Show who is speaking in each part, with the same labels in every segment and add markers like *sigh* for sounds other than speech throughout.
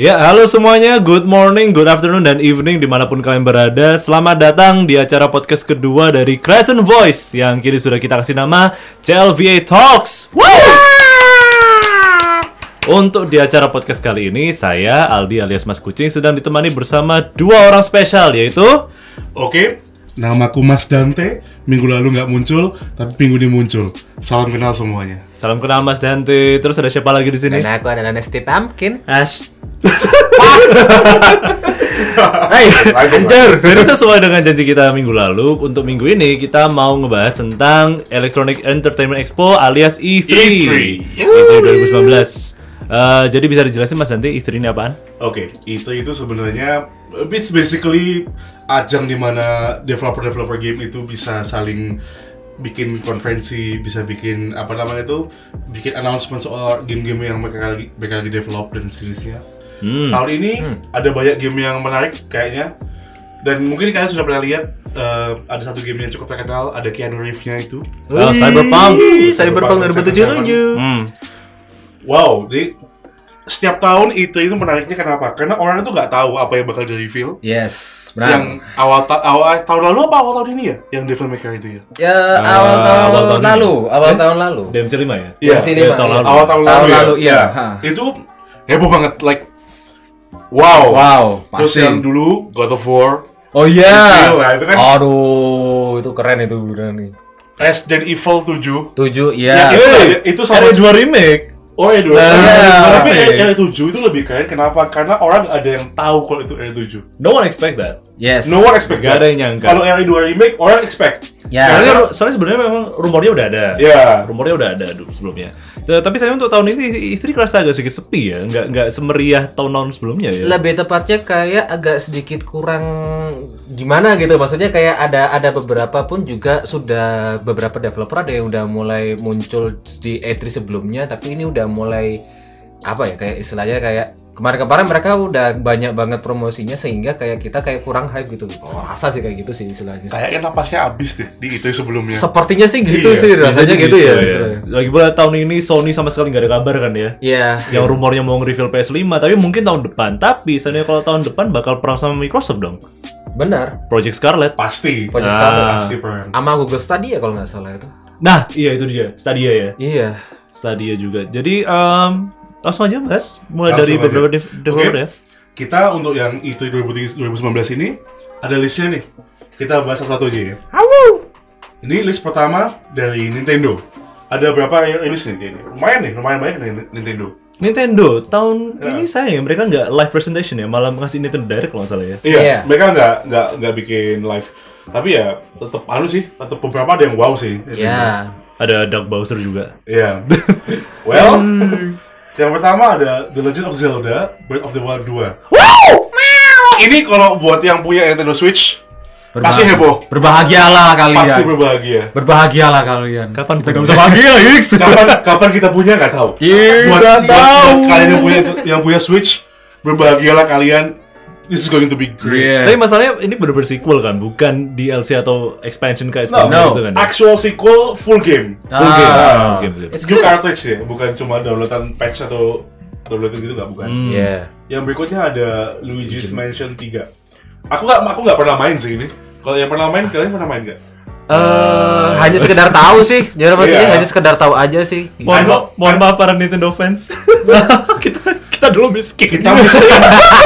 Speaker 1: Ya, halo semuanya. Good morning, good afternoon, dan evening dimanapun kalian berada. Selamat datang di acara podcast kedua dari Crescent Voice yang kini sudah kita kasih nama CLVA Talks. Woo! Untuk di acara podcast kali ini, saya Aldi alias Mas Kucing sedang ditemani bersama dua orang spesial yaitu
Speaker 2: Oke, namaku Mas Dante. Minggu lalu nggak muncul, tapi minggu ini muncul. Salam kenal semuanya.
Speaker 1: salam kenal Mas Dante. Terus ada siapa lagi di sini?
Speaker 3: Dan aku adalah Nasty Pumpkin.
Speaker 1: Ash. *laughs*
Speaker 3: Hai,
Speaker 1: Anjir. Jadi sesuai dengan janji kita minggu lalu, untuk minggu ini kita mau ngebahas tentang Electronic Entertainment Expo alias E E3.
Speaker 2: E3.
Speaker 1: E3 2019. Eh, jadi bisa dijelasin Mas Nanti E3 ini apaan?
Speaker 2: Oke, itu itu sebenarnya it's basically ajang di mana developer-developer game itu bisa saling bikin konferensi, bisa bikin apa namanya itu, bikin announcement soal game-game yang mereka lagi mereka lagi develop dan sejenisnya.
Speaker 1: Hmm.
Speaker 2: Tahun ini ada banyak game yang menarik kayaknya. Dan mungkin kalian sudah pernah lihat eh, ada satu game yang cukup terkenal, ada Keanu Reeves-nya itu.
Speaker 1: Oh, Cyberpunk.
Speaker 3: Cyberpunk 2077.
Speaker 1: Hmm.
Speaker 2: Wow, jadi setiap tahun itu itu menariknya kenapa? Karena orang itu nggak tahu apa yang bakal di reveal.
Speaker 3: Yes,
Speaker 2: Yang
Speaker 3: benar.
Speaker 2: awal, ta- awal eh, tahun lalu apa awal tahun ini ya? Yang Devil May Cry itu ya?
Speaker 3: Ya
Speaker 1: Ah,
Speaker 3: awal tahun, Eh?
Speaker 1: awal tahun
Speaker 3: lalu, awal tahun lalu.
Speaker 1: DMC 5 ya?
Speaker 2: Iya,
Speaker 3: Di sini,
Speaker 1: iya,
Speaker 3: Pak.
Speaker 1: tahun lalu.
Speaker 2: awal tahun,
Speaker 3: Tahun
Speaker 2: lalu,
Speaker 3: lalu,
Speaker 2: ya.
Speaker 3: iya,
Speaker 2: Ya,
Speaker 3: ha.
Speaker 2: Itu heboh banget, like wow.
Speaker 3: Wow,
Speaker 2: Terus
Speaker 3: pasti.
Speaker 2: yang dulu God of War,
Speaker 3: Oh iya.
Speaker 2: Reveal lah, itu kan.
Speaker 3: Aduh, itu keren itu beneran nih.
Speaker 2: Resident Evil 7.
Speaker 3: 7
Speaker 2: Ya,
Speaker 3: ya.
Speaker 2: itu,
Speaker 1: Hey,
Speaker 2: ada- itu sama
Speaker 1: ada dua remake.
Speaker 2: Oh ya dulu.
Speaker 3: Nah,
Speaker 2: tapi
Speaker 1: oke.
Speaker 2: R7 itu lebih keren. Kenapa? Karena orang nggak ada yang tahu kalau itu R7.
Speaker 1: No one expect that.
Speaker 3: Yes.
Speaker 2: No one expect.
Speaker 1: Nggak ada
Speaker 2: that.
Speaker 1: yang nyangka.
Speaker 2: Kalau R2 remake, orang expect.
Speaker 3: Ya.
Speaker 1: Soalnya, soalnya sebenarnya memang rumornya udah ada.
Speaker 2: Ya.
Speaker 1: rumornya udah ada dulu sebelumnya. Eh, Tapi saya untuk tahun ini istri kerasa agak sedikit sepi ya, nggak nggak semeriah tahun-tahun sebelumnya ya.
Speaker 3: lebih tepatnya kayak agak sedikit kurang gimana gitu maksudnya kayak ada ada beberapa pun juga sudah beberapa developer ada yang udah mulai muncul di E3 sebelumnya tapi ini udah mulai apa ya kayak istilahnya kayak kemarin-kemarin mereka udah banyak banget promosinya sehingga kayak kita kayak kurang hype gitu oh, rasa sih kayak gitu sih istilahnya
Speaker 2: Kayaknya napasnya habis deh di itu sebelumnya.
Speaker 3: sepertinya sih gitu
Speaker 2: Iya,
Speaker 3: sih
Speaker 1: Bisa
Speaker 3: rasanya
Speaker 1: jadi
Speaker 3: gitu, ya istilahnya.
Speaker 1: Lagi pula tahun ini Sony sama sekali nggak ada kabar kan ya.
Speaker 3: Iya.
Speaker 1: Yang rumornya mau nge-reveal PS5, tapi mungkin tahun depan. Tapi seandainya kalau tahun depan bakal perang sama Microsoft dong.
Speaker 3: benar
Speaker 1: Project Scarlet.
Speaker 2: pasti.
Speaker 3: Project
Speaker 1: Ah.
Speaker 3: Scarlet.
Speaker 2: Pasti perang.
Speaker 3: sama Google Stadia kalau nggak salah itu
Speaker 1: Nah, iya itu dia. Stadia ya.
Speaker 3: iya
Speaker 1: Stadia juga. Jadi em, langsung aja Mas, mulai
Speaker 2: Langsung
Speaker 1: dari
Speaker 2: aja.
Speaker 1: beberapa dev- developer
Speaker 2: Oke.
Speaker 1: ya.
Speaker 2: Kita untuk yang E itu 2019 ini ada listnya nih. Kita bahas satu-satu aja ya. Ini list pertama dari Nintendo. Ada berapa yang rilis nih? kayaknya? Lumayan nih, lumayan banyak nih Nintendo.
Speaker 1: Nintendo tahun
Speaker 2: Ya.
Speaker 1: ini sayang mereka nggak live presentation ya, malah ngasih Nintendo Direct kalau nggak salah ya.
Speaker 2: Iya,
Speaker 3: Iya.
Speaker 2: mereka nggak nggak nggak bikin live. Tapi ya tetap anu sih, tetap beberapa ada yang wow sih.
Speaker 3: iya
Speaker 1: Ada Dark Bowser juga.
Speaker 2: Iya. *laughs* well, yang pertama ada The Legend of Zelda Breath of the Wild 2. Ini kalau buat yang punya Nintendo Switch pasti
Speaker 3: Berbahagia- Iya.
Speaker 2: heboh,
Speaker 3: Ya. Berbahagialah kalian.
Speaker 2: pasti berbahagia.
Speaker 3: Berbahagialah kalian.
Speaker 1: Kapan
Speaker 3: kita
Speaker 1: punya?
Speaker 3: nggak bisa bahagia,
Speaker 2: *laughs*
Speaker 3: Yix?
Speaker 2: Kapan kapan kita punya nggak tahu.
Speaker 3: Kita
Speaker 2: buat,
Speaker 3: tahu.
Speaker 2: buat kalian yang punya yang punya Switch berbahagialah kalian. This is going to be great.
Speaker 1: Tapi
Speaker 3: Hmm.
Speaker 1: masalahnya ini bener-bener sequel kan, bukan DLC atau expansion kayak Spider-Man
Speaker 3: No.
Speaker 1: gitu kan. ya?
Speaker 2: Actual sequel full game.
Speaker 1: Full game. Ah,
Speaker 3: Ah.
Speaker 1: game, game.
Speaker 3: It's
Speaker 2: New cartridge ya, bukan cuma downloadan patch atau downloadan gitu nggak bukan.
Speaker 1: Hmm.
Speaker 3: Yeah.
Speaker 2: Yang berikutnya ada Luigi's Mansion 3. Aku nggak aku nggak pernah main sih ini. Kalau yang pernah main kalian pernah main nggak?
Speaker 3: Eh, hanya sekedar tahu sih. Jadi maksudnya
Speaker 2: Iya.
Speaker 3: hanya sekedar tahu aja sih.
Speaker 1: Mohon,
Speaker 2: I
Speaker 1: ma-
Speaker 2: know.
Speaker 1: mohon maaf para Nintendo
Speaker 2: *laughs*
Speaker 1: fans. kita kita dulu miskin.
Speaker 2: Kita miskin,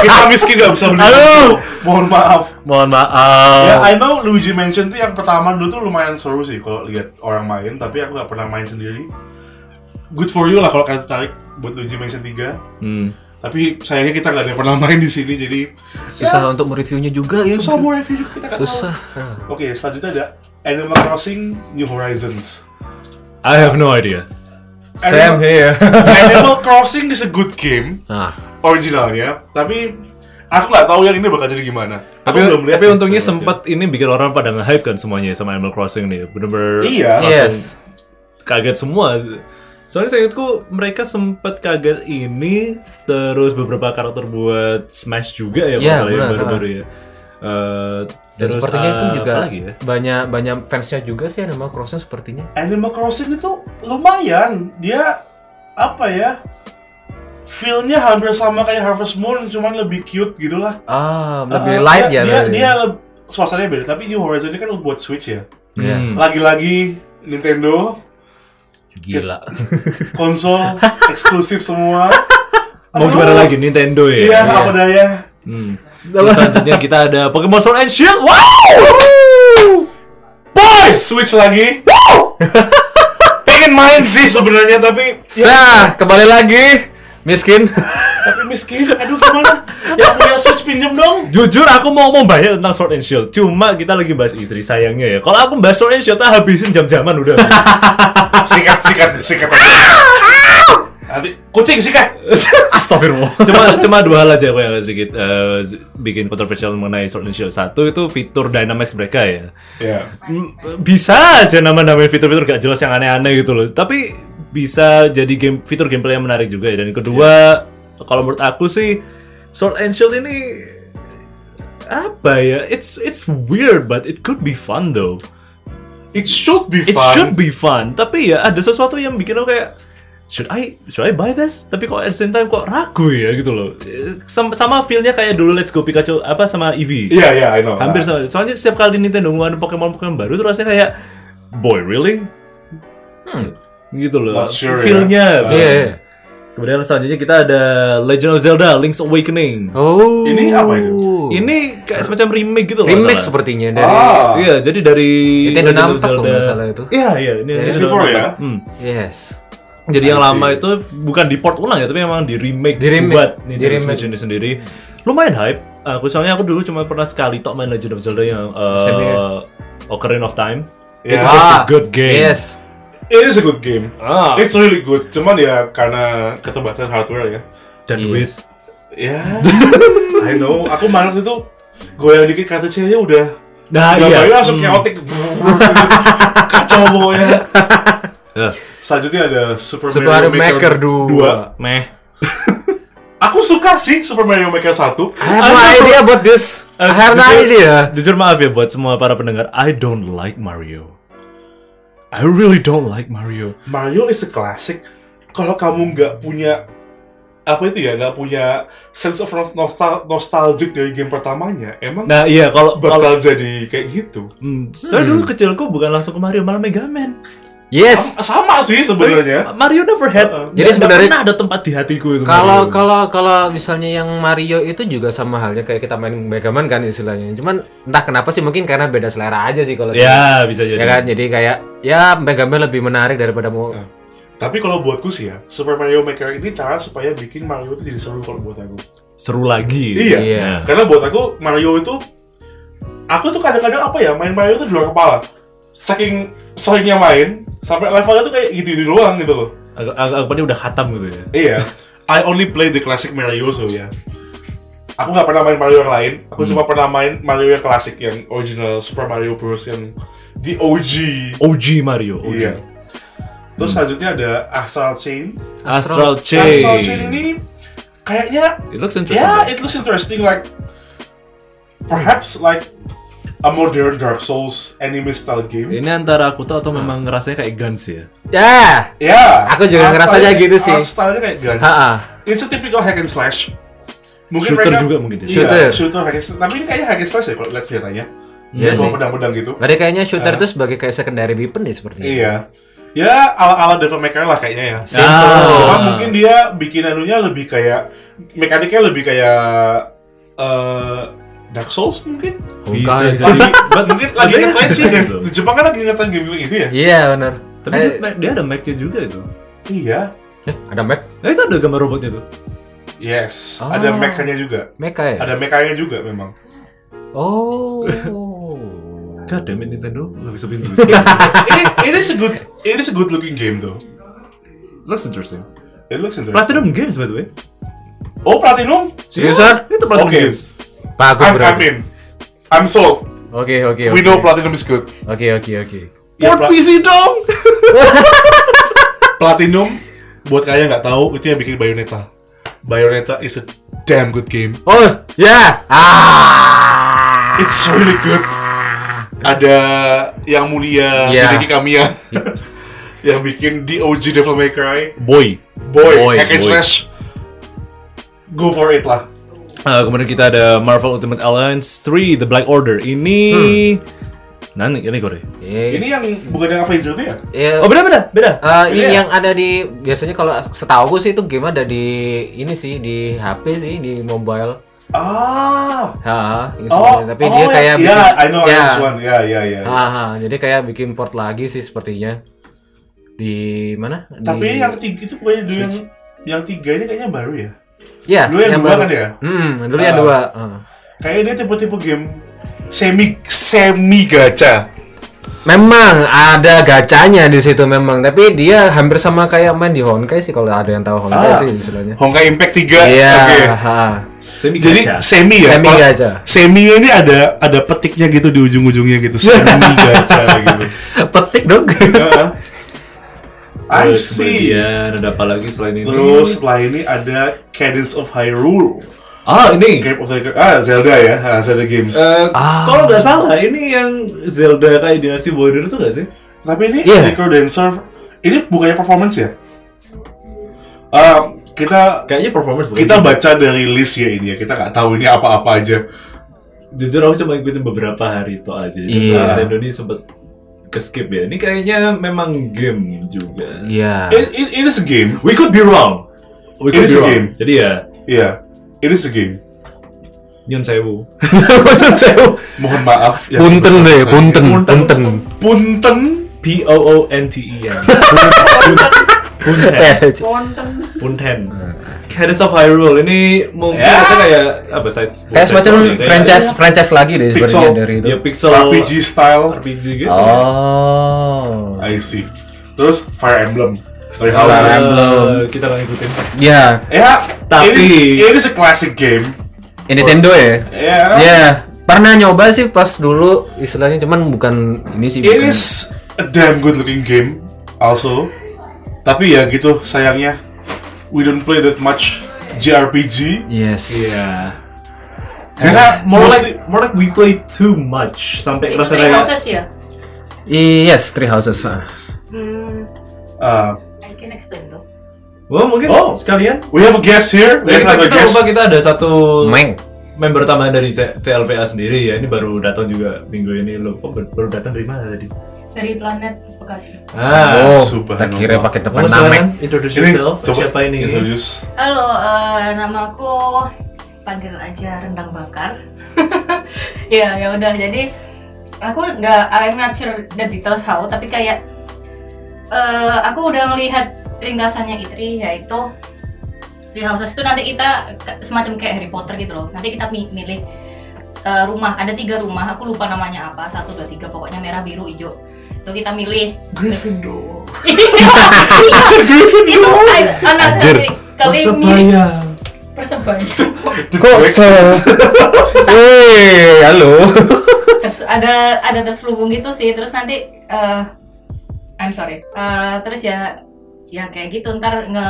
Speaker 2: kita miskin nggak bisa beli.
Speaker 1: Halo.
Speaker 2: konsol. Mohon maaf.
Speaker 3: Mohon
Speaker 1: Eh,
Speaker 2: Ya,
Speaker 3: maaf.
Speaker 2: I know Luigi Mansion tuh yang pertama dulu tuh lumayan seru sih kalau lihat orang main, tapi aku nggak pernah main sendiri. Good for you lah kalau kalian tertarik buat Luigi Mansion 3.
Speaker 1: Hmm.
Speaker 2: Tapi sayangnya kita nggak ada yang pernah main di sini, jadi
Speaker 3: Susah untuk mereviewnya juga ya.
Speaker 2: susah mau review kita nggak tahu.
Speaker 3: Susah.
Speaker 2: Oke, selanjutnya ada Animal Crossing New Horizons.
Speaker 1: I have no idea.
Speaker 3: Sam
Speaker 2: iya.
Speaker 3: here.
Speaker 2: Animal Crossing is a good game
Speaker 3: Nah,
Speaker 2: originalnya, tapi aku nggak tahu yang ini bakal jadi gimana.
Speaker 1: Tapi,
Speaker 2: aku belum lihat
Speaker 1: tapi
Speaker 2: sih.
Speaker 1: untungnya sempat ini bikin orang pada nge-hype kan semuanya sama Animal Crossing nih. Bener-bener
Speaker 2: Iya.
Speaker 3: yes.
Speaker 1: kaget semua. Soalnya saya ingatku mereka sempat kaget ini terus beberapa karakter buat Smash juga ya
Speaker 3: Iya,
Speaker 1: masalahnya
Speaker 3: benar.
Speaker 1: baru-baru ya. Eh,
Speaker 3: Dan
Speaker 1: terus,
Speaker 3: sepertinya itu
Speaker 1: ah, apa
Speaker 3: juga
Speaker 1: lagi ya?
Speaker 3: banyak banyak fansnya juga sih Animal Crossing sepertinya.
Speaker 2: Animal Crossing itu lumayan. Dia apa ya? Feel-nya hampir sama kayak Harvest Moon, cuman lebih cute gitu lah.
Speaker 3: Ah,
Speaker 2: Eh,
Speaker 3: lebih light
Speaker 2: dia,
Speaker 3: ya.
Speaker 2: Dia,
Speaker 3: berarti.
Speaker 2: dia leb- suasananya beda, tapi New Horizon ini kan buat Switch ya.
Speaker 3: Iya.
Speaker 1: Hmm.
Speaker 2: Lagi-lagi Nintendo,
Speaker 3: Gila.
Speaker 2: konsol eksklusif semua.
Speaker 1: Mau
Speaker 2: Aduh,
Speaker 1: gimana lagi Nintendo ya?
Speaker 2: Iya, apa daya.
Speaker 1: Hmm. Terus selanjutnya kita ada Pokemon Sword and Shield. Wow!
Speaker 2: Boy, switch lagi. *laughs* Pengen main sih sebenarnya tapi
Speaker 3: Sah, kembali lagi. *laughs* Miskin.
Speaker 2: tapi miskin. Aduh gimana? Yang punya switch pinjem dong.
Speaker 1: Jujur aku mau mau banyak tentang Sword and Shield. Cuma kita lagi bahas E3 sayangnya ya. Kalau aku bahas Sword and Shield tak habisin jam-jaman udah.
Speaker 2: Sikat, sikat, sikat. Nanti kucing sikat.
Speaker 1: Astagfirullah. Cuma cuma dua hal aja aku yang sedikit eh, z- bikin kontroversial mengenai Sword and Shield. Satu itu fitur Dynamax mereka ya.
Speaker 2: Ya.
Speaker 1: M- Bisa aja nama-nama fitur-fitur gak jelas yang aneh-aneh gitu loh. Tapi bisa jadi game fitur gameplay yang menarik juga ya. Dan kedua, kalau menurut aku sih Sword and Shield ini apa ya? It's it's weird but it could be fun though.
Speaker 2: It should be
Speaker 1: It
Speaker 2: fun.
Speaker 1: should be fun, tapi ya ada sesuatu yang bikin aku kayak should I should I buy this? Tapi kok at the same time kok ragu ya gitu loh. Eh, Sama, sama feel-nya kayak dulu Let's Go Pikachu apa sama Eevee.
Speaker 2: Iya, iya, I know.
Speaker 1: Hampir
Speaker 2: Nah,
Speaker 1: sama. Soalnya setiap kali Nintendo ngeluarin Pokemon Pokemon baru tuh rasanya kayak boy really
Speaker 3: Hmm.
Speaker 1: gitu loh.
Speaker 2: Not sure,
Speaker 1: feel-nya.
Speaker 2: ya.
Speaker 1: feel.
Speaker 3: Iya. iya.
Speaker 1: Kemudian selanjutnya kita ada Legend of Zelda Link's Awakening.
Speaker 3: Oh.
Speaker 2: Ini apa itu?
Speaker 1: Ini kayak semacam remake gitu loh.
Speaker 3: remake
Speaker 1: masalah.
Speaker 3: sepertinya dari
Speaker 2: Ah.
Speaker 1: Iya, jadi dari
Speaker 3: Nintendo
Speaker 1: Legend of
Speaker 3: 64 kalau nggak salah itu.
Speaker 1: Iya, iya, ini Legend of
Speaker 2: 64 ya?
Speaker 1: Zelda. Hmm.
Speaker 3: Yes.
Speaker 1: Jadi yang
Speaker 2: I see.
Speaker 1: lama itu bukan di port ulang ya, tapi emang di remake
Speaker 3: Di remake.
Speaker 1: buat
Speaker 3: Di
Speaker 1: Nintendo
Speaker 3: remake.
Speaker 1: Switch ini sendiri. Lumayan hype. Aku soalnya aku dulu cuma pernah sekali tok main Legend of Zelda yang uh,
Speaker 3: Same here. Ah,
Speaker 1: Ocarina of Time. It
Speaker 2: Ya.
Speaker 1: was a good game.
Speaker 3: Yes.
Speaker 2: It is a good game.
Speaker 1: Ah.
Speaker 2: It's really good. Cuman ya karena keterbatasan hardware ya.
Speaker 1: Dan
Speaker 3: Yes.
Speaker 1: with
Speaker 2: Ya.
Speaker 1: *laughs*
Speaker 2: I know. Aku main waktu itu goyang dikit kartunya udah
Speaker 1: Nah,
Speaker 2: Gambarnya
Speaker 1: iya.
Speaker 2: langsung chaotic. Kacau pokoknya.
Speaker 1: Eh,
Speaker 2: Selanjutnya ada Super,
Speaker 3: Super Mario Maker 2.
Speaker 1: meh.
Speaker 2: Aku suka sih Super Mario Maker 1.
Speaker 3: I have no idea about this. I have no
Speaker 1: jujur-
Speaker 3: idea.
Speaker 1: Jujur maaf ya buat semua para pendengar, I don't like Mario. I really don't like Mario.
Speaker 2: Mario is a classic. Kalau kamu nggak punya apa itu ya nggak punya sense of nos- nostal- nostalgic dari game pertamanya emang
Speaker 1: Nah, iya kalau kalau
Speaker 2: bakal jadi kayak gitu
Speaker 1: Hmm, saya
Speaker 3: Hmm.
Speaker 1: dulu kecilku bukan langsung ke Mario, malah Mega Man.
Speaker 3: Yes.
Speaker 2: sama sih sebenarnya
Speaker 1: Tapi Mario never had.
Speaker 2: Uh-uh.
Speaker 1: nggak-
Speaker 3: Jadi
Speaker 1: nggak
Speaker 3: sebenarnya-
Speaker 1: pernah ada tempat di hatiku itu.
Speaker 3: Kalau
Speaker 1: Mario.
Speaker 3: kalau kalau misalnya yang Mario itu juga sama halnya kayak kita main Mega Man kan istilahnya. Cuman entah kenapa sih mungkin karena beda selera aja sih kalau
Speaker 1: ya bisa jadi.
Speaker 3: ya kan jadi kayak ya Mega Man lebih menarik daripada mau
Speaker 2: Nah. tapi kalau buatku sih ya Super Mario Maker ini cara supaya bikin Mario itu jadi seru kalau buat aku
Speaker 1: Seru lagi.
Speaker 2: Iya.
Speaker 3: Iya.
Speaker 1: Nah.
Speaker 2: Karena buat aku Mario itu aku tuh kadang-kadang apa ya main Mario tuh di luar kepala. Saking seringnya main sampai levelnya tuh kayak gitu-gitu doang gitu loh.
Speaker 1: Agak agak agak udah khatam gitu ya.
Speaker 2: Iya. *laughs* I only play the classic Mario so ya. Aku nggak pernah main Mario yang lain. Aku cuma pernah main Mario yang klasik yang original Super Mario Bros yang the OG.
Speaker 1: OG Mario. OG.
Speaker 2: Iya. Terus selanjutnya ada Astral Chain.
Speaker 1: Astral
Speaker 2: Astral Chain
Speaker 1: Chain. Ya,
Speaker 2: ini kayaknya
Speaker 1: It looks
Speaker 2: Yeah,
Speaker 1: interesting.
Speaker 2: it looks interesting. Like perhaps like a modern Dark Souls anime style game.
Speaker 1: Ini antara aku tuh atau memang rasanya kayak Guns ya?
Speaker 3: ya
Speaker 2: Ya.
Speaker 3: Aku juga ngerasanya gitu sih.
Speaker 2: Stylenya kayak Guns.
Speaker 3: ha -ha.
Speaker 2: It's a typical hack and slash. Mungkin
Speaker 1: Shooter
Speaker 2: mereka-
Speaker 1: juga mungkin ya?
Speaker 2: Iya,
Speaker 3: Shooter.
Speaker 2: shooter. hack and slash. Tapi ini kayaknya hack and slash ya kalau lihat ceritanya.
Speaker 3: Iya
Speaker 2: Dia
Speaker 3: sih.
Speaker 2: bawa pedang-pedang gitu.
Speaker 3: Berarti kayaknya shooter
Speaker 2: Ah.
Speaker 3: itu sebagai kayak secondary weapon nih sepertinya.
Speaker 2: Iya. Ya ala-ala Devil May Cry lah kayaknya ya.
Speaker 3: Same
Speaker 1: Ah.
Speaker 3: soul.
Speaker 2: Cuma mungkin dia bikin anunya lebih kayak mekaniknya lebih kayak eh Dark Souls mungkin.
Speaker 1: Bisa
Speaker 3: Bukan.
Speaker 1: *laughs* jadi. But
Speaker 2: mungkin lagi
Speaker 1: ada-
Speaker 2: ngetren sih guys.
Speaker 1: gitu.
Speaker 2: Di Jepang kan lagi ngetren game kayak gitu ya
Speaker 3: Iya benar.
Speaker 1: Tapi dia, Mac- dia ada Mac-nya juga itu.
Speaker 2: iya
Speaker 3: ada Mac
Speaker 1: Nah itu ada gambar robotnya tuh.
Speaker 2: yes
Speaker 3: Ah.
Speaker 2: ada mechanya juga
Speaker 3: Mecha ya?
Speaker 2: ada mechanya juga memang *laughs*
Speaker 3: Oh.
Speaker 1: God damn it Nintendo, nggak bisa *laughs* bikin
Speaker 2: ini ini a good it is a good looking game though
Speaker 1: Looks interesting.
Speaker 2: it looks interesting
Speaker 1: Platinum Games by the way.
Speaker 2: oh platinum
Speaker 3: Seriusan?
Speaker 1: Itu Platinum
Speaker 2: Oke.
Speaker 1: Oh, Games.
Speaker 3: Bagus
Speaker 2: I'm, I'm
Speaker 3: berarti.
Speaker 2: in I'm sold
Speaker 3: Oke oke
Speaker 2: we
Speaker 3: oke.
Speaker 2: know platinum is good
Speaker 3: Oke oke oke.
Speaker 2: Ya,
Speaker 1: Port
Speaker 2: Pla-
Speaker 1: PC dong.
Speaker 2: platinum buat kalian nggak tahu itu yang bikin Bayonetta Bayonetta is a damn good game
Speaker 3: Oh ya. Ah.
Speaker 2: it's really good ada yang mulia
Speaker 3: Iya.
Speaker 2: Hideki
Speaker 3: *laughs*
Speaker 2: Kamiya yang bikin DOG Devil May Cry
Speaker 1: Boy.
Speaker 2: Boy,
Speaker 3: Boy,
Speaker 2: hack and
Speaker 3: boy.
Speaker 2: slash go for it lah.
Speaker 1: Eh, kemudian kita ada Marvel Ultimate Alliance 3 The Black Order. Ini nanti ini Korea.
Speaker 2: Ini yang bukan yang Avengers ya?
Speaker 3: Ya,
Speaker 1: Oh beda beda beda.
Speaker 3: Eh, ini
Speaker 2: Iya.
Speaker 3: yang ada di biasanya kalau setahu gue sih itu game ada di ini sih di HP sih di mobile.
Speaker 2: Ah.
Speaker 3: Ha, ini
Speaker 2: Oh,
Speaker 3: sebenarnya. tapi dia kayak
Speaker 2: ya, yeah, I know
Speaker 3: ya.
Speaker 2: this one. Ya, ya, ya.
Speaker 3: Ha, ha, jadi kayak bikin port lagi sih sepertinya. Di mana? Di-
Speaker 2: Tapi yang tiga itu bukannya dulu yang yang tiga ini kayaknya baru ya.
Speaker 3: ya,
Speaker 2: Dulu yang dua
Speaker 3: baru.
Speaker 2: kan ya?
Speaker 3: Hmm, dulu yang
Speaker 2: Ah.
Speaker 3: dua. Ah.
Speaker 2: Kayaknya dia tipe-tipe game semi semi gacha.
Speaker 3: Memang ada gacanya di situ memang, tapi dia hampir sama kayak main di Honkai sih kalau ada yang tahu Honkai
Speaker 2: Ah.
Speaker 3: sih istilahnya.
Speaker 2: Honkai Impact 3.
Speaker 3: Iya.
Speaker 2: Oke.
Speaker 3: ha.
Speaker 1: Semi
Speaker 2: Jadi
Speaker 1: gacha.
Speaker 2: semi ya.
Speaker 3: Semi
Speaker 2: Pak?
Speaker 3: gacha.
Speaker 2: Semi ini ada ada petiknya gitu di ujung-ujungnya gitu.
Speaker 3: *laughs*
Speaker 2: Semi gacha gitu.
Speaker 3: Petik dong.
Speaker 2: Heeh. I
Speaker 1: Terus
Speaker 2: see.
Speaker 1: Kemudian ada apa lagi selain ini?
Speaker 2: Terus setelah ini ada Cadence of Hyrule.
Speaker 1: ah ini.
Speaker 2: Game of the Ah, Zelda ya. Ah, Zelda Games.
Speaker 1: Eh,
Speaker 3: Ah,
Speaker 1: Kalau nggak salah ini yang Zelda kayak Dynasty Warrior itu nggak sih?
Speaker 2: Tapi ini
Speaker 3: Iya.
Speaker 2: Micro Dancer ini bukannya performance ya? Ah, kita
Speaker 1: Kayaknya performance bukan.
Speaker 2: kita baca dari list ya ini ya. Kita nggak tahu ini apa-apa aja.
Speaker 1: jujur aku cuma ikutin beberapa hari itu aja. Jadi
Speaker 3: Iya.
Speaker 1: Nintendo ini sempet ke skip ya. Ini kayaknya memang game juga.
Speaker 3: Iya.
Speaker 2: It, it, it is a game.
Speaker 1: We could be wrong. We
Speaker 2: It
Speaker 1: could
Speaker 2: is
Speaker 1: be
Speaker 2: a
Speaker 1: wrong.
Speaker 2: game.
Speaker 1: Jadi ya
Speaker 2: Iya. It is a game.
Speaker 1: nyun sewu. *laughs* nyun sewu.
Speaker 2: Mohon maaf ya.
Speaker 3: Punten deh,
Speaker 2: sebesar-besarnya.
Speaker 3: punten,
Speaker 1: Punten.
Speaker 3: punten.
Speaker 2: Punten.
Speaker 1: P O O N T E N. Punten. Punten.
Speaker 2: Ah.
Speaker 1: Cadence of Hyrule ini mungkin
Speaker 2: Ya.
Speaker 1: kita kayak apa size?
Speaker 3: Kayak semacam franchise gitu. franchise lagi deh
Speaker 2: Pixel.
Speaker 3: sebenarnya dari itu.
Speaker 1: Ya pixel
Speaker 2: RPG style.
Speaker 1: RPG gitu.
Speaker 3: Oh.
Speaker 2: I see. Terus Fire Emblem. Three
Speaker 1: Eh,
Speaker 2: Houses.
Speaker 1: kita nggak ngikutin.
Speaker 3: Ya,
Speaker 2: Ya,
Speaker 1: Tapi-
Speaker 2: ini is a classic game.
Speaker 3: ini Nintendo ya.
Speaker 2: Ya,
Speaker 3: Ya, pernah nyoba sih pas dulu istilahnya cuman bukan ini sih
Speaker 2: it
Speaker 3: bukan.
Speaker 2: is a damn good looking game also. Tapi ya gitu sayangnya we don't play that much JRPG.
Speaker 3: Yes.
Speaker 1: Iya.
Speaker 2: Karena
Speaker 1: More
Speaker 2: mostly-
Speaker 1: like more like we play too much sampai
Speaker 4: Itu
Speaker 1: ngerasa
Speaker 4: Three
Speaker 1: kayak
Speaker 4: Houses ya?
Speaker 3: I- Yes, Three Houses. ah.
Speaker 4: Hmm,
Speaker 2: uh,
Speaker 4: I can explain tuh.
Speaker 1: Wah mungkin
Speaker 2: Oh.
Speaker 1: sekalian.
Speaker 2: we have a guest here. We
Speaker 1: Dari
Speaker 2: have another
Speaker 1: kita
Speaker 2: guest.
Speaker 1: lupa kita ada satu
Speaker 3: Meng.
Speaker 1: member tambahan dari C- CLVA sendiri ya. Ini baru datang juga minggu ini loh. Kok ber- baru datang dari mana tadi?
Speaker 4: Dari planet Bekasi.
Speaker 1: Ah.
Speaker 3: Oh,
Speaker 2: Subhanallah.
Speaker 3: tak kira pakai
Speaker 1: Kamu
Speaker 3: tempat
Speaker 1: silahkan
Speaker 3: *laughs* nama.
Speaker 1: introduce
Speaker 2: Ini
Speaker 1: yourself.
Speaker 2: coba
Speaker 1: Siapa ini?
Speaker 2: Introduce.
Speaker 4: Halo, eh, nama aku panggil aja rendang bakar. *laughs* ya, ya udah. Jadi aku nggak I'm not sure the details how, tapi kayak eh, aku udah melihat ringkasannya Itri yaitu di houses itu nanti kita ke- semacam kayak Harry Potter gitu loh. Nanti kita mi- milih eh, rumah, ada tiga rumah, aku lupa namanya apa, satu, dua, tiga, pokoknya merah, biru, hijau. Itu kita milih.
Speaker 1: Gryffindor.
Speaker 4: itu kayak anak
Speaker 3: Anjir.
Speaker 4: kali ini
Speaker 1: Persebaya.
Speaker 4: persebaya. *laughs*
Speaker 3: Kok se? *laughs* Wih, halo.
Speaker 4: terus ada ada terselubung gitu sih terus nanti eh I'm sorry Eh, terus ya ya kayak gitu ntar nge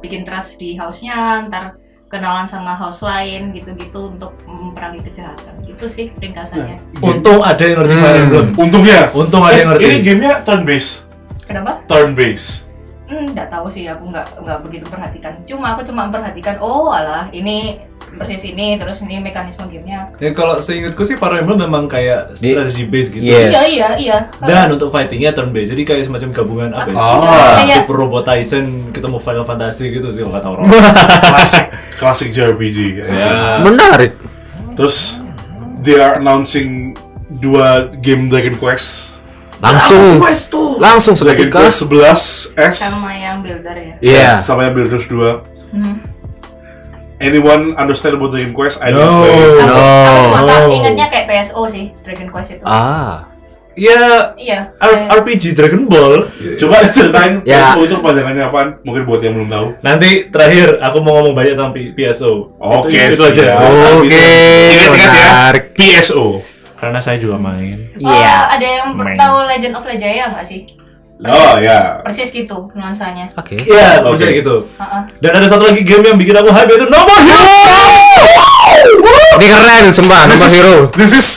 Speaker 4: bikin trust di house-nya ntar kenalan sama house lain gitu-gitu untuk memerangi kejahatan gitu sih ringkasannya
Speaker 2: Nah.
Speaker 1: Untung ada yang ngerti
Speaker 3: Hmm.
Speaker 1: Fire Emblem.
Speaker 2: Untungnya.
Speaker 1: Untung ada Oh, yang
Speaker 2: Eh, Ini
Speaker 1: ngerti.
Speaker 2: gamenya turn based.
Speaker 4: kenapa
Speaker 2: Turn based.
Speaker 4: hmm, nggak tahu sih aku nggak nggak begitu perhatikan cuma aku cuma perhatikan oh alah ini persis ini terus ini mekanisme gamenya
Speaker 1: Ya kalau seingatku sih Fire Emblem memang kayak
Speaker 3: Di-
Speaker 1: strategy based gitu.
Speaker 3: Yes.
Speaker 4: iya iya iya
Speaker 1: Dan untuk fightingnya turn based, jadi kayak semacam gabungan apa ya?
Speaker 3: Oh,
Speaker 4: Oh.
Speaker 2: Ah.
Speaker 4: Kayak-
Speaker 1: Super Robot Tyson ketemu Final Fantasy gitu sih kalau kata orang. *laughs*
Speaker 2: Classic classic JRPG. I see.
Speaker 1: Ya.
Speaker 3: Menarik.
Speaker 2: Terus they are announcing dua game Dragon Quest.
Speaker 3: Langsung.
Speaker 1: Quest tuh.
Speaker 3: Langsung
Speaker 2: Dragon
Speaker 3: seketika.
Speaker 2: Quest 11S
Speaker 4: sama yang builder ya
Speaker 3: Iya.
Speaker 2: sama yang Builders 2.
Speaker 4: Hmm.
Speaker 2: Anyone understand about Dragon Quest? I don't
Speaker 1: No.
Speaker 2: play.
Speaker 4: Aku- aku cuma
Speaker 1: No.
Speaker 4: tak- ingatnya kayak PSO sih Dragon Quest itu
Speaker 3: Ah.
Speaker 1: Ya
Speaker 4: Iya.
Speaker 1: R-
Speaker 4: kayak-
Speaker 1: RPG Dragon Ball. *laughs*
Speaker 2: Coba ceritain
Speaker 3: Ya.
Speaker 2: PSO itu panjangannya apaan? Mungkin buat yang belum tahu.
Speaker 1: Nanti terakhir aku mau ngomong banyak tentang P- PSO.
Speaker 2: Oke,
Speaker 1: itu, itu aja.
Speaker 3: Ya,
Speaker 2: siap.
Speaker 3: Oke.
Speaker 2: Ingat-ingat ya.
Speaker 3: Menarik.
Speaker 2: PSO.
Speaker 1: Karena saya juga main.
Speaker 4: Oh,
Speaker 3: Iya.
Speaker 4: ada yang
Speaker 1: Main.
Speaker 4: tahu Legend of Lejaya nggak sih?
Speaker 2: Oh ya.
Speaker 4: Persis gitu nuansanya.
Speaker 3: Oke.
Speaker 1: Iya,
Speaker 2: Oke.
Speaker 1: maksudnya gitu.
Speaker 4: Heeh.
Speaker 3: Ah.
Speaker 1: Dan ada satu lagi game yang bikin aku hype itu No More Heroes.
Speaker 3: Ini keren, sembah.
Speaker 2: This
Speaker 3: Nomor
Speaker 2: is,
Speaker 3: hero.
Speaker 2: this is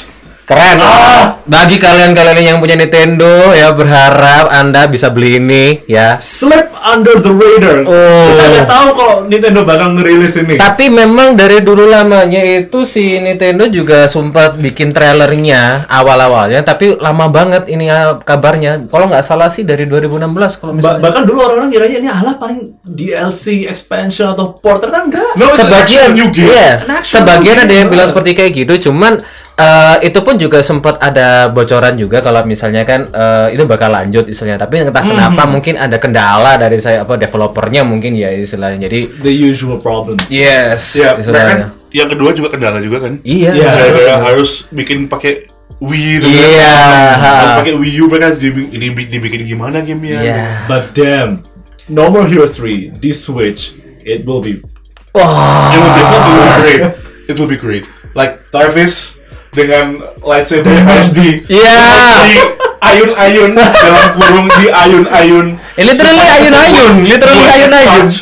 Speaker 3: Keren. Ah. Bagi kalian-kalian yang punya Nintendo ya berharap Anda bisa beli ini ya.
Speaker 1: Slip under the radar.
Speaker 3: Oh.
Speaker 1: Kita nggak tahu kalau Nintendo bakal ngerilis ini.
Speaker 3: Tapi memang dari dulu lamanya itu si Nintendo juga sempat bikin trailernya awal-awalnya tapi lama banget ini ah, kabarnya. Kalau nggak salah sih dari 2016 kalau
Speaker 1: Ba-
Speaker 3: misalnya.
Speaker 1: bahkan dulu orang-orang kiranya ini ala paling DLC expansion atau port ternyata enggak.
Speaker 2: No, it's an
Speaker 3: sebagian
Speaker 2: actual new game.
Speaker 3: iya,
Speaker 1: It's an actual
Speaker 3: sebagian
Speaker 1: new
Speaker 3: ada
Speaker 1: game.
Speaker 3: yang bilang seperti kayak gitu cuman eh, itu pun juga sempat ada bocoran juga kalau misalnya kan eh, itu bakal lanjut istilahnya tapi entah
Speaker 2: Hmm.
Speaker 3: kenapa mungkin ada kendala dari saya apa developernya mungkin ya istilahnya jadi
Speaker 1: The usual problems.
Speaker 3: yes
Speaker 2: Ya, bahkan
Speaker 3: istilahnya
Speaker 2: yang kedua juga kendala juga kan.
Speaker 3: iya
Speaker 1: Iya.
Speaker 2: Gara-gara harus bikin pakai Wii gitu kan.
Speaker 3: iya
Speaker 2: Harus pakai Wii U mereka harus dibi- dibi- dibikin gimana gamenya.
Speaker 3: iya
Speaker 1: But damn, No More Heroes 3 di Switch it will be
Speaker 2: It will be, it will be great. It will be great. Like Tarvis dengan lightsaber yang harus di
Speaker 3: Iya.
Speaker 2: di ayun-ayun dalam kurung di ayun-ayun.
Speaker 3: Eh, literally
Speaker 2: Supaya
Speaker 3: ayun-ayun,
Speaker 2: buat-
Speaker 3: literally
Speaker 2: buat
Speaker 3: ayun-ayun.
Speaker 2: touch.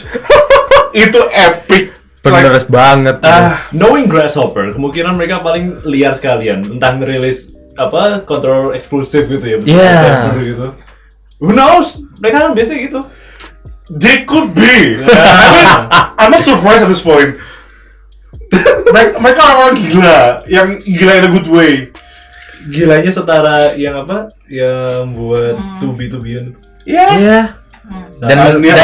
Speaker 2: Itu epic.
Speaker 3: bener banget gitu.
Speaker 2: Ah.
Speaker 1: Knowing Grasshopper, kemungkinan mereka paling liar sekalian. Entah ngerilis apa controller eksklusif gitu ya.
Speaker 3: Yeah.
Speaker 1: Baru gitu. Who knows? Mereka kan biasanya gitu.
Speaker 2: They could be. I mean, I'm not surprised at this point. Mereka, mereka orang gila, yang gila in a good way.
Speaker 1: Gilanya setara yang apa? Yang buat 2B2B-an itu.
Speaker 2: Ya.
Speaker 3: iya dan
Speaker 2: Dan,
Speaker 3: dan
Speaker 1: Iya,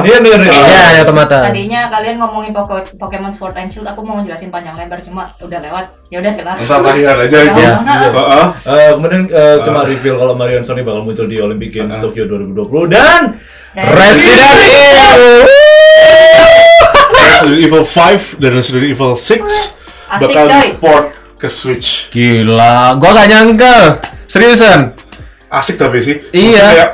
Speaker 1: iya, iya.
Speaker 3: iya ada otomata
Speaker 4: Tadinya kalian ngomongin Poko- Pokemon Sword and Shield, aku mau jelasin panjang lebar cuma udah lewat. Ya udah silakan.
Speaker 2: Satahian aja itu.
Speaker 4: Iya.
Speaker 2: Heeh.
Speaker 1: Eh, kemudian eh, cuma reveal kalau Mario and Sonic bakal muncul di Olympic
Speaker 2: Ah.
Speaker 1: Games Tokyo 2020 dan
Speaker 3: Resident Evil
Speaker 2: Resident Evil 5 dan Resident Evil 6
Speaker 4: Asik,
Speaker 2: bakal
Speaker 4: coy.
Speaker 2: port ke Switch.
Speaker 3: Gila, gua gak nyangka. Seriusan?
Speaker 2: Asik tapi sih.
Speaker 3: Iya.
Speaker 2: Maksudnya kayak,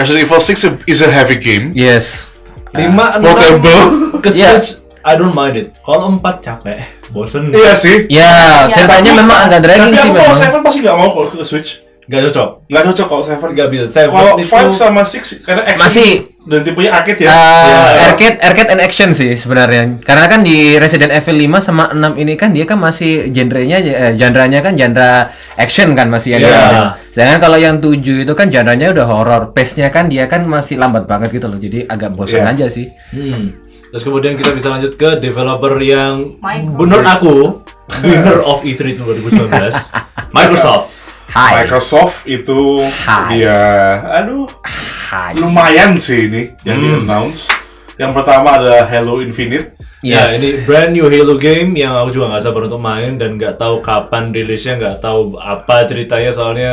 Speaker 2: Resident Evil 6 is a heavy game.
Speaker 3: Yes.
Speaker 2: Ah.
Speaker 1: 5
Speaker 2: Portable.
Speaker 1: *laughs* ke
Speaker 3: Iya.
Speaker 1: Switch. I don't mind it. Kalau 4 capek, *laughs* bosen.
Speaker 2: Iya sih.
Speaker 3: Ya,
Speaker 4: Ya.
Speaker 3: ceritanya
Speaker 4: Tapi-
Speaker 3: memang agak
Speaker 2: Tapi
Speaker 3: dragging Iya sih
Speaker 2: aku kalau
Speaker 3: memang.
Speaker 2: 7 pasti nggak mau kalau ke Switch.
Speaker 1: Nggak cocok.
Speaker 2: Nggak cocok kalau 7.
Speaker 1: Nggak bisa. Seven
Speaker 2: Kalau
Speaker 1: itu-
Speaker 2: 5 sama 6 karena action
Speaker 3: Masih.
Speaker 2: dan tipenya arcade ya.
Speaker 3: Ah,
Speaker 2: Iya.
Speaker 3: arcade, arcade and action sih sebenarnya. Karena kan di Resident Evil 5 sama 6 ini kan dia kan masih genrenya eh, genrenya kan genre action kan masih yang
Speaker 1: Iya.
Speaker 3: diambil. Sedangkan kalau yang 7 itu kan genrenya udah horror. Pace-nya kan dia kan masih lambat banget gitu loh. Jadi agak bosan
Speaker 2: Iya.
Speaker 3: aja sih.
Speaker 1: Hmm. Terus kemudian kita bisa lanjut ke developer yang
Speaker 4: Microsoft.
Speaker 1: bener aku winner of E E3 2019 Microsoft.
Speaker 3: Hai.
Speaker 2: Microsoft itu
Speaker 3: Hai.
Speaker 2: dia aduh
Speaker 3: Hai.
Speaker 2: lumayan sih ini yang di announce. Yang pertama ada Halo Infinite.
Speaker 1: Ya
Speaker 3: Yes.
Speaker 1: ini brand new Halo game yang aku juga nggak sabar untuk main dan nggak tahu kapan rilisnya, nggak tahu apa ceritanya soalnya.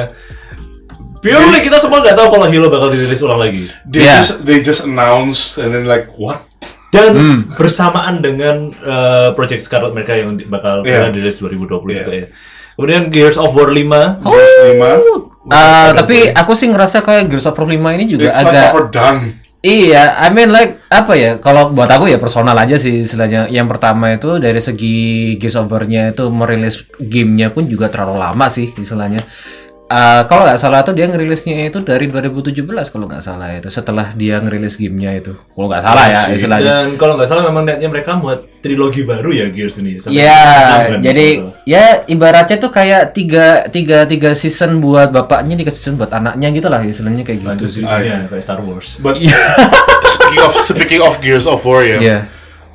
Speaker 1: Purely kita semua nggak tahu kalau Halo bakal dirilis ulang lagi.
Speaker 2: They
Speaker 3: Yeah.
Speaker 2: just they just announced and then like what?
Speaker 1: Dan
Speaker 3: Hmm.
Speaker 1: bersamaan dengan eh, Project Scarlet mereka yang di- bakal yeah.
Speaker 2: Iya.
Speaker 1: dirilis 2020
Speaker 2: Iya.
Speaker 1: juga ya. Kemudian Gears of War 5
Speaker 3: Oh,
Speaker 2: Gears 5
Speaker 3: Ah, tapi aku sih ngerasa kayak Gears of War 5 ini juga
Speaker 2: It's
Speaker 3: agak
Speaker 2: like overdone.
Speaker 3: Iya, I mean like apa ya? Kalau buat aku ya personal aja sih istilahnya. Yang pertama itu dari segi Gears of War-nya itu merilis gamenya pun juga terlalu lama sih istilahnya. Eh, kalau nggak salah tuh dia ngerilisnya itu dari 2017 kalau nggak salah itu setelah dia ngerilis gamenya itu kalau nggak salah ya
Speaker 2: Iya sih.
Speaker 3: istilahnya.
Speaker 1: Dan kalau nggak salah memang niatnya mereka buat trilogi baru ya Gears ini. sampai enam
Speaker 3: Ya,
Speaker 1: kan,
Speaker 3: jadi
Speaker 1: kalau nggak salah.
Speaker 3: ya ibaratnya tuh kayak tiga tiga tiga season buat bapaknya, tiga season buat anaknya gitu lah istilahnya kayak gitu
Speaker 1: lanjut
Speaker 3: sih.
Speaker 1: ceritanya kayak Star Wars.
Speaker 2: But *laughs* speaking of speaking of Gears of War ya,
Speaker 3: Iya.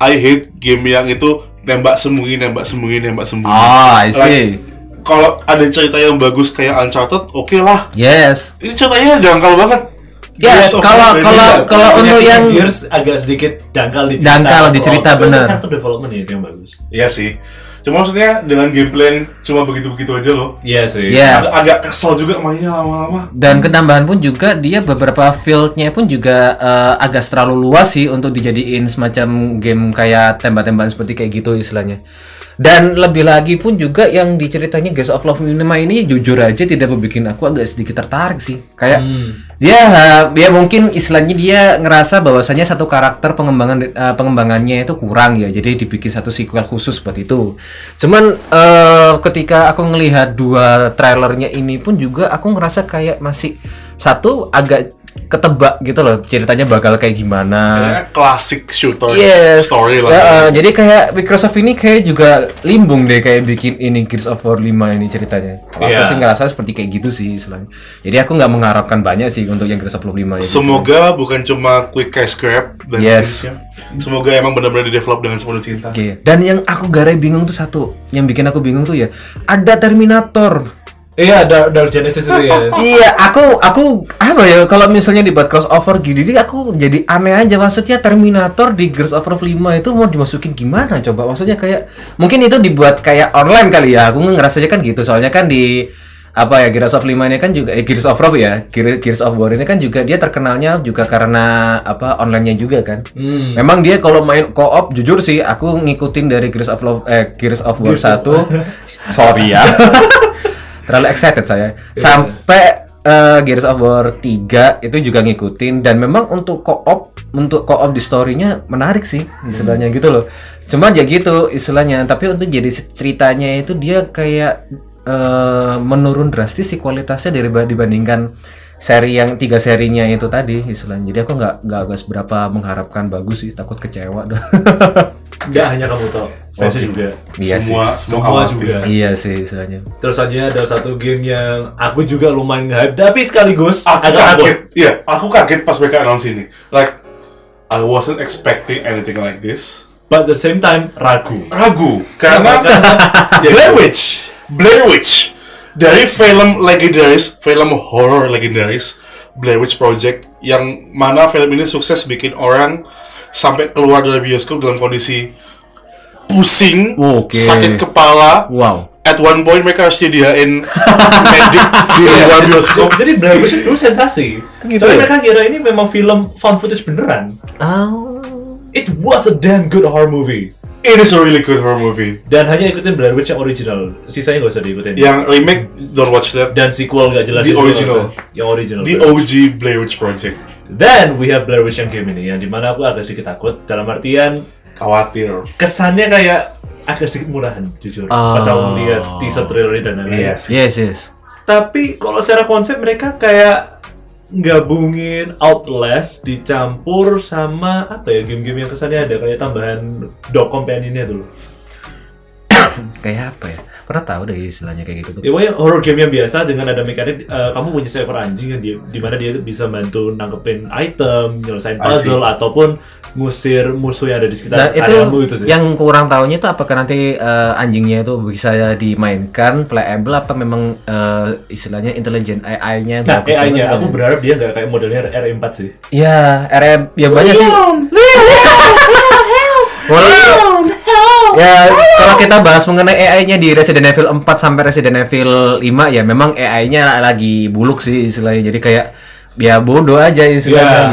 Speaker 2: I hate game yang itu nembak sembunyi nembak sembunyi nembak sembunyi.
Speaker 3: Ah, I see.
Speaker 2: Like, kalau ada cerita yang bagus kayak Uncharted, oke lah.
Speaker 3: Yes.
Speaker 2: Ini ceritanya dangkal banget.
Speaker 3: Ya,
Speaker 2: Gears of War Iya,
Speaker 3: kalau-
Speaker 2: ini
Speaker 3: kalau-
Speaker 2: nggak-
Speaker 3: kalau- untuk
Speaker 1: Penyakit
Speaker 3: yang-
Speaker 1: Gears agak sedikit dangkal di cerita.
Speaker 3: Dangkal di cerita,
Speaker 1: Tapi
Speaker 3: bener.
Speaker 1: Karakter development ya itu yang bagus.
Speaker 2: Iya sih. Cuma maksudnya dengan gameplay yang cuma begitu-begitu aja loh.
Speaker 1: Iya sih.
Speaker 2: Ag-
Speaker 3: Iya.
Speaker 2: agak kesel juga mainnya lama-lama.
Speaker 3: Dan ketambahan pun juga dia beberapa fieldnya pun juga eh, agak terlalu luas sih untuk dijadiin semacam game kayak tembak-tembakan seperti kayak gitu istilahnya. Dan lebih lagi pun juga yang diceritanya Guys of Love Minima ini jujur aja tidak membuat aku agak sedikit tertarik sih. Kayak dia eh, ya mungkin istilahnya dia ngerasa bahwasannya satu karakter pengembangan eh, pengembangannya itu kurang ya. Jadi dibikin satu sequel khusus buat itu. Cuman eh, ketika aku ngelihat dua trailernya ini pun juga aku ngerasa kayak masih satu agak ketebak gitu loh ceritanya bakal kayak gimana.
Speaker 2: Kayaknya klasik shooter
Speaker 3: Ah. Yes.
Speaker 2: Iya. story lah.
Speaker 3: Ya, eh, jadi kayak Microsoft ini kayak juga limbung deh kayak bikin ini Gears of War 5 ini ceritanya. Kalau
Speaker 1: Iya.
Speaker 3: Aku sih ngerasa seperti kayak gitu sih istilahnya. Jadi aku nggak mengharapkan banyak sih untuk yang Gears of War 5 ini.
Speaker 2: Semoga bukan cuma quick cash grab dan
Speaker 3: Iya, Yes.
Speaker 2: sejenisnya. Semoga emang benar-benar di develop dengan sepenuh cinta.
Speaker 3: Oke. Dan yang aku garai bingung tuh satu, yang bikin aku bingung tuh ya ada Terminator.
Speaker 1: Iya, Dark, Dark Genesis itu
Speaker 2: *laughs*
Speaker 1: ya.
Speaker 3: Iya, aku aku apa ya kalau misalnya dibuat crossover gini ini aku jadi aneh aja maksudnya Terminator di Gears of War 5 itu mau dimasukin gimana coba? Maksudnya kayak mungkin itu dibuat kayak online kali ya. Aku ngerasanya kan gitu. Soalnya kan di apa ya Gears of 5 ini kan juga eh, Gears of War ya. Gear- Gears of War ini kan juga dia terkenalnya juga karena apa online-nya juga kan. Memang dia kalau main co-op jujur sih aku ngikutin dari Gears of Love, eh Gears of War 1. Sorry *laughs* ya. terlalu excited saya sampai eh, Gears of War 3 itu juga ngikutin dan memang untuk co-op untuk co-op di story-nya menarik sih istilahnya gitu loh cuma ya gitu istilahnya tapi untuk jadi ceritanya itu dia kayak eh, menurun drastis sih kualitasnya dari dibandingkan seri yang tiga serinya itu tadi istilahnya jadi aku nggak nggak nggak seberapa mengharapkan bagus sih takut kecewa *laughs*
Speaker 1: Nggak hanya kamu tau, fansnya juga.
Speaker 3: iya sih
Speaker 2: semua semua,
Speaker 1: Semua
Speaker 2: khawatir.
Speaker 1: juga.
Speaker 3: iya sih istilahnya
Speaker 1: Terus aja ada satu game yang aku juga lumayan hype, tapi sekaligus
Speaker 2: Aku
Speaker 1: agak
Speaker 2: kaget. Iya, aku kaget pas mereka announce ini. Like I wasn't expecting anything like this.
Speaker 1: But at the same time, ragu.
Speaker 2: Ragu karena Ya, *laughs* Blair Witch. Blair Witch. Dari film legendaris, film horror legendaris Blair Witch Project yang mana film ini sukses bikin orang sampai keluar dari bioskop dalam kondisi pusing,
Speaker 3: Oke.
Speaker 2: sakit kepala,
Speaker 3: wow
Speaker 2: at one point mereka harus *laughs* nyediain medik di luar bioskop
Speaker 1: Jadi Blair Witch itu dulu sensasi.
Speaker 3: Gitu
Speaker 1: Soalnya
Speaker 3: ya?
Speaker 1: mereka kira ini memang film found footage beneran. It was a damn good horror movie.
Speaker 2: it is a really good horror movie
Speaker 1: Dan hanya ikutin Blair Witch yang original. Sisanya nggak usah diikutin.
Speaker 2: yang remake don't watch that
Speaker 1: Dan sequel nggak jelas. itu
Speaker 2: Iya. The
Speaker 1: nggak
Speaker 2: original.
Speaker 1: usah. Yang original.
Speaker 2: the OG Blair Witch Project
Speaker 1: Then we have Blair Witch yang game ini. Yang dimana aku agak sedikit takut. Dalam artian
Speaker 2: khawatir
Speaker 1: kesannya kayak agak sedikit murahan jujur.
Speaker 3: Ah.
Speaker 1: Pas aku melihat teaser trailer dan lain-lain.
Speaker 2: yes
Speaker 3: yes yes
Speaker 1: Tapi kalau secara konsep mereka kayak gabungin Outlast dicampur sama apa ya game-game yang kesannya ada kayak tambahan dokom ini dulu.
Speaker 3: kayak apa ya pernah tahu deh istilahnya kayak gitu tuh
Speaker 1: Ya pokoknya horror game yang biasa dengan ada mekanik eh, kamu punya seekor anjing yang di, di mana dia bisa bantu nangkepin item, nyelesain puzzle ataupun ngusir musuh yang ada di
Speaker 3: nah
Speaker 1: sekitar
Speaker 3: itu
Speaker 1: areamu itu sih.
Speaker 3: yang kurang tahunya itu apakah nanti eh, anjingnya itu bisa dimainkan playable apa memang eh, istilahnya intelligent AI-nya
Speaker 1: nah, AI-nya aku berharap dia nggak kayak modelnya R4 sih.
Speaker 3: ya RM ya
Speaker 1: Oh,
Speaker 3: banyak sih
Speaker 1: iya.
Speaker 3: Walau- ya kalau kita bahas mengenai AI-nya di Resident Evil 4 sampai Resident Evil 5 ya memang AI-nya lagi buluk sih istilahnya jadi kayak ya bodoh aja istilahnya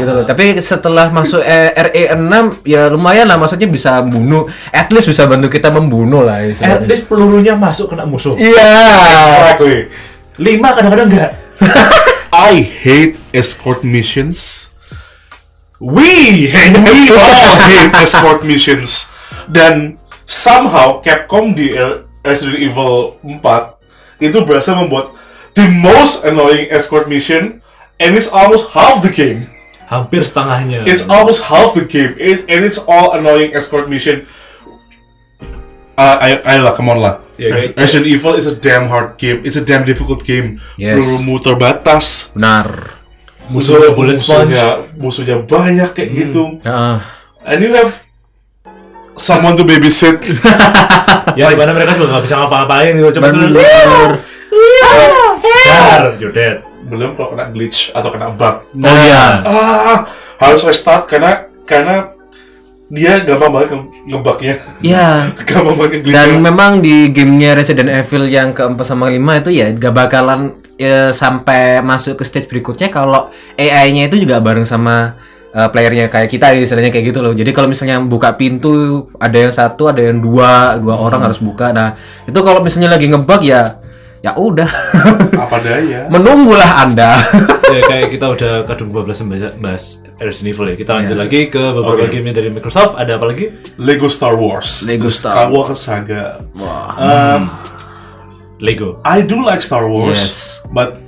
Speaker 1: Ya.
Speaker 3: gitu loh tapi setelah masuk eh, RE6 ya lumayan lah maksudnya bisa bunuh at least bisa bantu kita membunuh lah
Speaker 1: At
Speaker 3: istilahnya
Speaker 1: least pelurunya masuk kena musuh.
Speaker 3: iya
Speaker 2: exactly
Speaker 1: Lima kadang-kadang nggak.
Speaker 2: I hate escort missions
Speaker 1: We
Speaker 2: we all hate escort missions dan somehow Capcom di R- Resident Evil 4 itu berhasil membuat the most annoying escort mission and it's almost half the game
Speaker 1: hampir setengahnya.
Speaker 2: It's almost half the game, it, and it's all annoying escort mission. Uh, I, I lah, come on lah.
Speaker 1: Yeah,
Speaker 2: Res-
Speaker 1: kayak-
Speaker 2: Resident Evil is a damn hard game. It's a damn difficult game.
Speaker 3: Yes.
Speaker 2: Pelurumu terbatas.
Speaker 3: benar
Speaker 1: Musuhnya bullet sponge.
Speaker 2: musuhnya, musuhnya banyak kayak gitu.
Speaker 3: Heeh.
Speaker 2: And you have someone to babysit. *laughs*
Speaker 1: ya dimana mereka juga nggak bisa ngapa-ngapain gitu cuma
Speaker 3: Bener. Iya.
Speaker 1: selalu dar you're dead.
Speaker 2: Belum kalau kena glitch atau kena bug.
Speaker 1: Nah.
Speaker 3: oh iya
Speaker 2: Ah, harus restart karena karena dia gampang banget nge- ngebugnya. *laughs*
Speaker 3: iya
Speaker 2: gampang banget glitch.
Speaker 3: Dan memang di gamenya Resident Evil yang keempat sama kelima itu ya gak bakalan ya, sampai masuk ke stage berikutnya kalau AI-nya itu juga bareng sama eh, playernya kayak kita istilahnya kayak gitu loh. Jadi kalau misalnya buka pintu ada yang satu, ada yang dua, dua orang harus buka. Nah itu kalau misalnya lagi ngebug ya ya udah *laughs*
Speaker 2: apa daya.
Speaker 3: menunggulah anda. *laughs*
Speaker 1: ya, kayak kita udah kadung 12 membahas bahas Resident Evil ya. Kita lanjut lagi ke beberapa
Speaker 2: Iya. Oke.
Speaker 1: game dari Microsoft. Ada apa lagi?
Speaker 2: Lego Star Wars. The
Speaker 3: Lego Star
Speaker 2: Skywalker Saga.
Speaker 3: Wah.
Speaker 2: Um,
Speaker 1: Lego.
Speaker 2: I do like Star Wars,
Speaker 3: Yes.
Speaker 2: but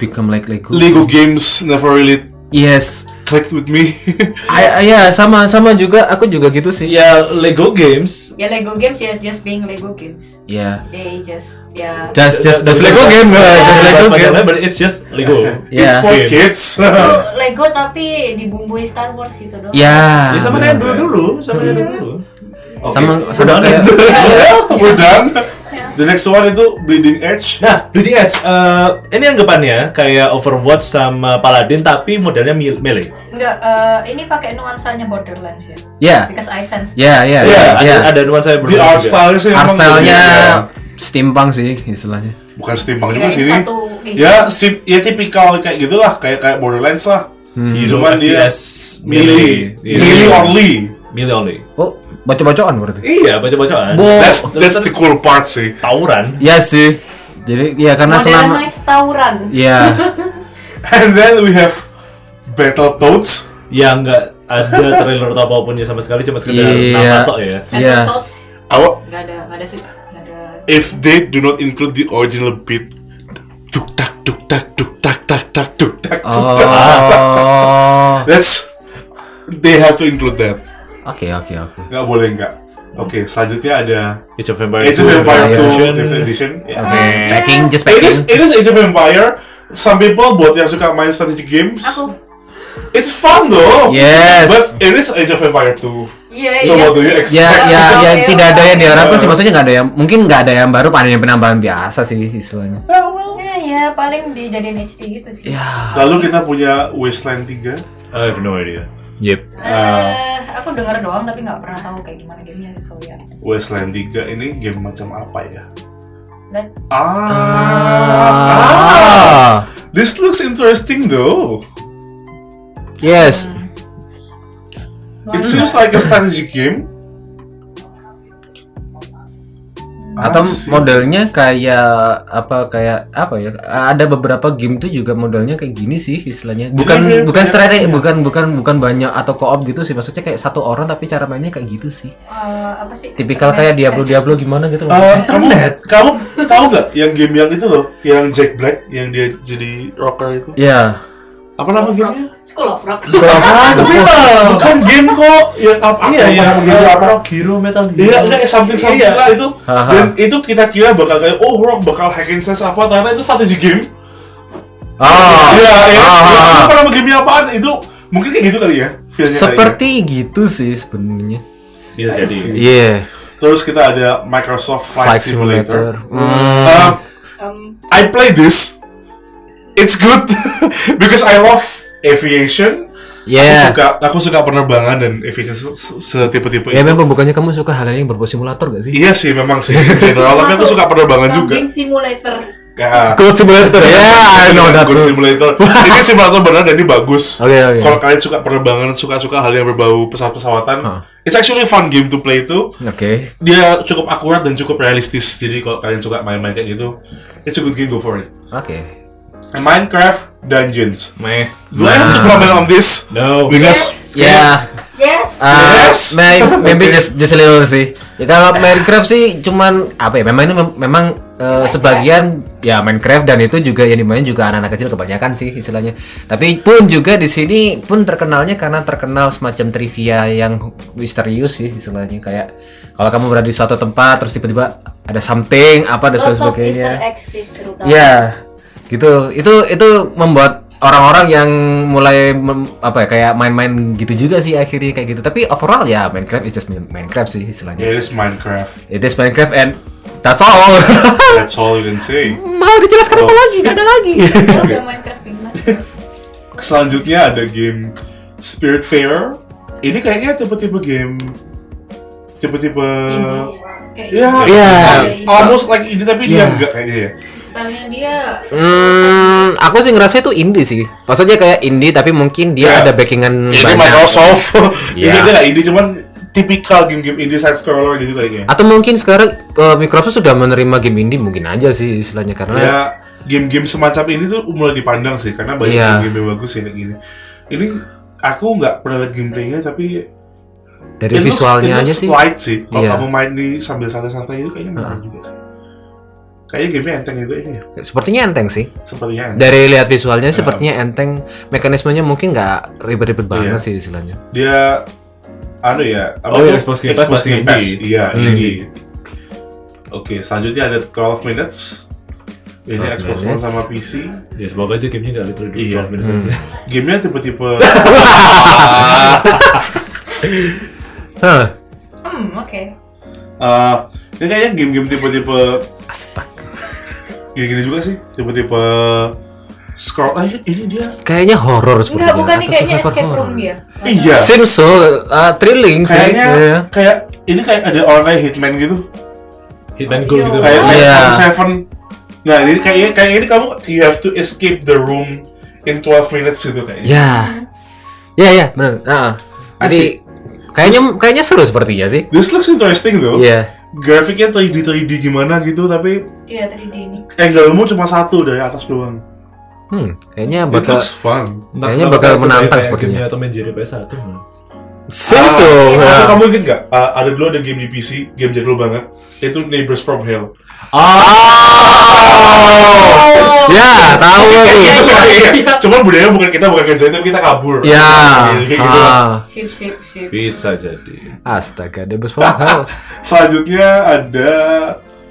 Speaker 3: become like Lego.
Speaker 2: Lego games never really
Speaker 3: Yes.
Speaker 2: clicked with me. *laughs*
Speaker 3: I, I- ya sama sama juga aku juga gitu sih.
Speaker 1: Ya Lego games.
Speaker 4: Ya Lego games ya just being Lego games.
Speaker 3: Ya.
Speaker 4: They just ya
Speaker 3: Just just just Lego game, uh,
Speaker 2: Iya,
Speaker 3: just Lego game.
Speaker 1: But it's just Lego.
Speaker 2: It's
Speaker 3: Ya.
Speaker 2: for
Speaker 1: Games.
Speaker 2: kids.
Speaker 4: *laughs* itu Lego tapi dibumbui Star Wars gitu doang.
Speaker 3: Ya.
Speaker 1: Ya sama kayak dulu dulu, sama kayak dulu dulu.
Speaker 2: Oke.
Speaker 3: Sama sama
Speaker 1: Udah. *laughs*
Speaker 3: kayak
Speaker 4: *laughs*
Speaker 2: We're done. The next one itu Bleeding Edge.
Speaker 1: Nah, Duty Edge, eh, ini anggapannya kayak Overwatch sama Paladin tapi modelnya mil- melee.
Speaker 4: Enggak eh, ini pakai nuansanya Borderlands ya.
Speaker 3: ya.
Speaker 4: Because I sense
Speaker 3: Ya
Speaker 1: Iya,
Speaker 3: ya ya.
Speaker 1: ada,
Speaker 3: ya.
Speaker 1: ada nuansa yang gitu, iya. berbeda
Speaker 2: Di art
Speaker 1: juga.
Speaker 2: style sih
Speaker 3: Art
Speaker 2: emang
Speaker 3: style-nya
Speaker 2: berbeda.
Speaker 3: steampunk sih istilahnya.
Speaker 2: bukan steampunk Oh, juga
Speaker 4: Kayak
Speaker 2: sih ini.
Speaker 4: satu gitu.
Speaker 2: Ya, sip, ya tipikal kayak gitulah, kayak kayak Borderlands lah.
Speaker 3: Hmm.
Speaker 1: Hero
Speaker 2: Cuman dia
Speaker 1: FPS
Speaker 2: melee,
Speaker 1: Hmm, Iya.
Speaker 2: melee only.
Speaker 1: Melee only.
Speaker 3: Oh, baca-bacaan berarti.
Speaker 1: Iya, baca-bacaan.
Speaker 3: Bo-
Speaker 2: That's that's the cool part sih. *laughs*
Speaker 1: Tawuran.
Speaker 3: Ya sih. Jadi ya karena selama
Speaker 4: Modernized tawuran. *laughs*
Speaker 3: ya
Speaker 2: And then we have Battletoads.
Speaker 1: Ya nggak
Speaker 2: *laughs*
Speaker 1: ada trailer atau apapun ya sama sekali cuma sekedar
Speaker 3: Iya.
Speaker 1: nama tok ya.
Speaker 3: Iya.
Speaker 4: Battletoads
Speaker 2: Our,
Speaker 4: enggak ada enggak ada sih. Enggak ada.
Speaker 2: if they do not include the original beat, tuk tak tuk tak tuk tak tak tak tuk tak tuk tak.
Speaker 3: Oh.
Speaker 2: That's they have to include that.
Speaker 3: Oke, oke, oke.
Speaker 2: Nggak boleh nggak. Oke, selanjutnya ada
Speaker 1: Age of Empires
Speaker 2: Hmm. Age of Empire 2
Speaker 1: Revolution.
Speaker 2: Definitive Edition. Ya.
Speaker 3: Oke, packing just
Speaker 2: It is
Speaker 3: packing.
Speaker 2: it is Age of Empire. Some people buat yang suka main strategy games.
Speaker 4: Aku
Speaker 2: It's fun though.
Speaker 3: Yes.
Speaker 2: But it is Age of Empire 2.
Speaker 4: iya
Speaker 2: So
Speaker 4: iya.
Speaker 2: what do you expect?
Speaker 3: Ya, ya,
Speaker 4: Oke,
Speaker 3: ya
Speaker 4: oke.
Speaker 3: tidak ada yang diharapkan sih.
Speaker 2: Ya.
Speaker 3: Maksudnya nggak ada yang, mungkin nggak ada yang baru, ada yang penambahan biasa sih istilahnya.
Speaker 4: Ya, ya paling dijadiin HD gitu sih.
Speaker 3: Ya.
Speaker 2: Lalu kita punya Wasteland 3.
Speaker 1: I have no idea.
Speaker 3: Yep.
Speaker 4: Eh, aku denger doang tapi nggak pernah tahu kayak gimana gamenya so ya.
Speaker 2: Wasteland 3 ini game macam apa ya?
Speaker 4: Dan
Speaker 2: Ah. This looks interesting though.
Speaker 3: Yes.
Speaker 2: It seems like a strategy game.
Speaker 3: Atau
Speaker 2: Asik.
Speaker 3: modelnya kayak apa kayak apa ya? Ada beberapa game tuh juga modelnya kayak gini sih istilahnya.
Speaker 2: Jadi,
Speaker 3: Bukan bukan
Speaker 2: kayak-
Speaker 3: strategi, bukan bukan bukan banyak atau co-op gitu sih. Maksudnya kayak satu orang tapi cara mainnya kayak gitu sih.
Speaker 4: eh, apa sih?
Speaker 3: Tipikal kayak Diablo Diablo gimana gitu loh.
Speaker 2: Eh, kamu kamu tahu nggak yang game yang itu loh, yang Jack Black yang dia jadi rocker itu?
Speaker 3: Ya.
Speaker 2: Apa nama gamenya?
Speaker 4: School of Rock.
Speaker 3: Iya.
Speaker 2: *laughs* Ah, itu film. Bukan game kok. Ya apa?
Speaker 1: Iya,
Speaker 2: apa-
Speaker 1: iya.
Speaker 2: apa- apa- apa-
Speaker 1: Rock Hero Metal Hero.
Speaker 2: Iya, enggak something something
Speaker 1: Iya.
Speaker 2: lah itu.
Speaker 3: Haha.
Speaker 2: Dan itu kita kira bakal kayak oh Rock bakal hack and slash apa ternyata itu strategi game.
Speaker 3: Ah.
Speaker 2: Iya, iya.
Speaker 3: Ah.
Speaker 2: Itu pernah game apaan itu mungkin kayak gitu kali ya. feelnya kali ya.
Speaker 3: Seperti gitu sih sebenarnya.
Speaker 1: Bisa jadi.
Speaker 3: Iya.
Speaker 2: Terus kita ada Microsoft Flight,
Speaker 3: Flight
Speaker 2: Simulator.
Speaker 3: Simulator. Hmm.
Speaker 2: Uh,
Speaker 4: Um,
Speaker 2: I play this. It's good *laughs* because I love aviation. Aku
Speaker 3: Ya.
Speaker 2: suka aku suka penerbangan dan aviation se- se- setipe-tipe
Speaker 3: Ya
Speaker 2: itu.
Speaker 3: memang bukannya kamu suka hal yang berbau simulator gak sih?
Speaker 2: Iya sih memang sih in general, tapi aku
Speaker 4: Masuk
Speaker 2: suka penerbangan juga.
Speaker 4: Jumping simulator.
Speaker 2: Ya.
Speaker 3: Goat simulator. Ya, I know that.
Speaker 2: Goat
Speaker 3: *laughs*
Speaker 2: Simulator. ini simulator beneran dan ini bagus.
Speaker 3: Oke, oke.
Speaker 2: Kalau kalian suka penerbangan, suka-suka hal yang berbau pesawat-pesawatan,
Speaker 3: Huh.
Speaker 2: it's actually a fun game to play itu.
Speaker 3: Oke.
Speaker 2: Dia cukup akurat dan cukup realistis. Jadi kalau kalian suka main-main kayak gitu, it's a good game, go for it.
Speaker 3: Oke.
Speaker 2: And Minecraft Dungeons.
Speaker 1: Meh.
Speaker 2: Do I have to
Speaker 3: Nah.
Speaker 2: comment on this?
Speaker 1: No.
Speaker 2: Because
Speaker 3: Ya,
Speaker 4: Yes.
Speaker 3: ah,
Speaker 2: Yes.
Speaker 3: may- maybe
Speaker 2: Oke.
Speaker 3: just, just a little sih. Ya, kalau Minecraft sih cuman apa ya? Memang ini mem- memang eh, sebagian ya Minecraft dan itu juga yang dimain juga anak-anak kecil kebanyakan sih istilahnya. Tapi pun juga di sini pun terkenalnya karena terkenal semacam trivia yang misterius sih istilahnya kayak kalau kamu berada di suatu tempat terus tiba-tiba ada something apa dan
Speaker 4: Lots of
Speaker 3: sebagainya.
Speaker 4: Easter eggs sih terutama.
Speaker 3: Ya, gitu. Itu itu membuat orang-orang yang mulai mem- apa ya kayak main-main gitu juga sih akhirnya kayak gitu. Tapi overall ya Minecraft is just min- Minecraft sih istilahnya.
Speaker 2: it is Minecraft.
Speaker 3: It is Minecraft and that's all. *laughs*
Speaker 2: That's all you can say.
Speaker 3: Mau dijelaskan apa
Speaker 2: Oh.
Speaker 3: lagi? Gak ada lagi.
Speaker 4: Ya udah Minecraft gimana?
Speaker 2: Selanjutnya ada game Spirit Fair. Ini kayaknya tipe-tipe game tipe-tipe
Speaker 4: Kayak
Speaker 2: ya
Speaker 3: Iya.
Speaker 2: al- almost like ini tapi dia
Speaker 3: Iya.
Speaker 2: enggak kayaknya ya.
Speaker 4: Stylenya dia.
Speaker 3: Hmm, aku sih ngerasa itu indie sih. Maksudnya kayak indie tapi mungkin dia
Speaker 2: Ya.
Speaker 3: ada backingan
Speaker 2: Ini
Speaker 3: banyak.
Speaker 2: Microsoft.
Speaker 3: Iya.
Speaker 2: ini dia nggak indie cuman tipikal game-game indie side scroller gitu kayaknya.
Speaker 3: Atau mungkin sekarang eh, Microsoft sudah menerima game indie mungkin aja sih istilahnya karena
Speaker 2: Ya game-game semacam ini tuh mulai dipandang sih karena banyak
Speaker 3: Iya.
Speaker 2: game-game yang bagus ya kayak gini. Ini aku nggak pernah lihat gameplaynya tapi
Speaker 3: dari visualnya aja sih.
Speaker 2: light sih kalau
Speaker 3: Iya.
Speaker 2: gitu, kamu main di sambil santai-santai itu kayaknya menarik juga sih Kayaknya gamenya enteng juga ini ya.
Speaker 3: Sepertinya enteng sih.
Speaker 2: Sepertinya enteng.
Speaker 3: Dari lihat visualnya
Speaker 2: Ya.
Speaker 3: sepertinya enteng. Mekanismenya mungkin nggak
Speaker 2: Iya.
Speaker 3: ribet-ribet banget sih istilahnya.
Speaker 2: Dia anu ya, apa
Speaker 1: Oh,
Speaker 2: tuh?
Speaker 1: ya, expose game pass
Speaker 2: Expose
Speaker 1: pasti
Speaker 2: game pass.
Speaker 1: indie.
Speaker 2: Iya,
Speaker 1: Hmm.
Speaker 2: indie. Oke, selanjutnya ada 12 minutes. Ini
Speaker 3: 12
Speaker 2: Xbox One
Speaker 3: minutes.
Speaker 2: sama PC.
Speaker 1: Ya semoga aja gamenya nggak literally
Speaker 2: Iya.
Speaker 1: 12 minutes aja.
Speaker 3: Hmm.
Speaker 2: Gamenya tipe-tipe
Speaker 3: *laughs* Hah.
Speaker 4: Hmm, oke.
Speaker 2: eh, ini kayaknya game-game tipe-tipe
Speaker 3: Astaga.
Speaker 2: gini-gini juga sih, tipe-tipe scroll. Ah, ini- ini dia
Speaker 3: Kayaknya horor sepertinya.
Speaker 4: Enggak, bukan nih
Speaker 3: atau
Speaker 4: kayaknya
Speaker 3: survival
Speaker 4: escape
Speaker 3: horror.
Speaker 4: room dia.
Speaker 2: Iya.
Speaker 3: Seems so uh, thrilling sih.
Speaker 2: kayaknya
Speaker 3: Iya.
Speaker 2: kayak ini kayak ada orang kayak Hitman gitu.
Speaker 1: Hitman Go gitu.
Speaker 2: kayak
Speaker 1: Bang.
Speaker 2: kayak
Speaker 3: Iya.
Speaker 2: Fab Seven. Nah, ini kayaknya kayak ini kamu you have to escape the room in 12 minutes gitu kayaknya.
Speaker 3: Ya.
Speaker 4: Hmm.
Speaker 3: Ya ya benar. Heeh. Jadi kayaknya kayaknya seru sepertinya sih.
Speaker 2: This looks interesting though.
Speaker 3: Iya.
Speaker 2: Grafiknya 3D 3D gimana gitu tapi
Speaker 4: Iya, 3D ini.
Speaker 2: angle-mu cuma satu dari atas doang.
Speaker 3: Hmm, kayaknya
Speaker 2: It
Speaker 3: bakal
Speaker 2: looks fun.
Speaker 1: Entah
Speaker 3: Kayaknya
Speaker 1: kenapa
Speaker 3: bakal
Speaker 1: kayak
Speaker 3: menantang
Speaker 1: kayak
Speaker 3: sepertinya.
Speaker 1: gamenya Tom and Jerry PS1. man.
Speaker 3: seems so.
Speaker 2: Ah,
Speaker 3: ya.
Speaker 2: atau kamu inget nggak? Ah, ada dulu ada game di PC, game jadul banget. Itu Neighbors from Hell.
Speaker 4: Oh.
Speaker 3: Ah. Ya, tahu
Speaker 2: Itu
Speaker 3: aku.
Speaker 4: Iya, iya,
Speaker 2: kan,
Speaker 4: iya.
Speaker 2: Ah. iya. Cuman budaya bukan kita bukan kerja tapi kita kabur.
Speaker 3: Ya.
Speaker 2: Kayak gitu.
Speaker 3: Ah.
Speaker 4: Sip, sip, sip.
Speaker 1: Bisa jadi.
Speaker 3: Astaga, Debus from
Speaker 2: *laughs*
Speaker 3: Hell.
Speaker 2: Selanjutnya ada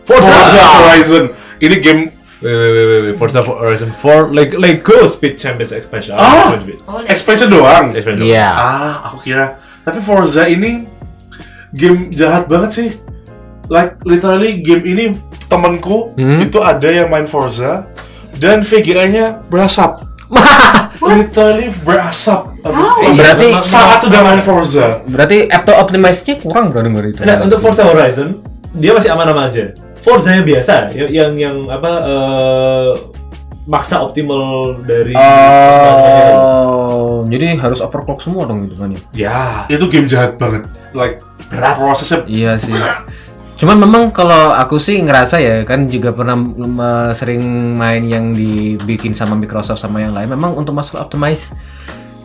Speaker 2: Forza,
Speaker 1: Forza.
Speaker 2: Horizon. Ini game
Speaker 1: Wait, wait, wait, wait, wait. Forza Horizon 4, Leg- Lego Speed Champions Expansion.
Speaker 2: Ah.
Speaker 1: Expansion.
Speaker 4: Boleh.
Speaker 2: expansion doang.
Speaker 1: Expansion.
Speaker 3: Iya.
Speaker 2: Ah, aku kira. Tapi Forza ini game jahat banget sih. Like literally game ini temanku
Speaker 3: Hmm?
Speaker 2: itu ada yang main Forza dan VGA-nya
Speaker 3: *laughs*
Speaker 2: berasap. Literally berasap. Abis
Speaker 4: Wow.
Speaker 2: itu.
Speaker 3: Oh, Berarti
Speaker 2: saat sudah main Forza.
Speaker 3: Berarti auto optimize-nya kurang berarti dari itu. Oh,
Speaker 1: Nah, untuk Forza Horizon, dia masih aman-aman aja. Forza yang biasa, yang yang, yang apa eh, maksa optimal dari
Speaker 3: Oh, jadi harus overclock semua dong itu kan ya?
Speaker 1: ya.
Speaker 2: Itu game jahat banget. Like prosesnya
Speaker 3: Iya sih. Cuman memang kalau aku sih ngerasa ya kan juga pernah mm, sering main yang dibikin sama Microsoft sama yang lain. Memang untuk masalah optimize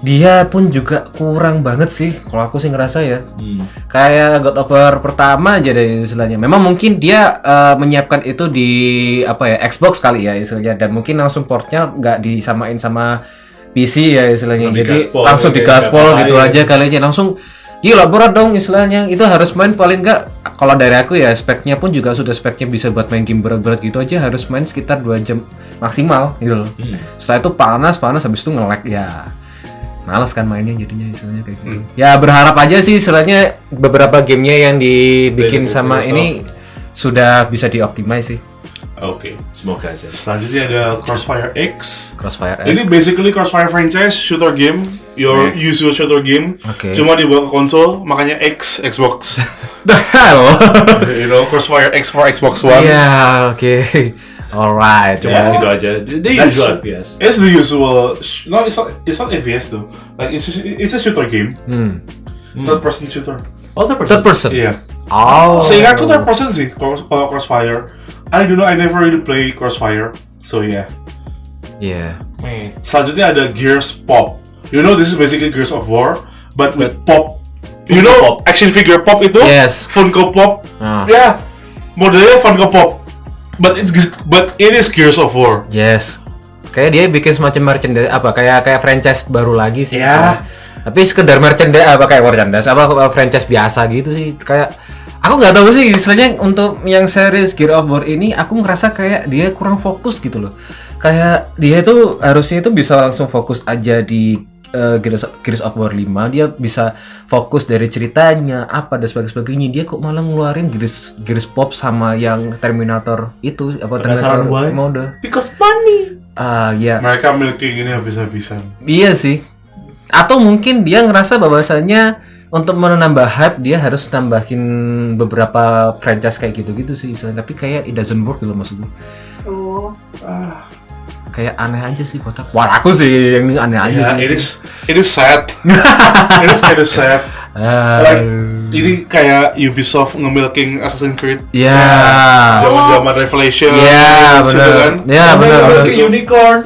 Speaker 3: dia pun juga kurang banget sih kalau aku sih ngerasa ya.
Speaker 1: Hmm.
Speaker 3: Kayak God of War pertama aja deh istilahnya. Memang mungkin dia eh, menyiapkan itu di apa ya Xbox kali ya istilahnya dan mungkin langsung portnya nggak disamain sama PC ya istilahnya.
Speaker 1: Langsung
Speaker 3: Jadi
Speaker 1: digaspol, ya,
Speaker 3: langsung
Speaker 1: kayak
Speaker 3: digaspol
Speaker 1: apa
Speaker 3: gitu
Speaker 1: lain.
Speaker 3: aja kalian langsung gila berat dong istilahnya itu harus main paling nggak kalau dari aku ya speknya pun juga sudah speknya bisa buat main game berat-berat gitu aja harus main sekitar dua jam maksimal gitu loh
Speaker 1: Hmm.
Speaker 3: setelah itu panas panas habis itu nge-lag ya males kan mainnya jadinya istilahnya kayak gitu ya berharap aja sih istilahnya beberapa gamenya yang dibikin
Speaker 1: Dari
Speaker 3: sama
Speaker 1: Microsoft.
Speaker 3: ini sudah bisa dioptimize sih
Speaker 2: Oke.
Speaker 1: Semoga aja.
Speaker 3: Ya.
Speaker 2: Selanjutnya ada Crossfire X.
Speaker 3: Crossfire X
Speaker 2: Ini *laughs* basically Crossfire franchise shooter game, your usual shooter game.
Speaker 3: Oke.
Speaker 2: Cuma dibawa ke konsol, makanya X
Speaker 3: *laughs*
Speaker 2: Xbox.
Speaker 3: the hell
Speaker 2: *laughs* you know, Crossfire X for Xbox One.
Speaker 3: ya oke alright
Speaker 1: Cuma
Speaker 3: ya.
Speaker 1: segitu aja. Dia
Speaker 2: That's-
Speaker 1: usual FPS.
Speaker 2: It's the usual. sh- No, it's not. It's not FPS though. Like it's just, it's a shooter game,
Speaker 3: Hmm.
Speaker 2: third person shooter.
Speaker 1: Also person.
Speaker 3: third person
Speaker 2: Iya.
Speaker 3: oh
Speaker 2: Seingatku third person sih kalau kalau Crossfire. I don't know. I never really play Crossfire. So yeah.
Speaker 3: Iya.
Speaker 2: Selanjutnya ada Gears Pop. You know this is basically Gears of War, but with pop. You
Speaker 1: Funko
Speaker 2: know
Speaker 1: Pop.
Speaker 2: action figure pop itu?
Speaker 3: Yes.
Speaker 2: Funko Pop.
Speaker 3: Ah.
Speaker 2: Yeah. Modelnya Funko Pop. But it's but it is Gears of War.
Speaker 3: Yes. Kayak dia bikin semacam merchandise apa kayak kayak franchise baru lagi sih.
Speaker 2: Ya.
Speaker 3: misalnya. Tapi sekedar merchandise apa kayak merchandise apa eh, franchise biasa gitu sih. Kayak aku nggak tahu sih istilahnya untuk yang series Gear of War ini aku ngerasa kayak dia kurang fokus gitu loh. Kayak dia tuh harusnya itu bisa langsung fokus aja di eh, Gears, Gears of War 5 dia bisa fokus dari ceritanya apa dan sebagainya sebagainya dia kok malah ngeluarin Gears Gears Pop sama yang Terminator itu apa
Speaker 1: Penasaran
Speaker 3: Terminator
Speaker 1: why?
Speaker 3: mode
Speaker 1: Because money.
Speaker 3: Ah ya,
Speaker 2: Mereka milking ini habis-habisan.
Speaker 3: iya sih. Atau mungkin dia ngerasa bahwasannya untuk menambah hype dia harus nambahin beberapa franchise kayak gitu-gitu sih istilahnya. Tapi kayak it doesn't work gitu maksud gue.
Speaker 4: Oh.
Speaker 3: Kayak aneh aja sih kotak. Wah aku sih yang ini aneh aja
Speaker 2: Ya,
Speaker 3: Iya, sih.
Speaker 2: it is it is
Speaker 3: *laughs*
Speaker 2: sad. it is kind of sad.
Speaker 3: Ah,
Speaker 2: Like ini kayak Ubisoft nge-milking Assassin's Creed.
Speaker 3: ya,
Speaker 2: Zaman-zaman Revelation.
Speaker 3: ya
Speaker 2: gitu
Speaker 3: benar,
Speaker 2: kan.
Speaker 3: ya benar.
Speaker 1: Mereka
Speaker 3: benar.
Speaker 1: masuk unicorn.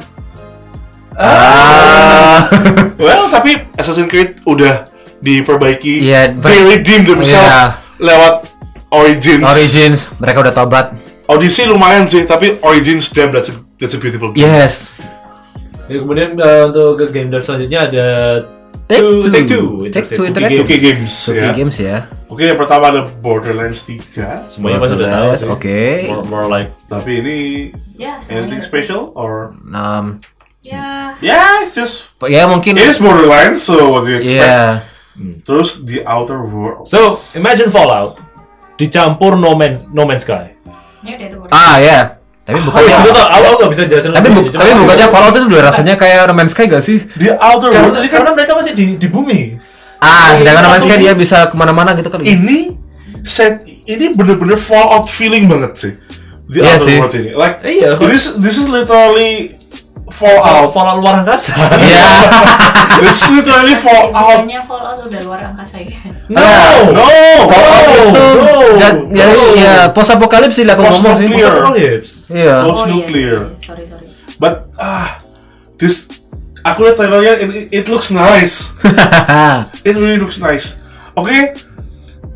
Speaker 3: Ah,
Speaker 2: Well, tapi Assassin's Creed udah diperbaiki.
Speaker 3: Iya,
Speaker 2: They redeem themselves
Speaker 3: Iya.
Speaker 2: lewat Origins.
Speaker 3: Origins mereka udah tobat.
Speaker 2: Audisi lumayan sih, tapi Origins damn that's a, that's a beautiful game.
Speaker 3: Yes.
Speaker 1: Ya, kemudian eh, untuk ke game dev selanjutnya ada
Speaker 3: Take
Speaker 1: Two-
Speaker 3: Two.
Speaker 1: Take Two,
Speaker 3: Take Two
Speaker 1: Interactive.
Speaker 2: 2K Games,
Speaker 3: Tokyo
Speaker 2: ya.
Speaker 3: Games ya.
Speaker 2: Oke, yang pertama ada Borderlands 3,
Speaker 1: Semuanya pasti udah tahu
Speaker 3: Borderlands,
Speaker 1: sih.
Speaker 3: Oke.
Speaker 1: More, more like
Speaker 2: tapi ini
Speaker 4: Ya, semuanya.
Speaker 3: Iya.
Speaker 2: anything special or
Speaker 3: Um,
Speaker 4: Ya,
Speaker 2: Yeah, it's just
Speaker 3: ya mungkin.
Speaker 2: it is Borderlands, so what do you expect?
Speaker 3: Iya.
Speaker 2: Terus The Outer Worlds.
Speaker 1: So, imagine Fallout dicampur No Man's, no Man's Sky.
Speaker 4: ini udah ada warna.
Speaker 3: Ah ya. Tapi
Speaker 1: Aku
Speaker 3: bukannya.
Speaker 1: tau, aku nggak bisa jelasin
Speaker 3: tapi bu
Speaker 1: lebih, cuma-
Speaker 3: tapi bukannya Fallout itu udah rasanya kayak No Man's Sky gak sih?
Speaker 2: The Outer
Speaker 1: Karena,
Speaker 2: Worlds ini kan
Speaker 1: karena mereka masih di, di bumi.
Speaker 3: Ah, sedangkan No Man's Sky
Speaker 2: Maksudnya-
Speaker 3: dia bisa kemana-mana gitu kali.
Speaker 2: ini set ini bener-bener Fallout feeling banget sih. The
Speaker 3: Iya
Speaker 2: Outer
Speaker 3: sih.
Speaker 2: Worlds ini, like
Speaker 1: Iya, kalau-
Speaker 2: this this is literally Fallout.
Speaker 1: Fallout luar angkasa.
Speaker 3: Iya.
Speaker 1: *laughs*
Speaker 2: this is literally Fallout.
Speaker 4: Bukannya Fallout udah luar angkasa ya?
Speaker 1: No,
Speaker 2: No, Fallout
Speaker 1: Oh,
Speaker 3: Itu
Speaker 1: no,
Speaker 3: gak, ya,
Speaker 1: no.
Speaker 3: ya post apokalips sih lah aku ngomong sih.
Speaker 2: Post-apocalypse.
Speaker 3: Iya.
Speaker 2: Post nuclear.
Speaker 4: iya, iya. Sorry, sorry.
Speaker 2: But ah, this aku lihat trailernya, it, it looks nice. It really looks Eh, nice. Oke,